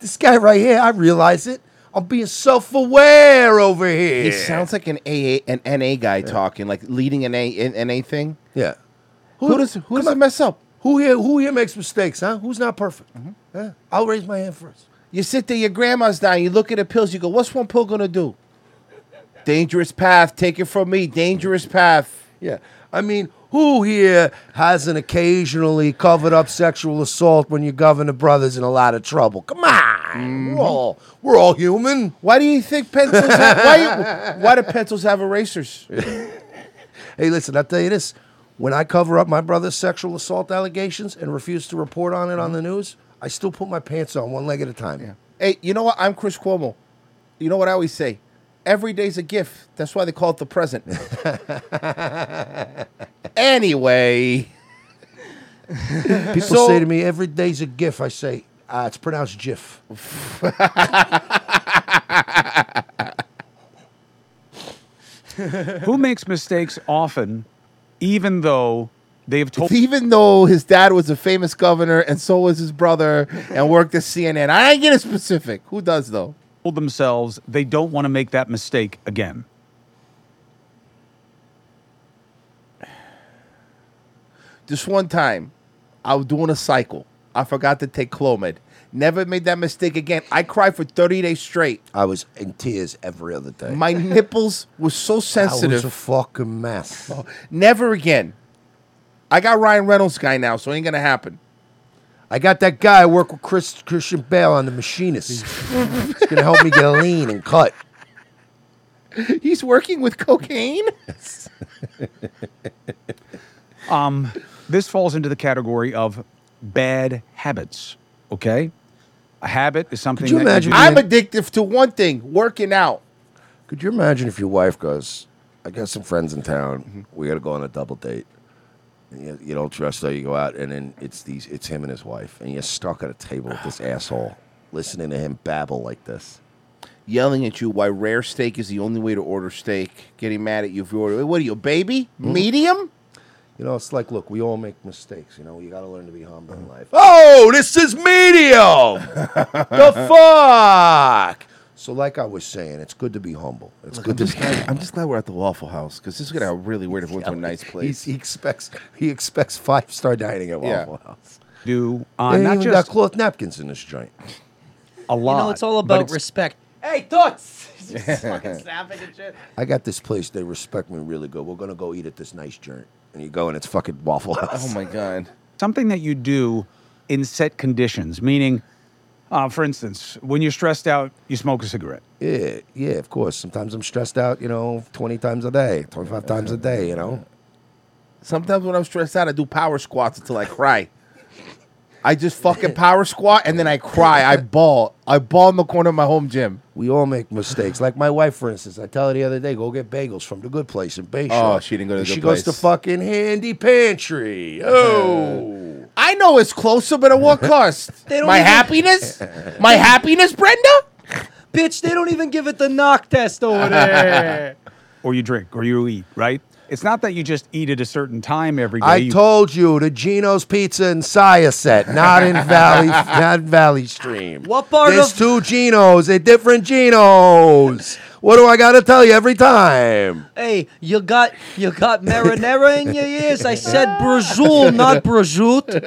Speaker 3: this guy right here, I realize it. I'm being self-aware over here.
Speaker 2: He sounds like an AA, an NA guy talking, like leading an A, an NA thing.
Speaker 3: Yeah.
Speaker 2: Who, does who does mess up? Hmm?
Speaker 3: Who here who here makes mistakes, huh? Who's not perfect? Huh? I'll raise my hand first.
Speaker 2: You sit there, your grandma's dying. You look at the pills. You go, "What's one pill gonna do?" Dangerous path. Take it from me. Dangerous path.
Speaker 3: Yeah. I mean, who here hasn't occasionally covered up sexual assault when your governor brother's in a lot of trouble? Come on, we're all we're all human.
Speaker 2: Mm-hmm. Why do you think pencils? have, why, why do pencils have erasers?
Speaker 3: Hey, listen, I'll tell you this. When I cover up my brother's sexual assault allegations and refuse to report on it on the news, I still put my pants on one leg at a time.
Speaker 2: Hey, you know what? I'm Chris Cuomo. You know what I always say? Every day's a gift. That's why they call it the present. anyway,
Speaker 3: People
Speaker 2: So-
Speaker 3: say to me, every day's a gif. I say, uh, it's pronounced GIF.
Speaker 1: Who makes mistakes often, even though they've told
Speaker 2: even though his dad was a famous governor and so was his brother and worked at CNN, I ain't getting specific. Who does though?
Speaker 1: themselves they don't want to make that mistake again?
Speaker 2: This one time, I was doing a cycle. I forgot to take Clomid. Never made that mistake again. I cried for 30 days straight.
Speaker 3: I was in tears every other day.
Speaker 2: My nipples were so sensitive. Oh,
Speaker 3: a fucking mess.
Speaker 2: Never again. I got Ryan Reynolds guy now, so it ain't gonna happen.
Speaker 3: I got that guy I work with Chris Christian Bale on The Machinist. It's gonna help me get lean and cut.
Speaker 2: He's working with cocaine.
Speaker 1: Um, this falls into the category of bad habits. Okay, a habit is something. that
Speaker 2: I'm addicted to one thing: working out.
Speaker 3: Could you imagine if your wife goes, I got some friends in town. We got to go on a double date. And you, you don't trust her. You go out, and then it's these. It's him and his wife, and you're stuck at a table with this asshole, listening to him babble like this.
Speaker 2: Yelling at you why rare steak is the only way to order steak. Getting mad at you if you order. What are you, a baby? Medium?
Speaker 3: Mm-hmm. You know, it's like, look, we all make mistakes. You know, you got to learn to be humble in
Speaker 2: Mm-hmm.
Speaker 3: life. Oh, this is medium. the fuck. So, like I was saying, it's good to be humble. It's
Speaker 2: Look,
Speaker 3: good
Speaker 2: I'm,
Speaker 3: to
Speaker 2: just glad, I'm just glad we're at the Waffle House because this is gonna really weird if we went to a nice place.
Speaker 3: He's, he expects he expects five star dining at
Speaker 2: Yeah.
Speaker 3: Waffle House.
Speaker 1: Do
Speaker 3: they
Speaker 1: uh,
Speaker 3: ain't
Speaker 1: not
Speaker 3: even
Speaker 1: just
Speaker 3: got cloth napkins in this joint.
Speaker 1: a lot.
Speaker 9: you know, it's all
Speaker 1: but
Speaker 9: about
Speaker 1: it's-
Speaker 9: respect. Hey, Toots! Just fucking snapping and shit.
Speaker 3: I got this place. They respect me really good. We're gonna go eat at this nice joint, and you go and it's fucking Waffle House.
Speaker 2: Oh my god!
Speaker 1: something that you do in set conditions, meaning, uh, for instance, when you're stressed out, you smoke a cigarette.
Speaker 3: Yeah, yeah, of course. Sometimes I'm stressed out. You know, twenty times a day, twenty five times a day. You know,
Speaker 2: Sometimes when I'm stressed out, I do power squats until I cry. I just fucking power squat and then I cry. I ball. I ball in the corner of my home gym.
Speaker 3: We all make mistakes. Like my wife, for instance, I tell her the other day, go get bagels from the good place in Bayshore.
Speaker 2: Oh, she didn't go to
Speaker 3: And
Speaker 2: the
Speaker 3: She
Speaker 2: good
Speaker 3: goes to
Speaker 2: place.
Speaker 3: fucking Handy Pantry. Oh,
Speaker 2: I know it's closer, but at what cost?
Speaker 9: They don't
Speaker 2: my
Speaker 9: even-
Speaker 2: happiness? My happiness, Brenda?
Speaker 9: Bitch, they don't even give it the knock test over there.
Speaker 1: or you drink, or you eat, right? It's not that you just eat at a certain time every day.
Speaker 3: I
Speaker 1: You-
Speaker 3: told you the Gino's Pizza and Saya set, not in Valley, not in Valley Stream.
Speaker 9: What part
Speaker 3: There's
Speaker 9: of-
Speaker 3: two Ginos, they're different Ginos. What do I gotta tell you every time?
Speaker 9: hey, you got you got marinara in your ears. I said Brazil, not Brazil.
Speaker 1: could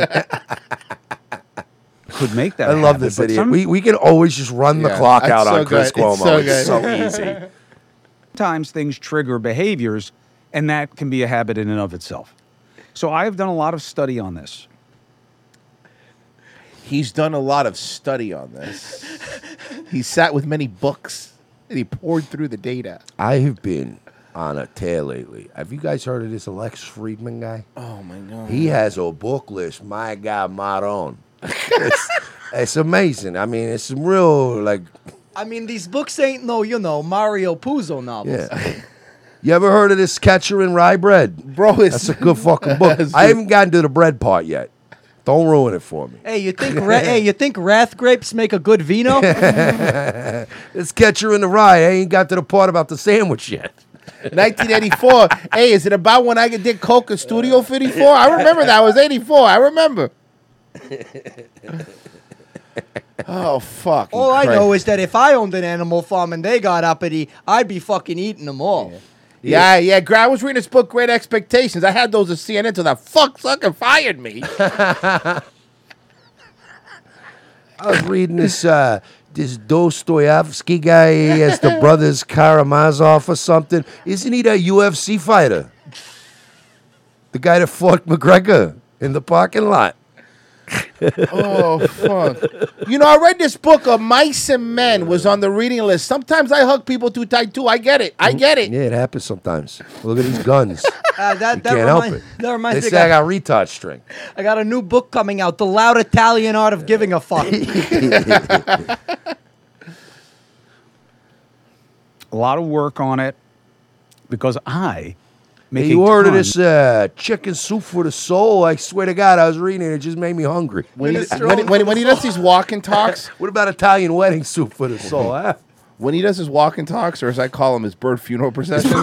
Speaker 1: make that.
Speaker 3: I love this idiot. we, we can always just run the
Speaker 1: Yeah,
Speaker 3: clock
Speaker 1: it's
Speaker 3: out
Speaker 1: so
Speaker 3: on Chris
Speaker 1: good.
Speaker 3: Cuomo.
Speaker 1: It's so
Speaker 3: It's so
Speaker 1: good.
Speaker 3: easy.
Speaker 1: sometimes things trigger behaviors, and that can be a habit in and of itself. So I have done a lot of study on this.
Speaker 2: He's done a lot of study on this. he sat with many books and he poured through the data.
Speaker 3: I have been on a tear lately. Have you guys heard of this Alex Friedman guy?
Speaker 2: Oh my god.
Speaker 3: He has a book list. My God, Maron. it's, it's amazing. I mean, it's some real like.
Speaker 9: I mean, these books ain't no, you know, Mario Puzo novels.
Speaker 3: Yeah. You ever heard of this Catcher in Rye Bread?
Speaker 2: Bro, it's
Speaker 3: That's a good fucking book.
Speaker 2: That's
Speaker 3: I
Speaker 2: good.
Speaker 3: haven't gotten to the bread part yet. Don't ruin it for me.
Speaker 9: Hey, you think ra- hey, you think wrath grapes make a good vino?
Speaker 3: Let's catch her in the rye. I ain't got to the part about the sandwich yet.
Speaker 2: 1984. hey, is it about when I did Coke in Studio 54? I remember that. I was 84. I remember. Oh, fuck.
Speaker 9: All I know is that if I owned an animal farm and they got uppity, I'd be fucking eating them all.
Speaker 2: Yeah, yeah, Gra- I was reading this book, Great Expectations. I had those at CNN till that fuck sucker fired me.
Speaker 3: I was reading this uh, this Dostoevsky guy. He has the brothers Karamazov or something. Isn't he that UFC fighter? The guy that fought McGregor in the parking lot.
Speaker 2: oh fuck! You know, I read this book of Mice and Men was on the reading list. Sometimes I hug people too tight too. I get it. I get it.
Speaker 3: Yeah, it happens sometimes. Look at these guns.
Speaker 9: Uh, that,
Speaker 3: you
Speaker 9: that,
Speaker 3: can't
Speaker 9: remind-
Speaker 3: help it.
Speaker 9: that reminds
Speaker 3: they
Speaker 9: me.
Speaker 3: say I
Speaker 9: I
Speaker 3: got
Speaker 9: got,
Speaker 3: retard string.
Speaker 9: I got a new book coming out, The Loud Italian Art of Giving a Fuck.
Speaker 1: A lot of work on it because I make
Speaker 3: you
Speaker 1: a
Speaker 3: ordered
Speaker 1: ton-
Speaker 3: this uh, chicken soup for the soul. I swear to God, I was reading it. It just made me hungry.
Speaker 2: When he- when he- when he- when he does these walk and talks-
Speaker 3: what about Italian wedding soup for the soul? huh?
Speaker 2: When he does his walk and talks, or as I call him, his bird funeral processions,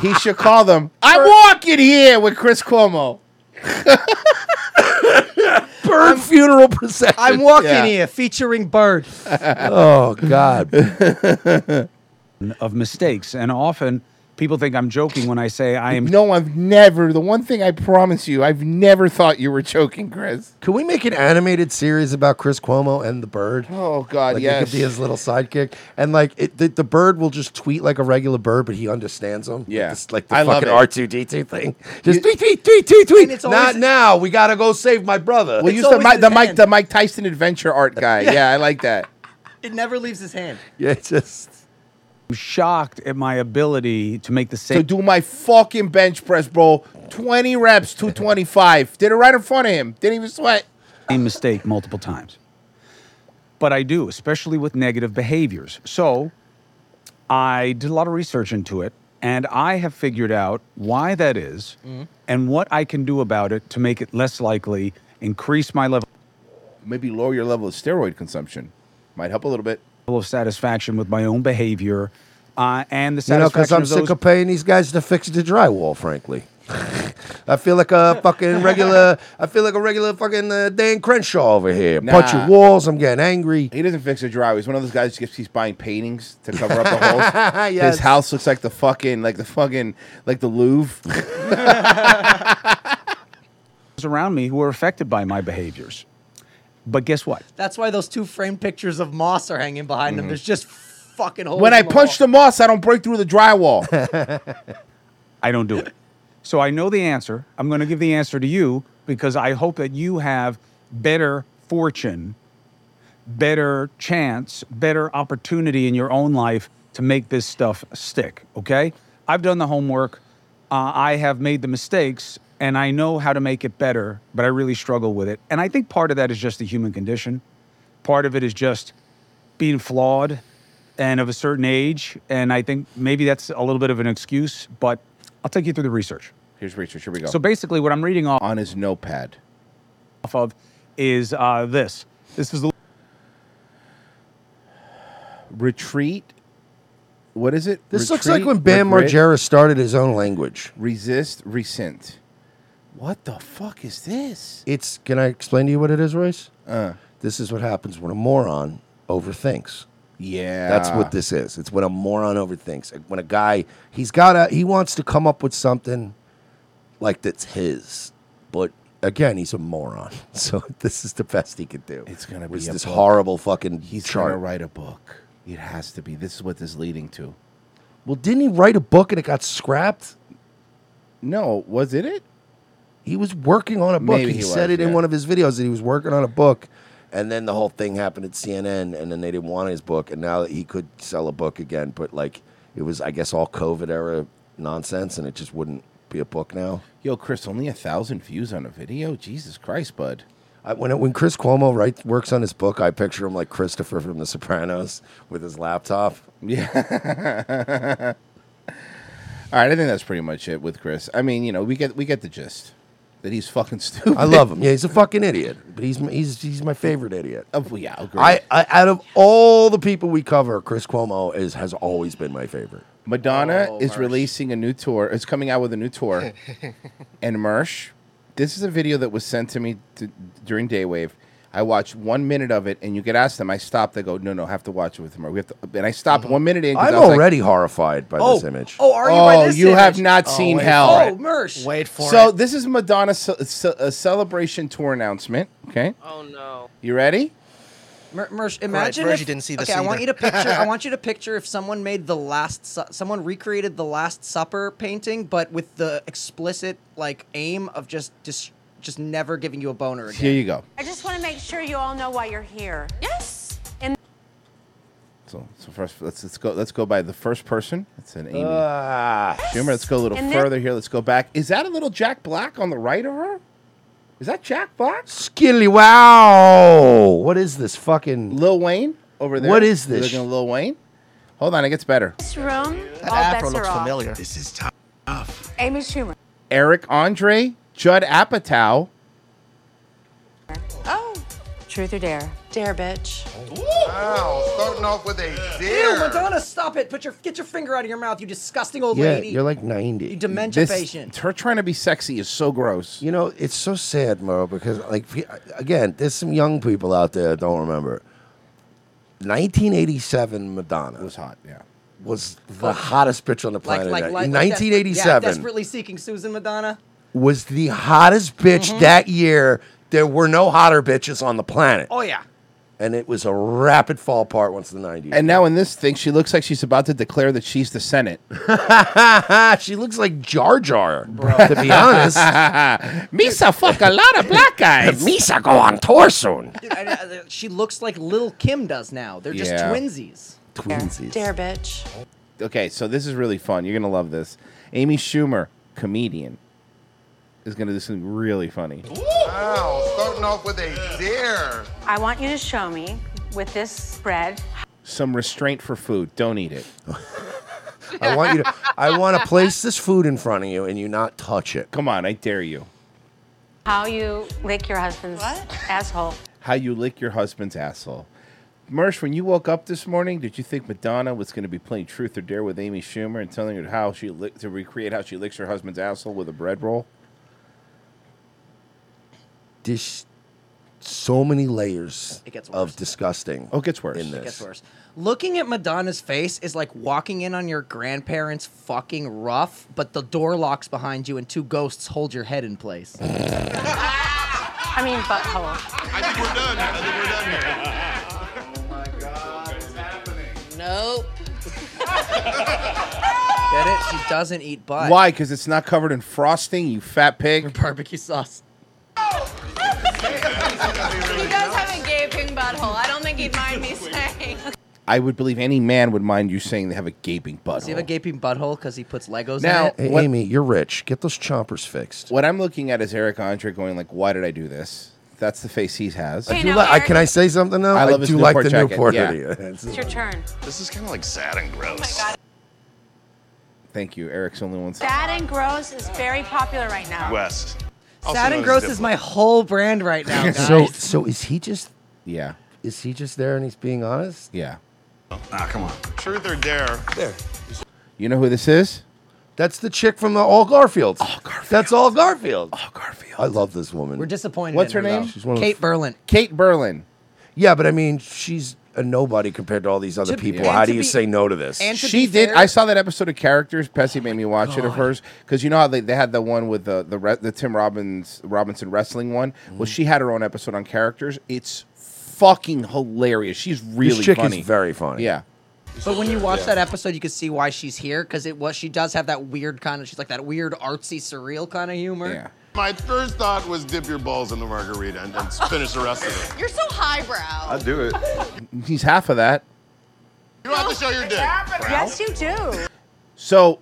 Speaker 2: he should call them. I'm walking here with Chris Cuomo.
Speaker 3: bird funeral procession.
Speaker 9: I'm walking
Speaker 2: Yeah.
Speaker 9: here featuring Bird.
Speaker 3: oh God.
Speaker 1: of mistakes, and often people think I'm joking when I say I am.
Speaker 2: No, I've never. The one thing I promise you, I've never thought you were joking, Chris.
Speaker 3: Can we make an animated series about Chris Cuomo and the bird?
Speaker 2: Oh God,
Speaker 3: like it
Speaker 2: yes.
Speaker 3: could be his little sidekick, and like it, the, the bird will just tweet like a regular bird, but he understands him.
Speaker 2: Yeah.
Speaker 3: It's like the
Speaker 2: I love
Speaker 3: fucking
Speaker 2: it.
Speaker 3: R two D two thing.
Speaker 2: You-
Speaker 3: Just tweet, tweet, tweet, tweet, tweet.
Speaker 2: it's
Speaker 3: Not
Speaker 2: always-
Speaker 3: now. We gotta go save my brother.
Speaker 2: We'll use the, Mi- the Mike the Mike Tyson adventure art guy.
Speaker 3: Yeah.
Speaker 2: yeah, I like that.
Speaker 9: It never leaves his hand.
Speaker 3: Yeah, it's just
Speaker 1: shocked at my ability to make the same.
Speaker 2: to do my fucking bench press, bro. 20 reps, 225. Did it right in front of him. Didn't even sweat.
Speaker 1: same mistake multiple times. But I do, especially with negative behaviors. So I did a lot of research into it, and I have figured out why that is and what I can do about it to make it less likely, increase my level
Speaker 2: Maybe lower your level of steroid consumption. Might help a little bit.
Speaker 1: of satisfaction with my own behavior, uh, and the
Speaker 3: You
Speaker 1: satisfaction
Speaker 3: know, because I'm
Speaker 1: of those
Speaker 3: sick of paying these guys to fix the drywall. Frankly, I feel like a fucking regular. I feel like a regular fucking uh, Dan Crenshaw over here. Punch your
Speaker 2: Nah.
Speaker 3: walls. I'm getting angry.
Speaker 2: He doesn't fix a drywall. He's one of those guys who gets he's buying paintings to cover up the holes.
Speaker 3: Yes.
Speaker 2: His house looks like the fucking like the fucking like the Louvre.
Speaker 1: around me who are affected by my behaviors. But guess what?
Speaker 9: That's why those two framed pictures of Moss are hanging behind him. There's just fucking holes.
Speaker 2: when I
Speaker 9: in the
Speaker 2: punch the moss, I don't break through the drywall.
Speaker 1: I don't do it. So I know the answer. I'm going to give the answer to you because I hope that you have better fortune, better chance, better opportunity in your own life to make this stuff stick. Okay? I've done the homework. Uh, I have made the mistakes and I know how to make it better, but I really struggle with it. And I think part of that is just the human condition. Part of it is just being flawed and of a certain age. And I think maybe that's a little bit of an excuse, but I'll take you through the research.
Speaker 2: Here's research. Here we go.
Speaker 1: So basically, what I'm reading off
Speaker 2: on his notepad
Speaker 1: off of is uh, this. This is the
Speaker 2: retreat. What is it?
Speaker 3: This looks like
Speaker 2: Retreat,
Speaker 3: when Bam
Speaker 2: regret,
Speaker 3: Margera started his own language.
Speaker 2: Resist, resent. What the fuck is this?
Speaker 3: It's. Can I explain to you what it is, Royce?
Speaker 2: Uh.
Speaker 3: This is what happens when a moron overthinks.
Speaker 2: Yeah.
Speaker 3: That's what this is. It's when a moron overthinks. Like, When a guy he's got a he wants to come up with something like that's his, but again he's a moron. So this is the best he could do. It's
Speaker 2: gonna
Speaker 3: was
Speaker 2: be a
Speaker 3: this
Speaker 2: book.
Speaker 3: horrible fucking
Speaker 2: He's
Speaker 3: chart.
Speaker 2: gonna write a book. It has to be. This is what this is leading to.
Speaker 3: Well, didn't he write a book and it got scrapped?
Speaker 2: No, Oh, was it it?
Speaker 3: He was working on a book.
Speaker 2: Maybe
Speaker 3: he,
Speaker 2: he
Speaker 3: said
Speaker 2: was,
Speaker 3: it in
Speaker 2: yeah.
Speaker 3: one of his videos that he was working on a book, and then the whole thing happened at CNN, and then they didn't want his book, and now he could sell a book again, but like it was, I guess, all COVID era nonsense, and it just wouldn't be a book now.
Speaker 2: Yo, Chris, only a thousand views on a video. Jesus Christ, bud.
Speaker 3: I, when when Chris Cuomo writes works on his book, I picture him like Christopher from The Sopranos with his laptop.
Speaker 2: Yeah. All right, I think that's pretty much it with Chris. I mean, you know, we get we get the gist. that he's fucking stupid.
Speaker 3: I love him. Yeah, he's a fucking idiot, but he's my- he's he's my favorite idiot.
Speaker 2: Oh, yeah, agree.
Speaker 3: I, I oh, out of all the people we cover, Chris Cuomo is has always been my favorite.
Speaker 2: Madonna
Speaker 3: Oh,
Speaker 2: is
Speaker 3: Mersh.
Speaker 2: releasing a new tour. It's coming out with a new tour. and Mersh, this is a video that was sent to me to, during Daywave. I watched one minute of it, and you could ask them. I stopped. They go, "No, no, I have to watch it with Mersh." We have to, and I stopped one minute in. 'cause
Speaker 3: I'm
Speaker 2: I was like-
Speaker 3: already horrified by this
Speaker 2: Mm-hmm. Oh,
Speaker 3: image.
Speaker 2: oh, are you by Oh, this you image? have not Oh, seen wait hell. for it. Oh,
Speaker 9: Mersh.
Speaker 2: Wait so this is Madonna's ce- ce- a celebration tour announcement. Okay.
Speaker 9: Oh, no.
Speaker 2: You ready?
Speaker 9: Mer- Mersh, imagine
Speaker 13: Mersh,
Speaker 9: if,
Speaker 13: you didn't see this
Speaker 9: Okay, I
Speaker 13: either.
Speaker 9: want you to picture. I want you to picture if someone made the last, Su- someone recreated the Last Supper painting, but with the explicit like aim of just just just never giving you a boner again.
Speaker 2: Here you go.
Speaker 20: I just want to make sure you all know why you're here. Yes. And
Speaker 2: So, so first, let's let's go. Let's go by the first person. That's an Amy
Speaker 3: Ah.
Speaker 2: Schumer. Let's go a little
Speaker 20: And then-
Speaker 2: further here. Let's go back. Is that a little Jack Black on the right of her? Is that Jack Black?
Speaker 3: Skilly wow! What is this fucking
Speaker 2: Lil Wayne over there?
Speaker 3: What is
Speaker 2: You
Speaker 3: this?
Speaker 2: Looking at Lil Wayne. Hold on, it gets better.
Speaker 20: this room, all bets are off.
Speaker 2: This is tough.
Speaker 20: Amy Schumer.
Speaker 2: Eric Andre, Judd Apatow.
Speaker 20: Oh. Truth or dare? Dare, bitch.
Speaker 9: Wow,
Speaker 20: starting off with a
Speaker 9: Ew, Madonna, stop it! Put your get your finger out of your mouth, you disgusting old
Speaker 3: Yeah,
Speaker 9: lady.
Speaker 3: you're like 90.
Speaker 9: You dementia This- patient.
Speaker 2: Her trying to be sexy is so gross.
Speaker 3: You know, it's so sad, Mo, because like fe- again, there's some young people out there that don't remember. 1987 Madonna was
Speaker 2: hot. Yeah,
Speaker 3: was the hottest bitch on the planet.
Speaker 9: like, like, like
Speaker 3: In
Speaker 9: desperate- yeah,
Speaker 3: 1987
Speaker 9: desperately seeking Susan Madonna.
Speaker 3: was the hottest bitch
Speaker 9: Mhm.
Speaker 3: that year. There were no hotter bitches on the planet,
Speaker 9: Oh yeah.
Speaker 3: and it was a rapid fall apart once the 90s.
Speaker 2: And now in this thing, she looks like she's about to declare that she's the Senate.
Speaker 3: she looks like Jar Jar, to be honest.
Speaker 2: Misa fuck a lot of black guys.
Speaker 3: Misa go on tour soon.
Speaker 9: Dude, I- I- she looks like Lil Kim does now. They're just
Speaker 2: Yeah.
Speaker 9: twinsies.
Speaker 3: Twinsies.
Speaker 20: Dare, bitch.
Speaker 2: Okay, so this is really fun. You're gonna love this. Amy Schumer, comedian, is gonna do something really funny.
Speaker 20: Wow, starting off with a dare. I want you to show me with this spread.
Speaker 2: Some restraint for food. Don't eat it.
Speaker 3: I want you to. I want to place this food in front of you and you not touch it.
Speaker 2: Come on, I dare you.
Speaker 20: How you lick your husband's asshole.
Speaker 2: How you lick your husband's asshole. Mersh, when you woke up this morning, did you think Madonna was going to be playing Truth or Dare with Amy Schumer and telling her how she lick, to recreate how she licks her husband's asshole with a bread roll?
Speaker 3: There's so many layers
Speaker 9: It gets
Speaker 3: of disgusting.
Speaker 2: Oh, it gets worse.
Speaker 3: In this.
Speaker 9: It gets worse. Looking at Madonna's face is like walking in on your grandparents' fucking rough, but the door locks behind you and two ghosts hold your head in place.
Speaker 20: I mean, butthole.
Speaker 28: I think we're done. I think we're done here. Oh my God, what's happening? Nope.
Speaker 9: Get it? She doesn't eat butt.
Speaker 2: Why? Because it's not covered in frosting, you fat pig.
Speaker 9: barbecue sauce.
Speaker 28: he
Speaker 20: does have a gaping butthole. I don't think he'd mind me saying.
Speaker 2: I would believe any man would mind you saying they have a gaping butthole.
Speaker 9: Does he have a gaping butthole because he puts Legos
Speaker 2: Now-
Speaker 9: in it?
Speaker 3: Hey,
Speaker 2: What-
Speaker 3: Amy, you're rich. Get those chompers fixed.
Speaker 2: What I'm looking at is Eric Andre going like, "Why did I do this?" That's the face he has.
Speaker 3: I do li- I- can I say something now?
Speaker 2: I love his
Speaker 3: do like
Speaker 2: Newport
Speaker 3: the
Speaker 2: jacket,
Speaker 3: Newport
Speaker 2: yeah.
Speaker 3: video.
Speaker 20: It's
Speaker 2: Oh
Speaker 20: your turn.
Speaker 28: This is kind of like sad and gross.
Speaker 2: Thank you. Eric's the only one.
Speaker 20: Sad and gross is very popular right now.
Speaker 28: West.
Speaker 9: Sad and gross is my whole brand right now, guys.
Speaker 3: so, so is he just?
Speaker 2: Yeah.
Speaker 3: Is he just there and he's being honest?
Speaker 2: Yeah.
Speaker 28: Ah, come on. Truth or dare? There.
Speaker 2: You know who this is?
Speaker 3: That's the chick from the All Garfields. All Garfield. That's All Garfield. All
Speaker 2: Garfield.
Speaker 3: I love this woman.
Speaker 9: We're disappointed.
Speaker 2: What's
Speaker 9: in
Speaker 2: her
Speaker 9: though.
Speaker 2: name? She's one of
Speaker 9: Kate
Speaker 2: the-
Speaker 9: Berlin.
Speaker 2: Kate Berlin.
Speaker 3: Yeah, but I mean, she's a nobody compared to all these other
Speaker 2: To-
Speaker 3: people.
Speaker 2: and
Speaker 3: How
Speaker 2: to
Speaker 3: do you
Speaker 2: be-
Speaker 3: say no to this?
Speaker 2: she did. I saw that episode of Characters. Pessy made me watch it of hers because you know how they, they had the one with the the, re- the Tim Robbins Robinson wrestling one.
Speaker 3: Mm.
Speaker 2: Well, she had her own episode on Characters. It's fucking hilarious. She's really
Speaker 3: chick is
Speaker 2: funny.
Speaker 3: very funny.
Speaker 2: Yeah.
Speaker 9: But when you watch
Speaker 2: Yeah.
Speaker 9: that episode, you can see why she's here because it was she does have that weird kind of she's like that weird artsy surreal kind of humor.
Speaker 28: Yeah. My first thought was dip your balls in the margarita and, and finish the rest of it.
Speaker 21: You're so highbrow.
Speaker 28: I'd do it.
Speaker 2: He's half of that.
Speaker 28: You have to show your dick.
Speaker 21: Yes, you do.
Speaker 2: So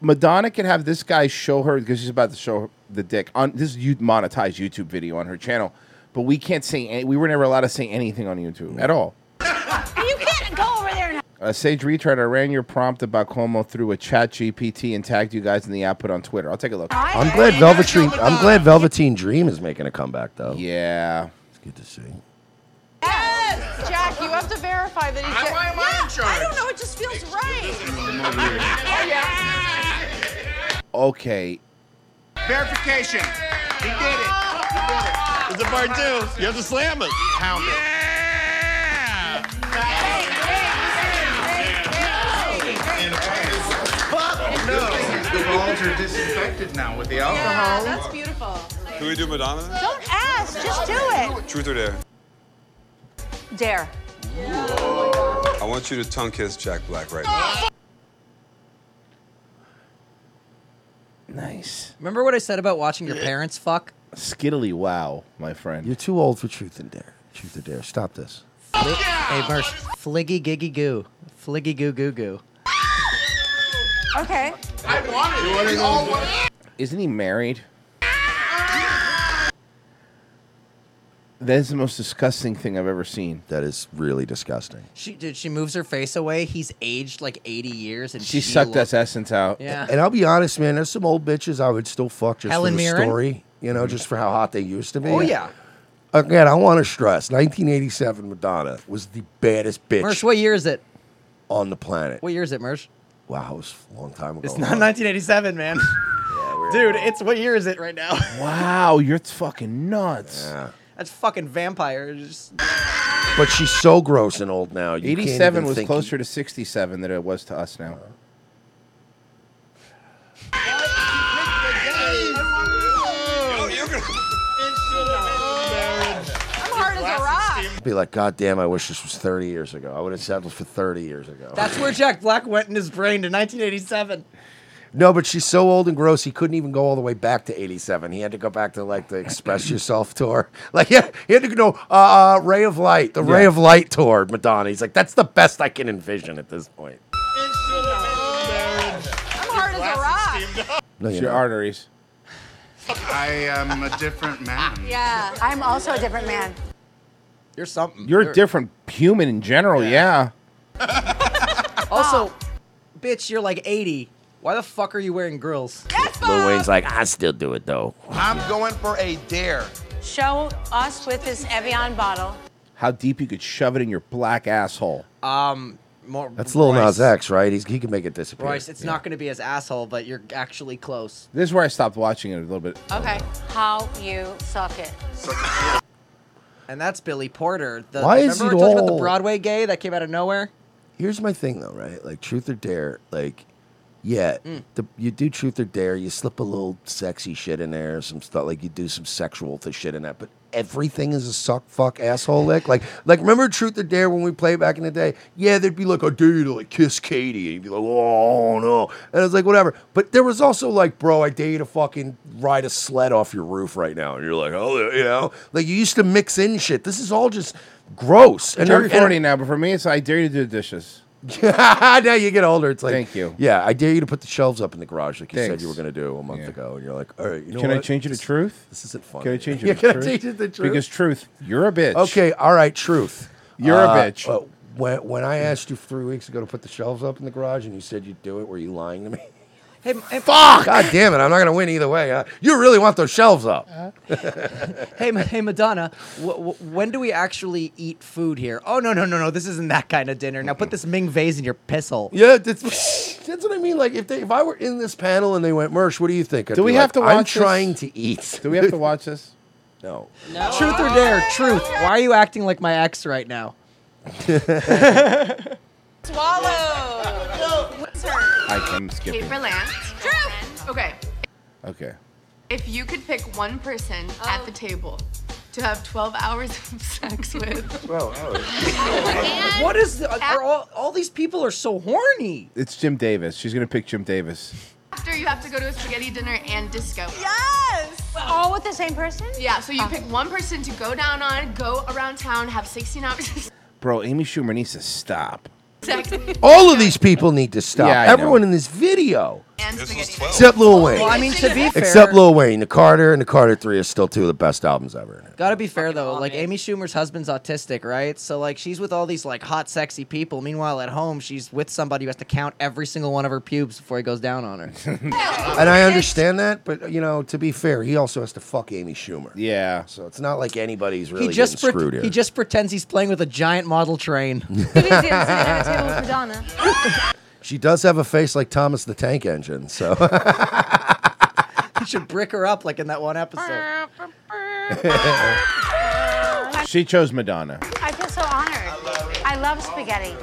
Speaker 2: Madonna can have this guy show her because she's about to show her the dick on this you monetized YouTube video on her channel, but we can't say any, we were never allowed to say anything on YouTube at all.
Speaker 21: You can't go over there and.
Speaker 2: Uh, Sage Retard, I ran your prompt about Cuomo through a chat GPT and tagged you guys in the output on Twitter. I'll take a look.
Speaker 3: I'm glad Velveteen. I'm glad Velveteen Dream is making a comeback though.
Speaker 2: Yeah,
Speaker 3: it's good to see.
Speaker 28: Yes, Jack, you have to verify that he's. Why am I in charge? I don't know. It just feels right.
Speaker 2: Okay.
Speaker 28: Verification. He did it. It's a part two. You have to slam it. Pound it.
Speaker 5: are disinfected now with the alcohol.
Speaker 28: Uh, that's beautiful.
Speaker 5: Can we do Madonna? now?
Speaker 28: Don't ask. Just do it.
Speaker 5: Truth or dare?
Speaker 28: Dare.
Speaker 5: I want you to tongue kiss Jack Black right now.
Speaker 2: Nice.
Speaker 9: Remember what I said about watching your parents fuck?
Speaker 2: Skittily wow, my friend.
Speaker 3: You're too old for truth and dare. Truth or dare. Stop this.
Speaker 9: Hey, Marsh. Fliggy giggy goo. Fliggy goo goo goo.
Speaker 28: Okay.
Speaker 5: I want it. You want all want
Speaker 2: Isn't he married? That is the most disgusting thing I've ever seen.
Speaker 3: That is really disgusting.
Speaker 9: She dude, she moves her face away. He's aged like 80 years, and
Speaker 2: She
Speaker 9: she,
Speaker 2: sucked
Speaker 9: looks-
Speaker 2: us essence out.
Speaker 9: Yeah.
Speaker 3: And I'll be honest, man, there's some old bitches I would still fuck just
Speaker 9: Helen
Speaker 3: for the
Speaker 9: Mirren?
Speaker 3: story. You know, just for how hot they used to be.
Speaker 9: Oh, yeah.
Speaker 3: Again, I want to stress 1987 Madonna was the baddest bitch
Speaker 9: Mersh, what year is it?
Speaker 3: on the planet.
Speaker 9: What year is it, Mersh?
Speaker 3: Wow, it was a long time ago.
Speaker 9: It's not 1987, man. Dude, it's what year is it right now?
Speaker 2: Wow, you're fucking nuts.
Speaker 9: That's fucking vampires.
Speaker 3: But she's so gross and old now. You can't even
Speaker 2: 87 was
Speaker 3: think-
Speaker 2: closer to 67 than it was to us now.
Speaker 28: I'm hard as a rock.
Speaker 3: I'd be like, God damn, I wish this was 30 years ago. I would have settled for 30 years ago.
Speaker 9: That's where Jack Black went in his brain to 1987.
Speaker 3: No, but she's so old and gross. He couldn't even go all the way back to '87. He had to go back to like the Express Yourself tour. Like, yeah, he had to go uh, uh, Ray of Light, the Ray
Speaker 2: Yeah.
Speaker 3: of Light tour. Madonna. He's like, that's the best I can envision at this point.
Speaker 28: I'm hard as a rock.
Speaker 3: No,
Speaker 2: it's
Speaker 3: you're
Speaker 2: your
Speaker 3: not.
Speaker 2: arteries.
Speaker 5: I am a different man.
Speaker 21: Yeah, I'm also a different man.
Speaker 9: You're something.
Speaker 2: You're a different human in general, yeah.
Speaker 9: Also, bitch, you're like 80. Why the fuck are you wearing grills?
Speaker 3: Lil Wayne's like, I still do it though.
Speaker 21: I'm going for a dare. Show us with this Evian bottle.
Speaker 2: How deep you could shove it in your black asshole.
Speaker 9: Um, more.
Speaker 3: That's Lil
Speaker 9: Bryce.
Speaker 3: Nas X, right? He's, he can make it disappear.
Speaker 9: Bryce, it's not going to be as asshole, but you're actually close.
Speaker 2: This is where I stopped watching it a little bit.
Speaker 21: Okay. How you suck it.
Speaker 9: And that's Billy Porter. The,
Speaker 3: Why
Speaker 9: remember
Speaker 3: is
Speaker 9: we
Speaker 3: it
Speaker 9: were talking about
Speaker 3: all-
Speaker 9: the Broadway gay that came out of nowhere?
Speaker 3: Here's my thing though, right? Like truth or dare, like yeah, the, you do truth or dare, you slip a little sexy shit in there, some stuff like you do some sexual th- shit in that, but everything is a suck fuck asshole lick. Like like remember truth or dare when we played back in the day? Yeah, there'd be like a dude to like kiss Katie and you'd be like, oh no. And it's like whatever. But there was also like, bro, I dare you to fucking ride a sled off your roof right now. And you're like, oh you know? Like you used to mix in shit. This is all just gross.
Speaker 2: And
Speaker 3: And
Speaker 2: you're
Speaker 3: there- and-
Speaker 2: 40 now, but for me, it's I dare you to do the dishes.
Speaker 3: now you get older. It's like
Speaker 2: Thank you.
Speaker 3: Yeah, I dare you to put the shelves up in the garage like you said
Speaker 2: Thanks.
Speaker 3: you were going to do a month ago, and you're like, all right, you know
Speaker 2: can I
Speaker 3: what?
Speaker 2: change it to
Speaker 3: This-
Speaker 2: truth?
Speaker 3: This isn't fun.
Speaker 2: Can I change it
Speaker 3: Yeah,
Speaker 2: to
Speaker 3: can I
Speaker 2: truth?
Speaker 3: change it to truth?
Speaker 2: Because truth, you're a bitch.
Speaker 3: Okay, all right, truth.
Speaker 2: You're a
Speaker 3: Uh,
Speaker 2: bitch.
Speaker 3: uh, when, when I asked you three weeks ago to put the shelves up in the garage, and you said you'd do it, were you lying to me?
Speaker 9: Hey, hey
Speaker 3: Fuck! God damn it! I'm not going to win either way. huh? You really want those shelves up?
Speaker 9: hey, Ma- hey, Madonna, wh- wh- when do we actually eat food here? Oh, no, no, no, no. This isn't that kind of dinner. Now put this Ming vase in your piss hole.
Speaker 3: Yeah, that's, that's what I mean. Like if they, if I were in this panel and they went, Mersh, what do you think? I'd
Speaker 2: Do
Speaker 3: be
Speaker 2: we
Speaker 3: like,
Speaker 2: have to watch
Speaker 3: I'm
Speaker 2: this?
Speaker 3: trying to eat.
Speaker 2: Do we have to watch this?
Speaker 3: No.
Speaker 9: Truth or dare? Truth. Why are you acting like my ex right now?
Speaker 28: Swallow. What's her?
Speaker 2: I, I'm skipping.
Speaker 28: relax. Drew. Okay.
Speaker 2: Okay.
Speaker 28: If you could pick one person at the table to have 12 hours of sex with.
Speaker 2: 12 hours.
Speaker 9: What is the, are all, all these people are so horny?
Speaker 2: It's Jim Davis. She's going to pick Jim Davis.
Speaker 28: After you have to go to a spaghetti dinner and disco. Yes! All with the same person? Yeah, so you pick one person to go down on, go around town, have 16 hours of
Speaker 2: Bro, Amy Schumer needs to stop.
Speaker 28: sex.
Speaker 3: All of these people need to stop.
Speaker 2: Yeah, I know.
Speaker 3: Everyone in this video.
Speaker 28: and spaghetti. Nights.
Speaker 3: Except Lil Wayne.
Speaker 9: Well, I mean, to be fair,
Speaker 3: Except Lil Wayne, the Carter and the Carter Three are still two of the best albums ever.
Speaker 9: Gotta be fair though. Like Amy Schumer's husband's autistic, right? So like she's with all these like hot, sexy people. Meanwhile, at home, she's with somebody who has to count every single one of her pubes before he goes down on her.
Speaker 3: And I understand that, but you know, to be fair, he also has to fuck Amy Schumer.
Speaker 2: Yeah.
Speaker 3: So it's not like anybody's really
Speaker 9: he just
Speaker 3: getting
Speaker 9: pret-
Speaker 3: screwed here.
Speaker 9: he just pretends he's playing with a giant model train.
Speaker 28: at a table with Madonna.
Speaker 3: she does have a face like Thomas the Tank Engine, so
Speaker 9: You should brick her up like in that one episode.
Speaker 2: she chose Madonna.
Speaker 20: I feel so honored. I love spaghetti.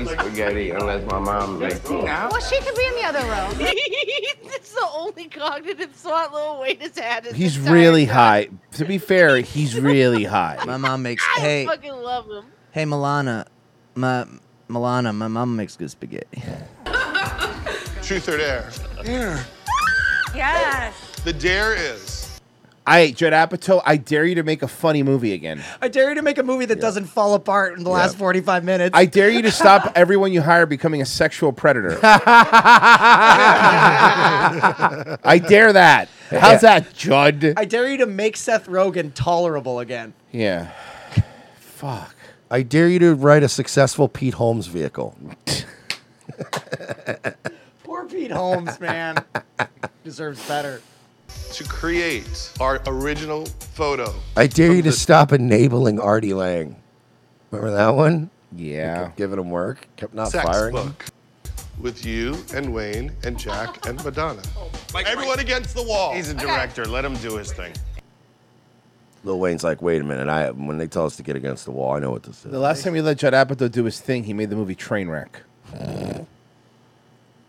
Speaker 6: spaghetti unless my mom makes it.
Speaker 20: Well, she could be in the other room.
Speaker 28: it's the only cognitive slot Lil Wayne has had. is
Speaker 2: He's
Speaker 28: this time.
Speaker 2: really high. To be fair, he's really high.
Speaker 9: My mom makes
Speaker 28: I
Speaker 9: hey
Speaker 28: fucking love him.
Speaker 9: hey Milana, my Milana, my mom makes good spaghetti.
Speaker 6: Truth or dare?
Speaker 20: Yeah. Yes.
Speaker 6: The dare is
Speaker 2: I Judd Apatow, I dare you to make a funny movie again.
Speaker 9: I dare you to make a movie that doesn't fall apart in the last 45 minutes.
Speaker 2: I dare you to stop everyone you hire becoming a sexual predator. I dare that. How's that, Judd?
Speaker 9: I dare you to make Seth Rogen tolerable again.
Speaker 2: Yeah.
Speaker 3: Fuck. I dare you to write a successful Pete Holmes vehicle.
Speaker 9: Poor Pete Holmes, man. Deserves better.
Speaker 6: to create our original photo.
Speaker 3: I dare you to stop enabling Artie Lang. Remember that one?
Speaker 2: Yeah.
Speaker 3: Kept giving him work. Kept not
Speaker 6: sex
Speaker 3: firing him.
Speaker 6: book with you and Wayne and Jack and Madonna. Everyone against the wall. Oh, He's a director. Let him do his thing.
Speaker 3: Lil Wayne's like, wait a minute. I when they tell us to get against the wall, I know what this is.
Speaker 2: The last time we let Judd Apatow do his thing, he made the movie Trainwreck.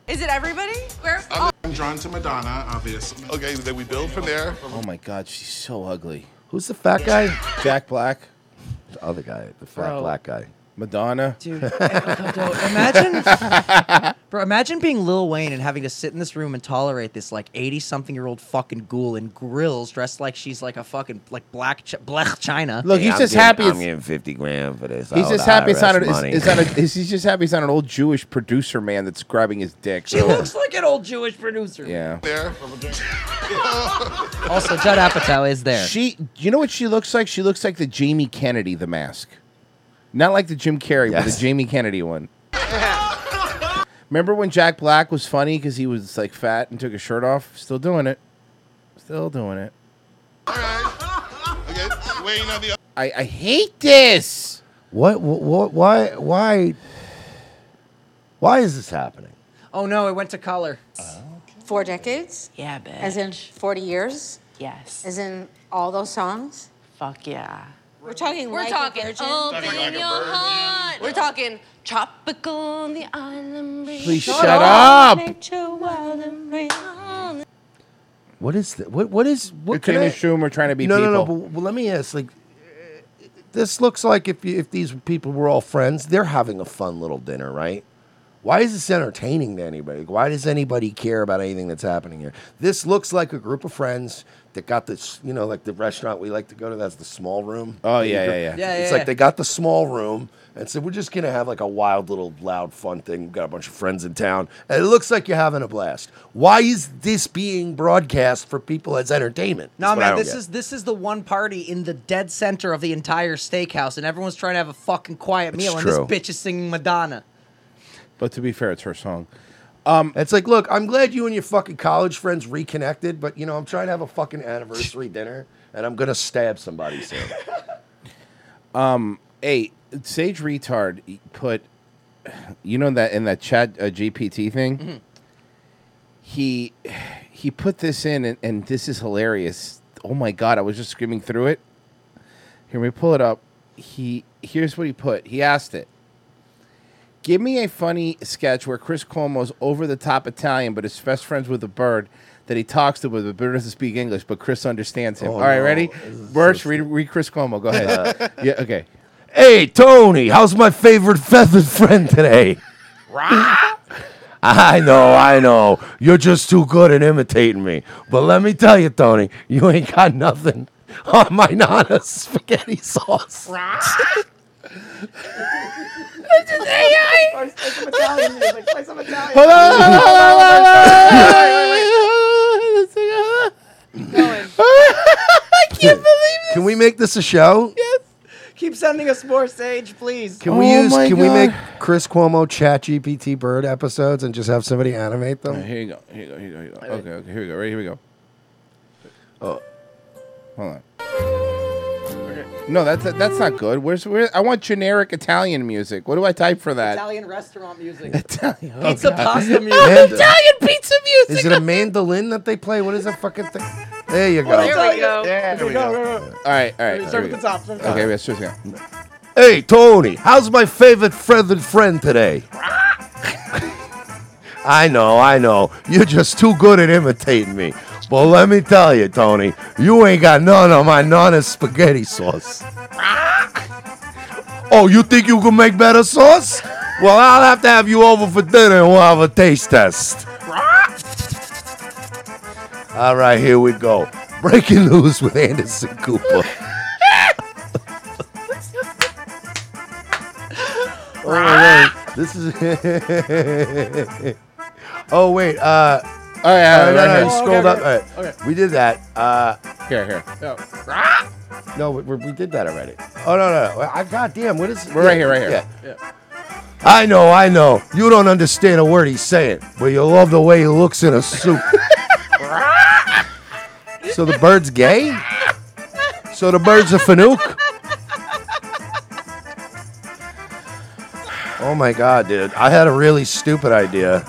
Speaker 28: Is it everybody? Where?
Speaker 6: I'm drawn to Madonna, obviously. Okay, then we build from there.
Speaker 2: Oh my God, she's so ugly.
Speaker 3: Who's the fat guy?
Speaker 2: Jack Black.
Speaker 3: The other guy, the fat
Speaker 2: Bro.
Speaker 3: black guy.
Speaker 2: Madonna.
Speaker 9: Dude, Oh, imagine, bro. Imagine being Lil Wayne and having to sit in this room and tolerate this like eighty-something-year-old fucking ghoul in grills, dressed like she's like a fucking like black chi- black China.
Speaker 2: Look, he's just happy. it's-
Speaker 3: fifty grand for this.
Speaker 2: He's just happy it's not, an, it's, it's not a, he's just happy it's not an old Jewish producer man that's grabbing his dick.
Speaker 9: She looks like an old Jewish producer.
Speaker 2: Yeah.
Speaker 6: There.
Speaker 9: Also, Judd Apatow is there.
Speaker 2: She, you know what she looks like? She looks like the Jamie Kennedy, the mask. Not like the Jim Carrey, but the Jamie Kennedy one. Remember when Jack Black was funny because he was like fat and took his shirt off? Still doing it. Still doing it.
Speaker 6: Okay, Wayne on the other.
Speaker 2: I, I hate this.
Speaker 3: What, what? What? Why? Why? Why is this happening?
Speaker 9: Oh no, it went to color.
Speaker 20: Four decades? Yeah, bitch. As in 40 years? Yes. As in all those songs? Fuck yeah. We're talking
Speaker 28: We're
Speaker 20: Like a
Speaker 28: talking
Speaker 20: Virgin.
Speaker 28: open
Speaker 20: Talking Like a
Speaker 28: your
Speaker 20: Virgin.
Speaker 28: heart. We're talking tropical on the island.
Speaker 3: Please Shut shut up. up.
Speaker 28: Nature wild and free.
Speaker 3: What is that? What? What is? What could
Speaker 2: Amy
Speaker 3: I-
Speaker 2: Schumer trying to be
Speaker 3: No, no, no.
Speaker 2: people.
Speaker 3: But, well, let me ask. Like, uh, this looks like if you, if these people were all friends, they're having a fun little dinner, right? Why is this entertaining to anybody? Like, Why does anybody care about anything that's happening here? This looks like a group of friends that got this, you know, like the restaurant we like to go to. That's the small room.
Speaker 2: Oh, yeah, yeah, yeah. Yeah,
Speaker 3: It's
Speaker 2: yeah,
Speaker 3: like
Speaker 2: yeah.
Speaker 3: they got the small room and said, we're just gonna have like a wild little loud fun thing. We've got a bunch of friends in town, and it looks like you're having a blast. Why is this being broadcast for people as entertainment?
Speaker 9: No,
Speaker 3: That's what I
Speaker 9: man,
Speaker 3: don't
Speaker 9: this
Speaker 3: get.
Speaker 9: is this is the one party in the dead center of the entire steakhouse, and everyone's trying to have a fucking quiet meal, and
Speaker 2: true.
Speaker 9: this bitch is singing Madonna.
Speaker 2: But to be fair, it's her song. Um,
Speaker 3: it's like, look, I'm glad you and your fucking college friends reconnected, but you know, I'm trying to have a fucking anniversary dinner, and I'm gonna stab somebody soon.
Speaker 2: Um, hey, Sage retard put, you know that in that chat uh, GPT thing,
Speaker 3: Mm-hmm.
Speaker 9: Mhm.
Speaker 2: he he put this in, and, and this is hilarious. Oh my god, I was just screaming through it. Here, let me pull it up. He here's what he put. He asked it. Give me a funny sketch where Chris Cuomo's over the top Italian, but his best friends with a bird that he talks to, but the bird doesn't speak English, but Chris understands him.
Speaker 3: Oh,
Speaker 2: All right,
Speaker 3: no.
Speaker 2: ready?
Speaker 3: This is so Uh,
Speaker 2: Birch, read, read Chris Cuomo. Go ahead. yeah, okay.
Speaker 3: Hey, Tony, how's my favorite feathered friend today? I know, I know. You're just too good at imitating me. But let me tell you, Tony, you ain't got nothing on my Nana's spaghetti sauce.
Speaker 22: It's just AI.
Speaker 23: Or play some Italian music. Play some Italian.
Speaker 22: Hold on, hold on, hold on,
Speaker 23: I can't believe
Speaker 3: Can we make this a show?
Speaker 23: this. Keep sending us more sage, please.
Speaker 3: Can we use? Can we make Chris Cuomo Chat GPT Bird episodes and just have somebody animate
Speaker 2: All right,
Speaker 3: them?
Speaker 2: here you go. Here you go. Here you go. Here you go. Okay, okay. Here we go. Right here we go.
Speaker 3: Oh,
Speaker 2: hold on. No, that's that's not good. Where's where? I want generic Italian music. What do I type for that?
Speaker 9: Italian restaurant music.
Speaker 2: Italian.
Speaker 9: Pizza pasta music.
Speaker 23: pizza
Speaker 3: uh, Is it a mandolin that they play? What is that fucking thing? There you go.
Speaker 23: go.
Speaker 2: There we go. All right, all right.
Speaker 23: Start at
Speaker 2: here we
Speaker 23: the
Speaker 2: go.
Speaker 23: top, start at the
Speaker 2: Okay,
Speaker 23: top.
Speaker 2: let's just go.
Speaker 3: Hey Tony, how's my favorite friend and friend today? I know, I know. You're just too good at imitating me. But let me tell you, Tony, you ain't got none of my nana's spaghetti sauce. oh, you think you can make better sauce? Well, I'll have to have you over for dinner and we'll have a taste test. All right, here we go. Breaking news with Anderson Cooper. Oh wait, this is. oh wait, uh.
Speaker 2: All right,
Speaker 3: no,
Speaker 2: right here.
Speaker 3: no, you
Speaker 2: Oh, okay,
Speaker 3: scrolled up.
Speaker 2: okay.
Speaker 3: All right.
Speaker 2: Okay.
Speaker 3: We did that. Uh,
Speaker 2: Here, here.
Speaker 3: No, we, we did that already. Oh no, no, no. I goddamn. What is?
Speaker 2: We're right here, right here.
Speaker 3: Yeah. I know, I know. You don't understand a word he's saying, but you love the way he looks in a suit. so the bird's gay? So the bird's a fanook? Oh my god, dude. I had a really stupid idea.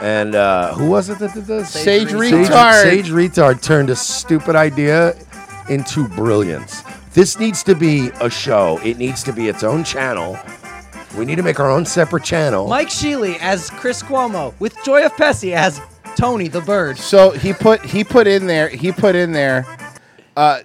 Speaker 3: And uh, who was it that did this?
Speaker 2: Sage retard.
Speaker 3: Sage, retard turned a stupid idea into brilliance. This needs to be a show. It needs to be its own channel. We need to make our own separate channel.
Speaker 9: Mike Sheely as Chris Cuomo with Joy of Pesci as Tony the Bird.
Speaker 2: So he put he put in there he put in there. Uh, uh,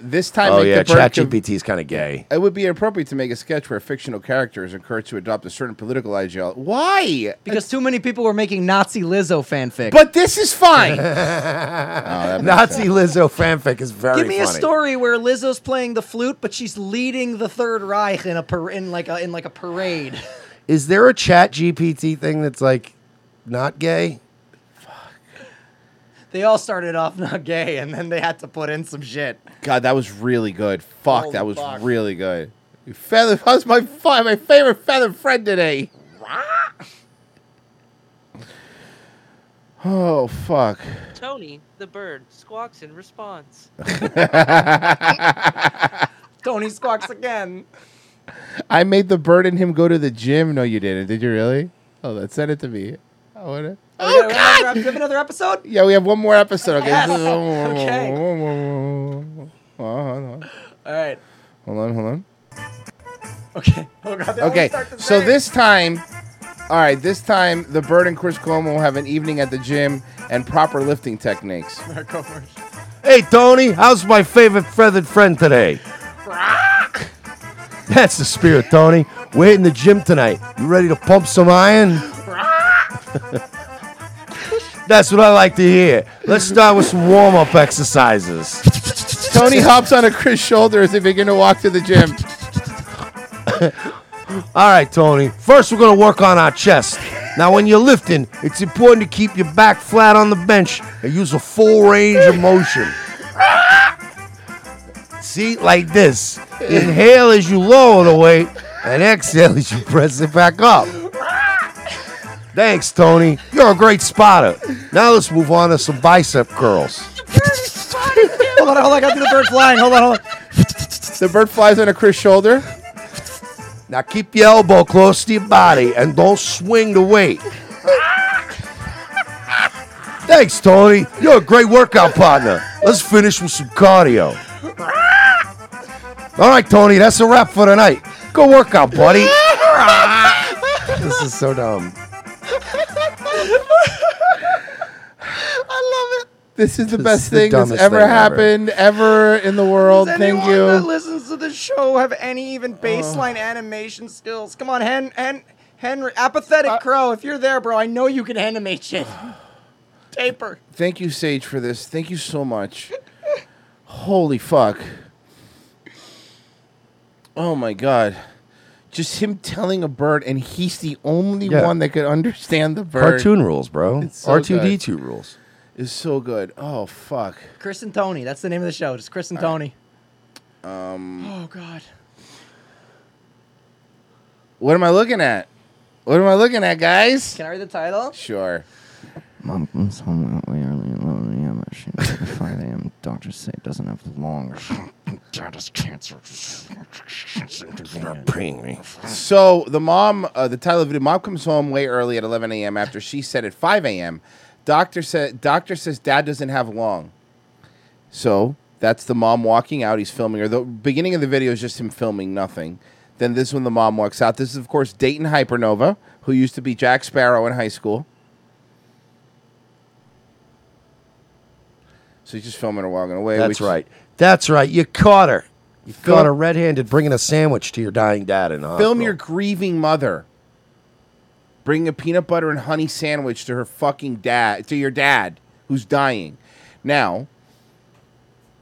Speaker 2: this time,
Speaker 3: oh
Speaker 2: make
Speaker 3: yeah,
Speaker 2: the bird com-
Speaker 3: ChatGPT is kind of gay.
Speaker 2: It would be appropriate to make a sketch where a fictional character is encouraged to adopt a certain political ideology. Why?
Speaker 9: Because too many people were making Nazi Lizzo fanfic.
Speaker 2: But this is fine.
Speaker 9: Oh, makes
Speaker 3: Nazi Lizzo fanfic is very
Speaker 9: Give me a
Speaker 3: funny.
Speaker 9: story where Lizzo's playing the flute, but she's leading the Third Reich in a par- in like a in like a parade.
Speaker 3: Is there a chat GPT thing that's like not gay?
Speaker 9: They all started off not gay, and then they had to put in some shit.
Speaker 2: God, that was really good. Fuck,
Speaker 9: Holy
Speaker 2: that was
Speaker 9: fuck.
Speaker 2: really good. Feather, how's my fi- my favorite feather friend today? Oh fuck.
Speaker 7: Tony the bird squawks in response.
Speaker 9: Tony squawks again.
Speaker 2: I made the bird and him go to the gym. No, you didn't. Did you really? Oh, that send it to me. Oh, what?
Speaker 9: Oh God! Do you have another episode?
Speaker 2: Yeah, we have one more episode. Okay.
Speaker 9: Yes.
Speaker 2: okay.
Speaker 9: Okay.
Speaker 2: hold on.
Speaker 9: All right.
Speaker 2: Hold on, hold on.
Speaker 9: Okay. Oh God. they always
Speaker 2: Okay,
Speaker 9: start the
Speaker 2: so
Speaker 9: same.
Speaker 2: this time, all right, this time the bird and Chris Cuomo have an evening at the gym and proper lifting techniques.
Speaker 9: Go for it.
Speaker 3: Hey Tony, how's my favorite feathered friend today? That's the spirit, Tony. We're hitting the gym tonight. You ready to pump some iron? That's what I like to hear. Let's start with some warm up exercises.
Speaker 2: Tony hops on a Chris shoulder as they begin to walk to the gym.
Speaker 3: All right, Tony. First, we're going to work on our chest. Now, when you're lifting, it's important to keep your back flat on the bench and use a full range of motion. See, like this. Inhale as you lower the weight, and exhale as you press it back up. Thanks, Tony. You're a great spotter. Now let's move on to some bicep curls.
Speaker 9: hold on, hold on. I got the bird flying. Hold on, hold on.
Speaker 2: The bird flies on a Chris shoulder.
Speaker 3: Now keep your elbow close to your body and don't swing the weight. Thanks, Tony. You're a great workout partner. Let's finish with some cardio. All right, Tony, that's a wrap for tonight. Go workout, buddy. this is so dumb.
Speaker 2: This is the
Speaker 3: This
Speaker 2: best
Speaker 3: is the
Speaker 2: thing that's
Speaker 3: dumbest
Speaker 2: ever
Speaker 3: thing ever.
Speaker 2: happened ever. in the world.
Speaker 9: Does
Speaker 2: Thank
Speaker 9: anyone that
Speaker 2: you.
Speaker 9: listens to the show have any
Speaker 2: Oh.
Speaker 9: even baseline animation skills? Come on, Hen, Hen, Henry,
Speaker 2: Uh,
Speaker 9: apathetic crow. If you're there, bro, I know you can animate shit. Taper.
Speaker 2: Thank you, Sage, for this. Thank you so much. Holy fuck. Oh my god. Just him telling a bird, and he's the only
Speaker 3: Yeah.
Speaker 2: one that could understand the bird.
Speaker 3: Cartoon rules, bro.
Speaker 2: It's so
Speaker 3: R two D two rules.
Speaker 2: Is so good. Oh fuck.
Speaker 9: Chris and Tony. That's the name of the show. Just Chris and Tony.
Speaker 2: Um,
Speaker 9: Oh God.
Speaker 2: what am I looking at? What am I looking at, guys?
Speaker 9: Can I read the title?
Speaker 2: Sure.
Speaker 4: Mom comes home that way early at 11 a.m. at shit at 5 a.m. Doctors say it doesn't have long. Dad has cancer.
Speaker 3: Stop preying me.
Speaker 2: So the mom, uh, the title of the video, mom comes home way early at 11 a.m. after she said at 5 a.m. Doctor said, doctor says dad doesn't have long. So that's the mom walking out. He's filming her. The beginning of the video is just him filming nothing. Then this when the mom walks out. This is of course Dayton Hypernova, who used to be Jack Sparrow in high school. So he's just filming her walking away. which-
Speaker 3: That's right. That's right. You caught her. You caught
Speaker 2: film-
Speaker 3: her red handed bringing a sandwich to your dying dad uh, in the
Speaker 2: Film
Speaker 3: hospital.
Speaker 2: your grieving mother. Bring a peanut butter and honey sandwich to her fucking dad, to your dad who's dying. Now,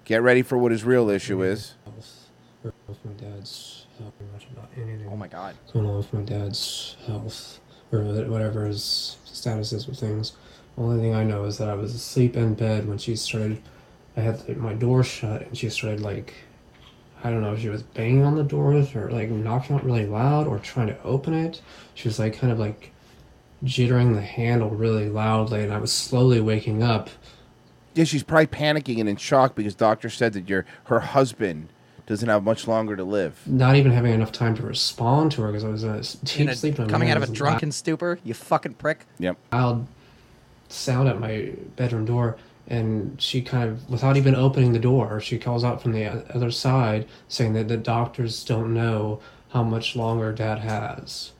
Speaker 2: get ready for what his real issue is.
Speaker 12: with my dad's health, pretty much about anything. Oh my
Speaker 2: god.
Speaker 12: Going on with my dad's health or wha- whatever his status is with things. Only thing I know is that I was asleep in bed when she started. I had like, my door shut and she started like, I don't know if she was banging on the doors or like knocking out really loud or trying to open it. She was like kind of like jittering the handle really loudly and I was slowly waking up.
Speaker 2: Yeah, she's probably panicking and in shock because doctor said that your her husband doesn't have much longer to live.
Speaker 12: Not even having enough time to respond to her because I was in a s-
Speaker 9: In
Speaker 12: deep
Speaker 9: a-
Speaker 12: sleep. and my
Speaker 9: coming
Speaker 12: mind
Speaker 9: out of a
Speaker 12: was
Speaker 9: drunken stupor. You fucking prick.
Speaker 2: Yep.
Speaker 12: loud sound at my bedroom door, and she kind of, without even opening the door, she calls out from the o- other side saying that the doctors don't know how much longer dad has.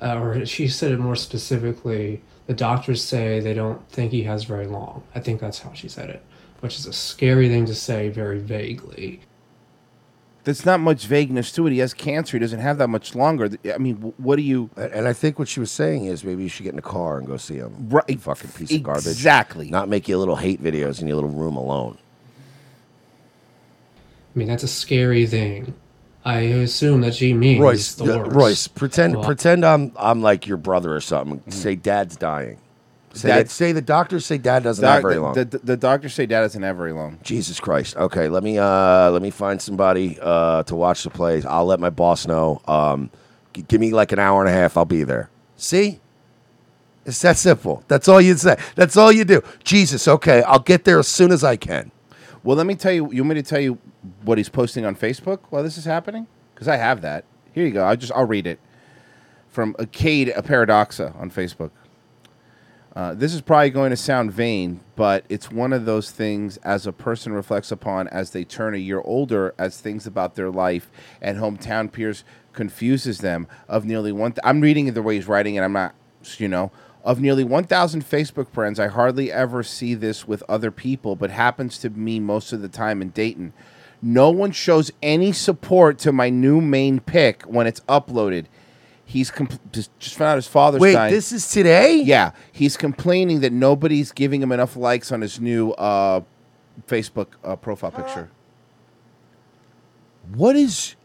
Speaker 12: Uh, or she said it more specifically the doctors say they don't think he has very long. I think that's how she said it, which is a scary thing to say very vaguely.
Speaker 2: That's not much vagueness to it. He has cancer. He doesn't have that much longer. I mean, wh- what do you?
Speaker 3: And I think what she was saying is maybe you should get in a car and go see him.
Speaker 2: Right.
Speaker 3: Fucking piece of garbage.
Speaker 2: Exactly.
Speaker 3: Not make your little hate videos in your little room alone.
Speaker 12: I mean, that's a scary thing. I assume that she means
Speaker 3: Royce,
Speaker 12: the
Speaker 3: uh,
Speaker 12: worst.
Speaker 3: Royce, pretend
Speaker 12: Well,
Speaker 3: pretend I'm I'm like your brother or something. Say dad's dying. Say
Speaker 2: Dad-
Speaker 3: that, say the doctors say dad doesn't
Speaker 2: Doc-
Speaker 3: have very
Speaker 2: the-
Speaker 3: long.
Speaker 2: The, the, doctors say dad doesn't have very long.
Speaker 3: Jesus Christ. Okay, let me uh let me find somebody uh to watch the plays. I'll let my boss know. Um g- give me like an hour and a half. I'll be there. See? It's that simple. That's all you say. That's all you do. Jesus, okay, I'll get there as soon as I can.
Speaker 2: Well, let me tell you. You want me to tell you what he's posting on Facebook while this is happening? Because I have that. Here you go. I will just I'll read it from Acade Paradoxa on Facebook. Uh, this is probably going to sound vain, but it's one of those things as a person reflects upon as they turn a year older, as things about their life and hometown peers confuses them. Of nearly one, th- I'm reading it the way he's writing, and I'm not, you know, of nearly 1,000 Facebook friends, I hardly ever see this with other people, but happens to me most of the time in Dayton. No one shows any support to my new main pick when it's uploaded. He's compl- just, just found out his father's
Speaker 3: Wait,
Speaker 2: dying.
Speaker 3: this is today?
Speaker 2: Yeah, he's complaining that nobody's giving him enough likes on his new uh, Facebook uh, profile picture.
Speaker 3: What is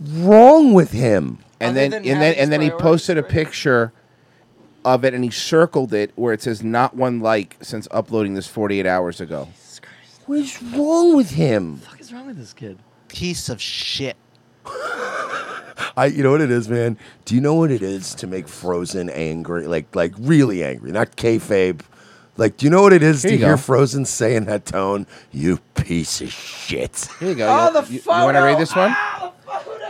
Speaker 3: wrong with him?
Speaker 2: And then and then and then he posted a picture of it and he circled it where it says not one like since uploading this 48 hours ago.
Speaker 3: What is wrong with him?
Speaker 9: What is wrong with this kid?
Speaker 13: Piece of shit.
Speaker 3: I you know what it is, man? Do you know what it is to make Frozen angry? Like like really angry, not kayfabe. Like, do you know what it is
Speaker 2: Here
Speaker 3: to
Speaker 2: you go.
Speaker 3: hear Frozen say in that tone? You piece of shit.
Speaker 2: Here you go. You- you, want to read this one?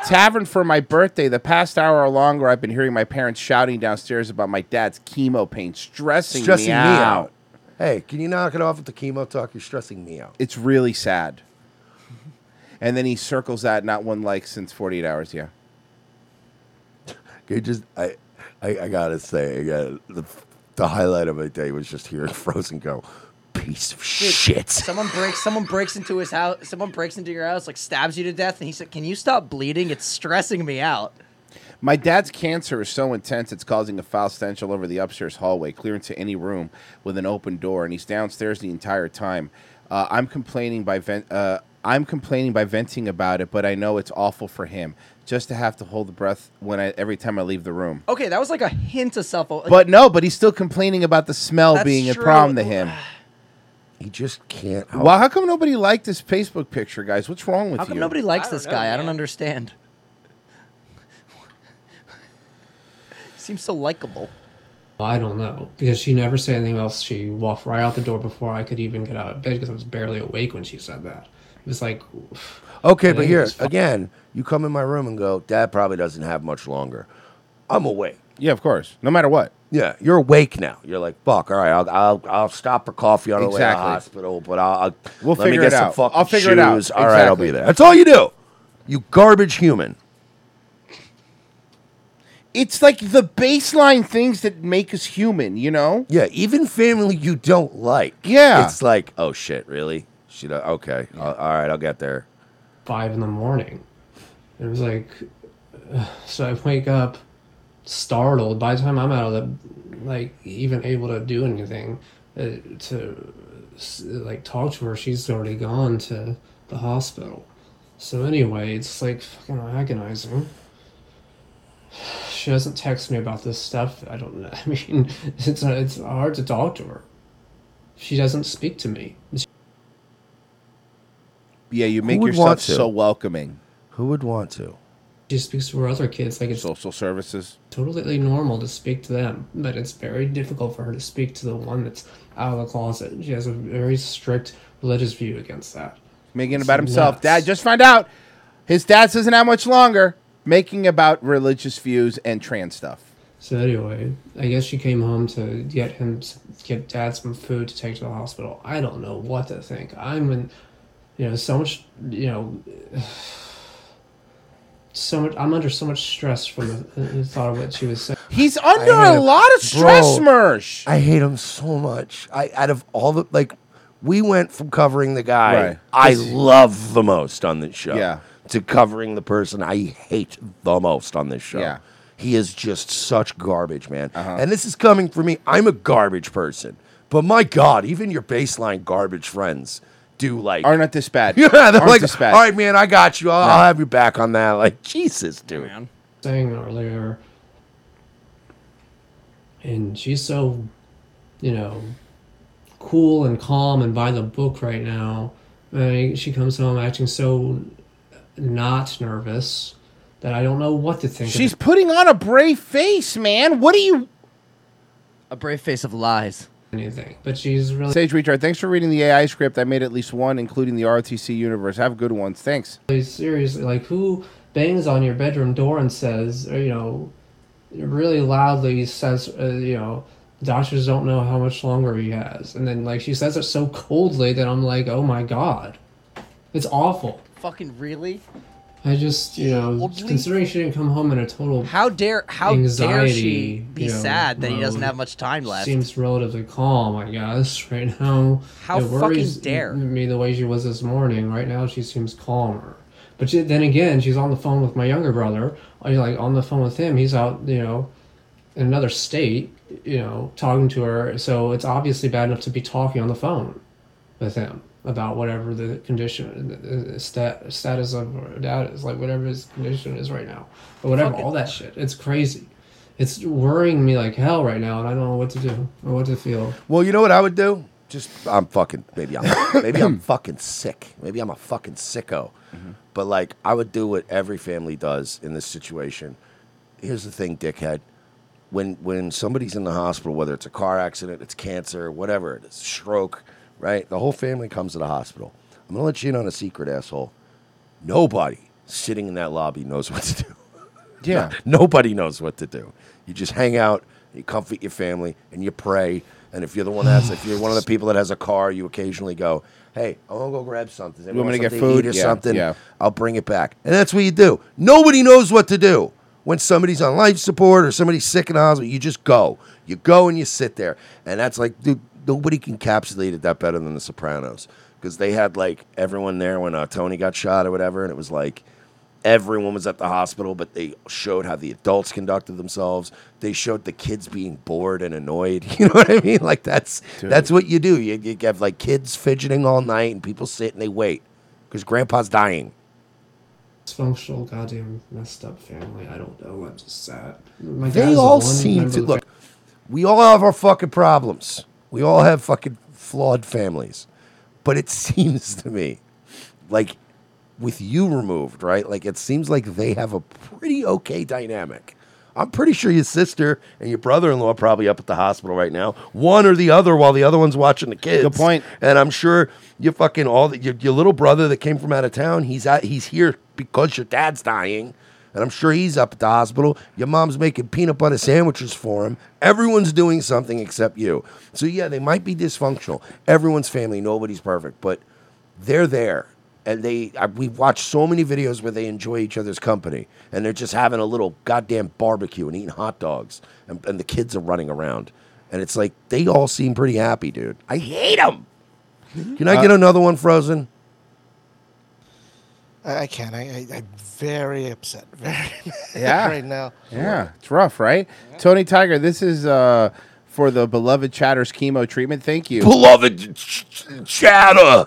Speaker 2: Tavern for my birthday. The past hour or longer, I've been hearing my parents shouting downstairs about my dad's chemo pain, stressing,
Speaker 3: Stressing
Speaker 2: me
Speaker 3: me
Speaker 2: out.
Speaker 3: out. Hey, can you knock it off with the chemo talk? You're stressing me out.
Speaker 2: It's really sad. And then he circles that not one like since 48 hours. Yeah.
Speaker 3: You just I, I I gotta say again the the highlight of my day was just hearing Frozen go, piece of
Speaker 9: Dude,
Speaker 3: shit.
Speaker 9: Someone breaks. Someone breaks into his house. Someone breaks into your house, like stabs you to death, and he said, "Can you stop bleeding? It's stressing me out."
Speaker 2: My dad's cancer is so intense it's causing a foul stench all over the upstairs hallway, clear into any room with an open door, and he's downstairs the entire time. Uh, I'm complaining by vent. Uh, I'm complaining by venting about it, but I know it's awful for him just to have to hold the breath when I every time I leave the room.
Speaker 9: Okay, that was like a hint of self.
Speaker 2: But no, but he's still complaining about the smell
Speaker 9: That's
Speaker 2: being
Speaker 9: true.
Speaker 2: a problem to him.
Speaker 3: He just can't.
Speaker 2: Wow, Well, how come nobody liked this Facebook picture, guys? What's wrong with
Speaker 9: How
Speaker 2: you?
Speaker 9: come nobody likes this guy? I don't understand. Seems so likable.
Speaker 12: Well, I don't know because she never said anything else. She walked right out the door before I could even get out of bed because I was barely awake when she said that. It was like,
Speaker 3: Okay, but
Speaker 12: Yeah,
Speaker 3: here
Speaker 12: it's fine.
Speaker 3: again, you come in my room and go, Dad probably doesn't have much longer. I'm awake.
Speaker 2: Yeah, of course. No matter what.
Speaker 3: Yeah, you're awake now. You're like, fuck. All right, I'll I'll, I'll stop for coffee on the way to the
Speaker 2: Exactly.
Speaker 3: hospital, but I'll, I'll
Speaker 2: We'll
Speaker 3: let me
Speaker 2: figure
Speaker 3: get
Speaker 2: it
Speaker 3: some
Speaker 2: out.
Speaker 3: fucking
Speaker 2: I'll figure it out.
Speaker 3: shoes. All right, I'll be
Speaker 2: Exactly.
Speaker 3: there. That's all you do. You garbage human.
Speaker 2: It's like the baseline things that make us human, you know?
Speaker 3: Yeah, even family you don't like.
Speaker 2: Yeah.
Speaker 3: It's like, oh shit, really? She do- okay. I'll- all right, I'll get there.
Speaker 12: five in the morning. And it was like, ugh. so I wake up startled. By the time I'm out of the, like, even able to do anything uh, to, s- like, talk to her, she's already gone to the hospital. So anyway, it's like fucking agonizing. She doesn't text me about this stuff. I don't know. I mean, it's it's hard to talk to her. She doesn't speak to me.
Speaker 2: Yeah, you make
Speaker 12: would
Speaker 2: yourself
Speaker 12: want to?
Speaker 2: so welcoming.
Speaker 3: Who would want to?
Speaker 12: She speaks to her other kids like it's
Speaker 2: Social services.
Speaker 12: totally normal to speak to them, but it's very difficult for her to speak to the one that's out of the closet. She has a very strict religious view against that.
Speaker 2: Making
Speaker 12: It's
Speaker 2: about himself.
Speaker 12: nuts.
Speaker 2: Dad, just find out. His dad doesn't have much longer. Making about religious views and trans stuff.
Speaker 12: So anyway, I guess she came home to get him, get dad some food to take to the hospital. I don't know what to think. I'm in, you know, so much, you know, so much. I'm under so much stress from the, the thought of what she was saying.
Speaker 2: He's
Speaker 3: under
Speaker 2: a lot of stress,
Speaker 3: Mersh. I hate him so much. I out of all the like, we went from covering the guy
Speaker 2: Right.
Speaker 3: I
Speaker 2: This-
Speaker 3: love the most on this show,
Speaker 2: Yeah.
Speaker 3: to covering the person I hate the most on this show.
Speaker 2: Yeah. Uh-huh.
Speaker 3: He is just such garbage, man. And this is coming from me. I'm a garbage person, but my God, even your baseline garbage friends do like
Speaker 2: Are not this bad.
Speaker 3: Yeah, they're
Speaker 2: Aren't
Speaker 3: like,
Speaker 2: this bad.
Speaker 3: all right, man, I got you. I'll,
Speaker 2: No.
Speaker 3: I'll have your back on that. Like, Jesus, dude.
Speaker 12: saying earlier, and she's so, you know, cool and calm and by the book right now. And she comes home acting so not nervous that I don't know what to think.
Speaker 2: She's putting on a brave face, man. What do you.
Speaker 9: A brave face of lies.
Speaker 12: Anything. But she's really
Speaker 2: Sage Retard, thanks for reading the AI script. I made at least one, including the RTC universe. Have good ones. Thanks.
Speaker 12: Like, seriously, like who bangs on your bedroom door and says, or, you know, really loudly says, uh, you know, doctors don't know how much longer he has, and then like she says it so coldly that I'm like, oh my god, it's awful.
Speaker 9: Fucking really?
Speaker 12: I just, you know, considering she didn't come home in a total
Speaker 9: how dare how dare
Speaker 12: anxiety,
Speaker 9: she be
Speaker 12: you know,
Speaker 9: sad that he doesn't
Speaker 12: mode,
Speaker 9: have much time left?
Speaker 12: Seems relatively calm, I guess, right now.
Speaker 9: How
Speaker 12: it worries
Speaker 9: fucking dare.
Speaker 12: me the way she was this morning. Right now, she seems calmer. But she, then again, she's on the phone with my younger brother. Or you're like on the phone with him. He's out, you know, in another state, you know, talking to her. So it's obviously bad enough to be talking on the phone with him about whatever the condition, the- the stat, status of her dad is, like whatever his condition is right now, or whatever,
Speaker 9: Fuck it.
Speaker 12: all that shit. It's crazy. It's worrying me like hell right now, and I don't know what to do or what to feel.
Speaker 3: Well, you know what I would do? Just I'm fucking maybe I'm maybe I'm fucking sick. Maybe I'm a fucking sicko.
Speaker 12: Mm-hmm.
Speaker 3: But like I would do what every family does in this situation. Here's the thing, dickhead. When when somebody's in the hospital, whether it's a car accident, it's cancer, whatever it is, stroke, right? The whole family comes to the hospital. I'm gonna let you in on a secret, asshole. Nobody sitting in that lobby knows what to do.
Speaker 2: Yeah.
Speaker 3: Nobody knows what to do. You just hang out, you comfort your family, and you pray. And if you're the one that's, if you're one of the people that has a car, you occasionally go, "Hey, I want to go grab something.
Speaker 2: You want me to get
Speaker 3: something
Speaker 2: food
Speaker 3: eat or
Speaker 2: Yeah,
Speaker 3: something?
Speaker 2: Yeah.
Speaker 3: I'll bring it back." And that's what you do. Nobody knows what to do when somebody's on life support or somebody's sick in the hospital. You just go. You go and you sit there. And that's like, dude, nobody encapsulated that better than The Sopranos because they had like everyone there when uh, Tony got shot or whatever, and it was like everyone was at the hospital, but they showed how the adults conducted themselves. They showed the kids being bored and annoyed. You know what I mean? Like that's
Speaker 2: Dude.
Speaker 3: that's what you do. You, you have like kids fidgeting all night and people sit and they wait. because grandpa's dying.
Speaker 12: dysfunctional, goddamn messed up family. I don't know. I'm just sad. My dad
Speaker 3: they
Speaker 12: is the
Speaker 3: all
Speaker 12: one
Speaker 3: seem
Speaker 12: member
Speaker 3: to
Speaker 12: of the
Speaker 3: look. We all have our fucking problems. We all have fucking flawed families. But it seems to me like with you removed, right? Like it seems like they have a pretty okay dynamic. I'm pretty sure your sister and your brother-in-law are probably up at the hospital right now, one or the other, while the other one's watching the kids. Good point. And I'm sure your fucking all the, your, your little brother that came from out of town, he's out, he's here because your dad's dying, and I'm sure he's up at the hospital. Your mom's making peanut butter sandwiches for him. Everyone's doing something except you. So yeah, they might be dysfunctional. Everyone's family, nobody's perfect, but they're there and they I, we've watched so many videos where they enjoy each other's company and they're just having a little goddamn barbecue and eating hot dogs and, and the kids are running around and it's like they all seem pretty happy dude i hate them can i
Speaker 28: Uh,
Speaker 3: get another one frozen
Speaker 28: I, I can't. I, I, I'm very upset. Very
Speaker 2: Yeah.
Speaker 28: right now.
Speaker 2: Yeah, it's rough, right? Tony Tiger, this is uh, for the beloved Chatter's chemo treatment. Thank you,
Speaker 3: beloved ch- ch- chatter.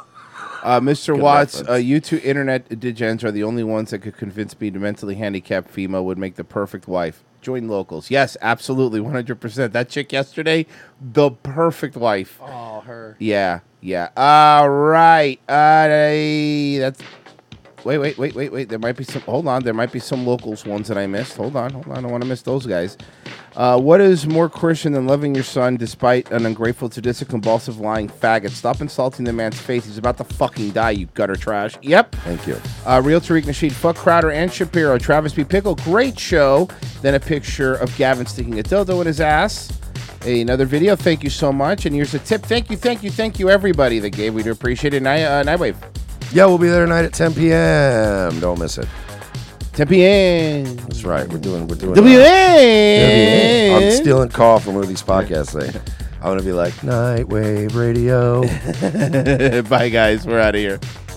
Speaker 2: Uh, Mr.
Speaker 3: Good
Speaker 2: Watts,
Speaker 3: reference.
Speaker 2: uh, you two internet degens are the only ones that could convince me the mentally handicapped female would make the perfect wife. Join locals. Yes, absolutely, 100%. That chick yesterday, the perfect wife.
Speaker 9: Oh, her.
Speaker 2: Yeah, yeah. All right. Uh, they- that's. Wait, wait, wait, wait, wait. There might be some. Hold on. There might be some locals ones that I missed. Hold on. Hold on. I don't want to miss those guys. Uh, what is more Christian than loving your son despite an ungrateful, sadistic, compulsive, lying faggot? Stop insulting the man's face. He's about to fucking die, you gutter trash. Yep.
Speaker 3: Thank you.
Speaker 2: Uh, Real Tariq Nasheed, fuck Crowder and Shapiro. Travis B. Pickle, great show. Then a picture of Gavin sticking a dildo in his ass. Another video. Thank you so much. And here's a tip. Thank you, thank you, thank you, everybody that gave. We do appreciate it. Night, uh, Nightwave.
Speaker 3: yeah we'll be there tonight at 10 p.m don't miss it
Speaker 2: 10 p.m
Speaker 3: that's right we're doing we're doing uh,
Speaker 2: WA.
Speaker 3: i'm stealing call from Ruthie's podcast thing i'm gonna be like nightwave radio
Speaker 2: Bye, guys. We're out of here.